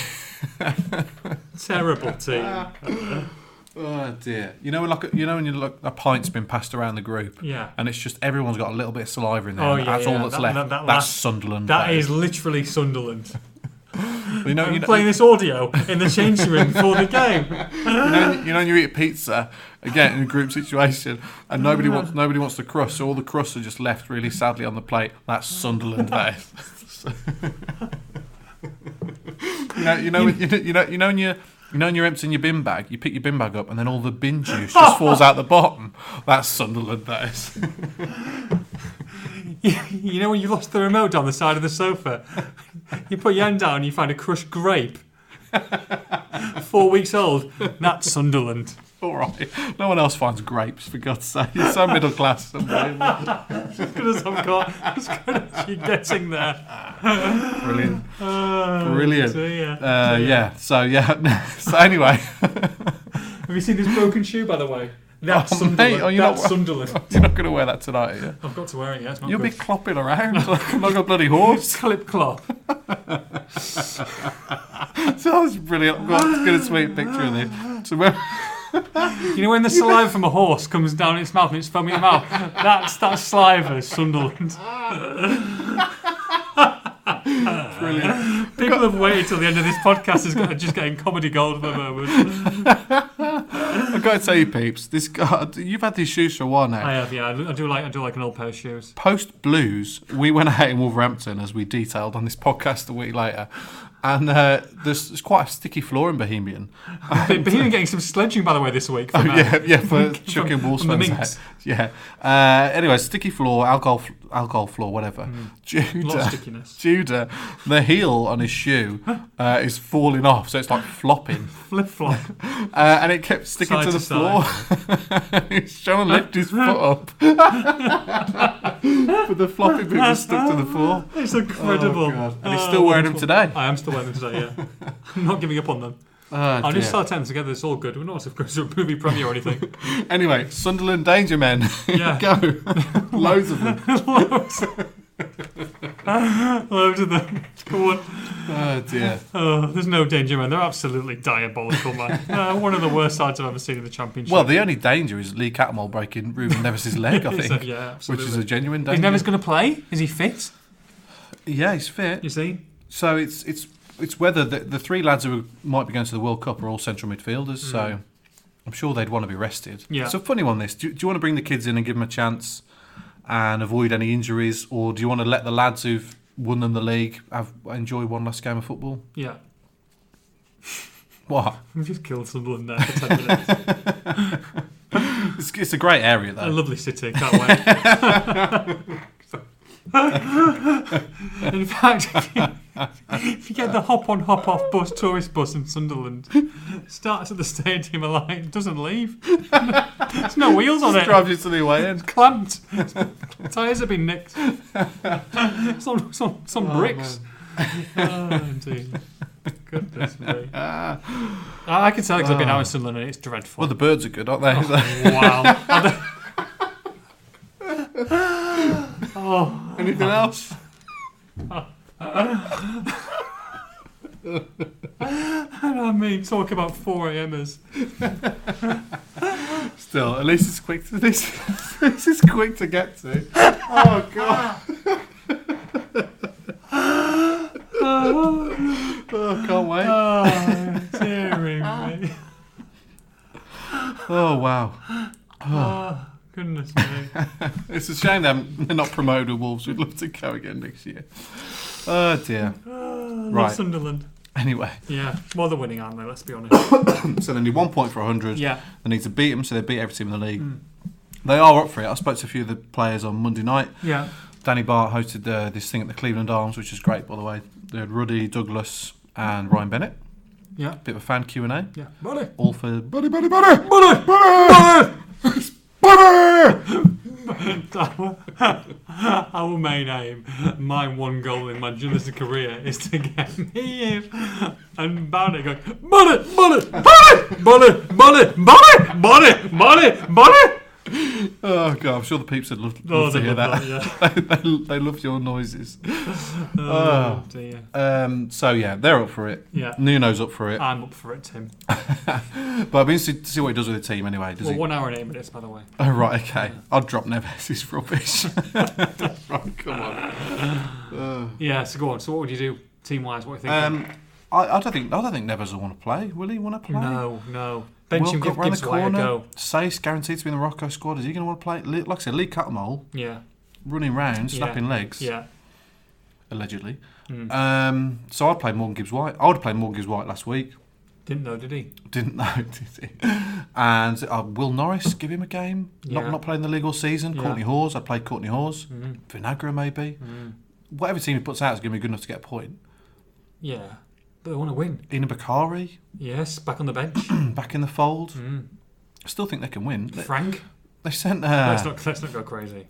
[SPEAKER 2] Terrible team.
[SPEAKER 3] Oh dear! You know, like you know, when you look, a pint's been passed around the group,
[SPEAKER 2] Yeah.
[SPEAKER 3] and it's just everyone's got a little bit of saliva in there.
[SPEAKER 2] Oh,
[SPEAKER 3] and
[SPEAKER 2] yeah,
[SPEAKER 3] that's
[SPEAKER 2] yeah.
[SPEAKER 3] all that's
[SPEAKER 2] That-
[SPEAKER 3] left.
[SPEAKER 2] that- that
[SPEAKER 3] that's
[SPEAKER 2] last-
[SPEAKER 3] Sunderland.
[SPEAKER 2] That
[SPEAKER 3] players.
[SPEAKER 2] is literally Sunderland.
[SPEAKER 3] You know, you
[SPEAKER 2] I'm
[SPEAKER 3] know,
[SPEAKER 2] playing this audio in the changing room before the game.
[SPEAKER 3] you know, you know, when you eat pizza again in a group situation, and nobody wants nobody wants the crust, so all the crusts are just left really sadly on the plate. That's Sunderland. That is. you know, you know, when- you know, you know, you know when you. You know when you're emptying your bin bag, you pick your bin bag up and then all the bin juice just falls out the bottom. That's Sunderland, that is.
[SPEAKER 2] you know when you lost the remote on the side of the sofa? You put your hand down and you find a crushed grape. Four weeks old. That's Sunderland.
[SPEAKER 3] All right. No one else finds grapes, for God's sake. You're so middle class. unbelievable.
[SPEAKER 2] As good as I've got. As good as you're getting there.
[SPEAKER 3] Brilliant.
[SPEAKER 2] Oh,
[SPEAKER 3] Brilliant.
[SPEAKER 2] dear.
[SPEAKER 3] Uh, yeah. So, yeah. so, anyway,
[SPEAKER 2] Have you seen this broken shoe, by the way? That's
[SPEAKER 3] Oh, mate,
[SPEAKER 2] Sunderland.
[SPEAKER 3] are you
[SPEAKER 2] That's
[SPEAKER 3] not-
[SPEAKER 2] Sunderland.
[SPEAKER 3] you're not going to wear that tonight, are you?
[SPEAKER 2] I've got to wear it, yeah. It's not
[SPEAKER 3] You'll be
[SPEAKER 2] good.
[SPEAKER 3] clopping around like, like a bloody horse.
[SPEAKER 2] Clip clop.
[SPEAKER 3] That was brilliant. I've got to get a sweet picture of this. So, when,
[SPEAKER 2] You know when the saliva from a horse comes down its mouth and it's foaming at the mouth? That's, that's saliva, Sunderland.
[SPEAKER 3] brilliant.
[SPEAKER 2] People have waited till the end of this podcast is gonna- just getting comedy gold for a moment.
[SPEAKER 3] I've got to tell you, peeps, this guy, you've had these shoes for a while now.
[SPEAKER 2] I have, yeah. I do like I do like an old pair of shoes.
[SPEAKER 3] post Blues, we went out in Wolverhampton as we detailed on this podcast a week later, and uh, there's, there's quite a sticky floor in Bohemian.
[SPEAKER 2] But, but he's been getting some sledging by the way this week.
[SPEAKER 3] Oh
[SPEAKER 2] From, uh,
[SPEAKER 3] yeah, yeah, for chucking
[SPEAKER 2] from
[SPEAKER 3] balls
[SPEAKER 2] the
[SPEAKER 3] fans
[SPEAKER 2] minks.
[SPEAKER 3] out. Yeah. Uh, anyway, sticky floor, alcohol, f- alcohol floor, whatever.
[SPEAKER 2] lot of
[SPEAKER 3] Judah,
[SPEAKER 2] stickiness.
[SPEAKER 3] Judah, the heel on his shoe uh, is falling off, so it's like flopping,
[SPEAKER 2] Flip flop.
[SPEAKER 3] uh, and it kept sticking
[SPEAKER 2] Side
[SPEAKER 3] to
[SPEAKER 2] to
[SPEAKER 3] the floor. He's trying to lift his foot up, but the floppy bit was stuck to the floor.
[SPEAKER 2] It's incredible.
[SPEAKER 3] Oh, God. and he's
[SPEAKER 2] Oh,
[SPEAKER 3] still wearing them
[SPEAKER 2] wonderful.
[SPEAKER 3] today.
[SPEAKER 2] I am still wearing them today, yeah. I'm not giving up on them.
[SPEAKER 3] Oh,
[SPEAKER 2] I'll just
[SPEAKER 3] dear.
[SPEAKER 2] start them together, it's all good. We're not going to a movie premiere or anything.
[SPEAKER 3] Anyway, Sunderland Danger Men.
[SPEAKER 2] Yeah.
[SPEAKER 3] Go. Loads of them.
[SPEAKER 2] Loads. Loads of them. Go on.
[SPEAKER 3] Oh dear.
[SPEAKER 2] Oh, there's no danger, man. They're absolutely diabolical, man. Uh, one of the worst sides I've ever seen in the championship.
[SPEAKER 3] Well, the only danger is Lee Catmull breaking Ruben Nevis's leg, I
[SPEAKER 2] It's a-
[SPEAKER 3] think,
[SPEAKER 2] yeah,
[SPEAKER 3] which
[SPEAKER 2] absolutely.
[SPEAKER 3] is a genuine
[SPEAKER 2] Is
[SPEAKER 3] danger.
[SPEAKER 2] Neves going to play? Is he fit?
[SPEAKER 3] yeah, he's fit.
[SPEAKER 2] You see?
[SPEAKER 3] So it's it's it's whether the, the three lads who might be going to the World Cup are all central midfielders. So I'm sure they'd want to be rested.
[SPEAKER 2] Mm. Yeah.
[SPEAKER 3] It's a funny one. This. Do, do you want to bring the kids in and give them a chance and avoid any injuries, or do you want to let the lads who've won them the league have enjoy one last game of football?
[SPEAKER 2] Yeah.
[SPEAKER 3] What?
[SPEAKER 2] We just killed Sunderland there for 10 minutes.
[SPEAKER 3] It's, it's a great area
[SPEAKER 2] a
[SPEAKER 3] though.
[SPEAKER 2] lovely city, can't wait. in fact, if you, if you get the hop on hop off bus, tourist bus in Sunderland, starts at the stadium a line, doesn't leave. There's no wheels on
[SPEAKER 3] Just
[SPEAKER 2] it.
[SPEAKER 3] drive you to the away end.
[SPEAKER 2] clamped. Tyres have been nicked. some some, some bricks. Oh, dear. Goodness me. I, I can tell because I've been out in Sunderland and it's dreadful.
[SPEAKER 3] Ah. Well, the birds are good, aren't they?
[SPEAKER 2] Oh, wow. Oh,
[SPEAKER 3] Anything else?
[SPEAKER 2] I mean, talk about 4 a.m.ers.
[SPEAKER 3] Still, at least it's quick. To, this, this is quick to get to. Oh god!
[SPEAKER 2] Oh,
[SPEAKER 3] Oh, can't wait.
[SPEAKER 2] oh, dear me.
[SPEAKER 3] Ah. Oh wow!
[SPEAKER 2] Oh, goodness me.
[SPEAKER 3] It's a shame them they're not promoted with Wolves. We'd love to go again next year. Oh dear.
[SPEAKER 2] Oh,
[SPEAKER 3] Right.
[SPEAKER 2] right. Sunderland.
[SPEAKER 3] Anyway,
[SPEAKER 2] Yeah, well, they're winning, aren't they? Let's be honest.
[SPEAKER 3] so they need one point for hundred.
[SPEAKER 2] Yeah.
[SPEAKER 3] They need to beat them, so they beat every team in the league. They are up for it. I spoke to a few of the players on Monday night.
[SPEAKER 2] Yeah.
[SPEAKER 3] Danny Bart hosted uh, this thing at the Cleveland Arms, which is great, by the way. They had Ruddy Douglas and Ryan Bennett.
[SPEAKER 2] Yeah.
[SPEAKER 3] Bit of a fan Q and A.
[SPEAKER 2] Yeah. Money.
[SPEAKER 3] All for buddy, buddy, buddy,
[SPEAKER 2] Money.
[SPEAKER 3] buddy, buddy.
[SPEAKER 2] Our main aim, my one goal in my journalistic career, is to get me in and Barney going, money, money, money, money, money, money, money, money, money.
[SPEAKER 3] Oh god, I'm sure the peeps would love,
[SPEAKER 2] Oh,
[SPEAKER 3] love to
[SPEAKER 2] they
[SPEAKER 3] hear
[SPEAKER 2] love
[SPEAKER 3] that.
[SPEAKER 2] that,
[SPEAKER 3] they, they, they love your noises. Ah.
[SPEAKER 2] Oh, dear.
[SPEAKER 3] Um, so yeah, they're up for it.
[SPEAKER 2] Yeah. Ah.
[SPEAKER 3] Nuno's up for it.
[SPEAKER 2] I'm up for it, Tim.
[SPEAKER 3] but I'll be interested to see what he does with the team anyway. Does
[SPEAKER 2] Well,
[SPEAKER 3] he?
[SPEAKER 2] one hour and eight minutes, by the way.
[SPEAKER 3] Oh, right, okay. I'll drop Neves's rubbish. right, come on. Uh,
[SPEAKER 2] Yeah, so go on. So what would you do team wise? What are you thinking?
[SPEAKER 3] Um, I, I don't think I don't think Neves will want to play. Will he want to play?
[SPEAKER 2] no, no.
[SPEAKER 3] World
[SPEAKER 2] Benching
[SPEAKER 3] Cup
[SPEAKER 2] Cup
[SPEAKER 3] round
[SPEAKER 2] gives
[SPEAKER 3] the
[SPEAKER 2] away a
[SPEAKER 3] corner.
[SPEAKER 2] go.
[SPEAKER 3] Sace guaranteed to be in the Rocco squad. Is he going to want to play? Lee- Like I said, Lee Cattermole
[SPEAKER 2] Yeah,
[SPEAKER 3] running round, snapping legs,
[SPEAKER 2] yeah. Mm.
[SPEAKER 3] allegedly. Um, so I'd play Morgan Gibbs White. I would have played Morgan Gibbs White last week.
[SPEAKER 2] Didn't know, did he?
[SPEAKER 3] Didn't know, did he? And uh, Will Norris, give him a game.
[SPEAKER 2] Yeah.
[SPEAKER 3] Not not playing the league all season.
[SPEAKER 2] Yeah. Mm.
[SPEAKER 3] Courtney Hawes, I'd play Courtney Hawes. Vinagre maybe. Whatever team he puts out is going to be good enough to get a point.
[SPEAKER 2] Yeah. But they want to win.
[SPEAKER 3] Ina Bakari
[SPEAKER 2] Yes, back on the bench.
[SPEAKER 3] back in the fold.
[SPEAKER 2] Mm.
[SPEAKER 3] I still think they can win. They,
[SPEAKER 2] Frank.
[SPEAKER 3] they sent
[SPEAKER 2] Let's
[SPEAKER 3] uh,
[SPEAKER 2] not let's not go crazy.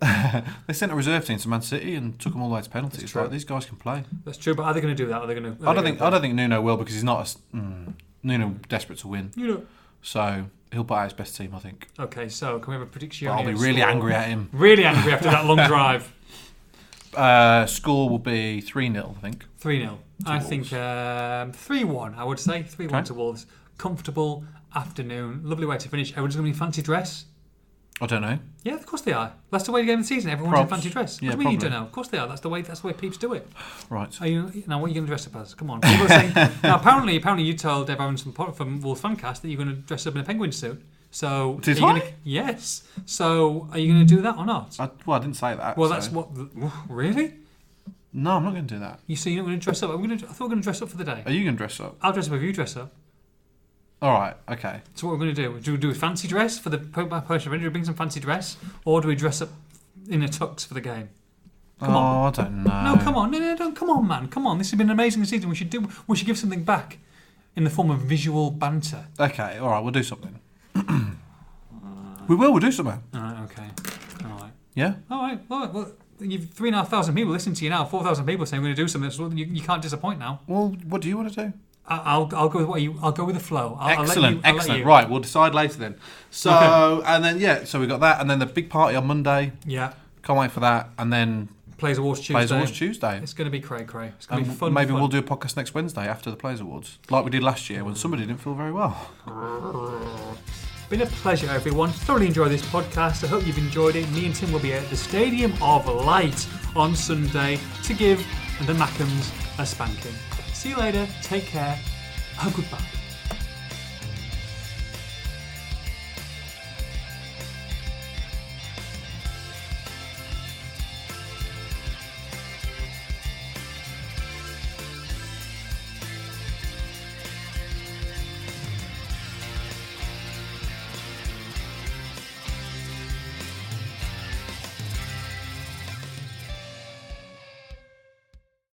[SPEAKER 3] they sent a reserve team to Man City and took them all the way to penalties.
[SPEAKER 2] true.
[SPEAKER 3] Like, these guys can play.
[SPEAKER 2] That's true, but are they going to do that? Are they going to?
[SPEAKER 3] I don't think I don't think Nuno will because he's not as mm, Nuno desperate to win.
[SPEAKER 2] You know.
[SPEAKER 3] So he'll put out his best team, I think.
[SPEAKER 2] Okay, so can we have a prediction?
[SPEAKER 3] But I'll be really angry at him.
[SPEAKER 2] Really angry after that long drive.
[SPEAKER 3] Uh, score will be three 0 I think.
[SPEAKER 2] 3 0. I
[SPEAKER 3] Wolves.
[SPEAKER 2] think um, 3 1, I would say. 3 1
[SPEAKER 3] Okay.
[SPEAKER 2] to Wolves. Comfortable afternoon. Lovely way to finish. Everyone's going to be in fancy dress.
[SPEAKER 3] I don't know.
[SPEAKER 2] Yeah, of course they are. That's the way the game of the season. Everyone's in
[SPEAKER 3] Props.
[SPEAKER 2] fancy dress. What
[SPEAKER 3] Yeah,
[SPEAKER 2] do you mean you
[SPEAKER 3] probably.
[SPEAKER 2] don't know? Of course they are. That's the way. That's the way peeps do it.
[SPEAKER 3] Right.
[SPEAKER 2] Are you now? What are you going to dress up as? Come on. People are saying, now, apparently, apparently, you told Dave Aaron from, from Wolves Fancast that you're going to dress up in a penguin suit. So
[SPEAKER 3] Did
[SPEAKER 2] are you
[SPEAKER 3] I?
[SPEAKER 2] Gonna, yes. So are you going to do that or not?
[SPEAKER 3] I, well, I didn't say that.
[SPEAKER 2] well,
[SPEAKER 3] so-
[SPEAKER 2] that's what. The, really?
[SPEAKER 3] No, I'm not going to do that.
[SPEAKER 2] You say you're not going to dress up? I'm going to. I thought we were going to dress up for the day.
[SPEAKER 3] Are you going to dress up?
[SPEAKER 2] I'll dress up if you dress up.
[SPEAKER 3] All right. Okay.
[SPEAKER 2] So what we're going to do? Do we do a fancy dress for the po- by Polish Avenger? Bring some fancy dress, or do we dress up in a tux for the game? Come
[SPEAKER 3] oh,
[SPEAKER 2] on.
[SPEAKER 3] I don't know.
[SPEAKER 2] No, come on, no, no, don't, come on, man, come on. This has been an amazing season. We should do. We should give something back in the form of visual banter.
[SPEAKER 3] Okay. All right. We'll do something. we will. We'll do something.
[SPEAKER 2] All right, okay, all right,
[SPEAKER 3] Yeah.
[SPEAKER 2] all right. Well, well you've three and a half thousand people listening to you now. Four thousand people saying we're going to do something. So you, you can't disappoint now.
[SPEAKER 3] Well, what do you want to do?
[SPEAKER 2] I, I'll, I'll go with what you. I'll go with the flow. I'll, I'll let you-
[SPEAKER 3] excellent.
[SPEAKER 2] I'll let
[SPEAKER 3] excellent.
[SPEAKER 2] you.
[SPEAKER 3] Right. We'll decide later then. So and then yeah. So we got that and then the big party on Monday.
[SPEAKER 2] Yeah.
[SPEAKER 3] Can't wait for that. And then
[SPEAKER 2] Plays Awards Tuesday.
[SPEAKER 3] Players Awards Tuesday.
[SPEAKER 2] It's going to be cray cray. It's going
[SPEAKER 3] And
[SPEAKER 2] to be fun.
[SPEAKER 3] maybe
[SPEAKER 2] fun.
[SPEAKER 3] we'll do a podcast next Wednesday after the Players Awards, like we did last year when somebody didn't feel very well.
[SPEAKER 2] Been a pleasure, everyone. Thoroughly enjoyed this podcast. I hope you've enjoyed it. Me and Tim will be at the Stadium of Light on Sunday to give the Mackhams a spanking. See you later. Take care. And goodbye.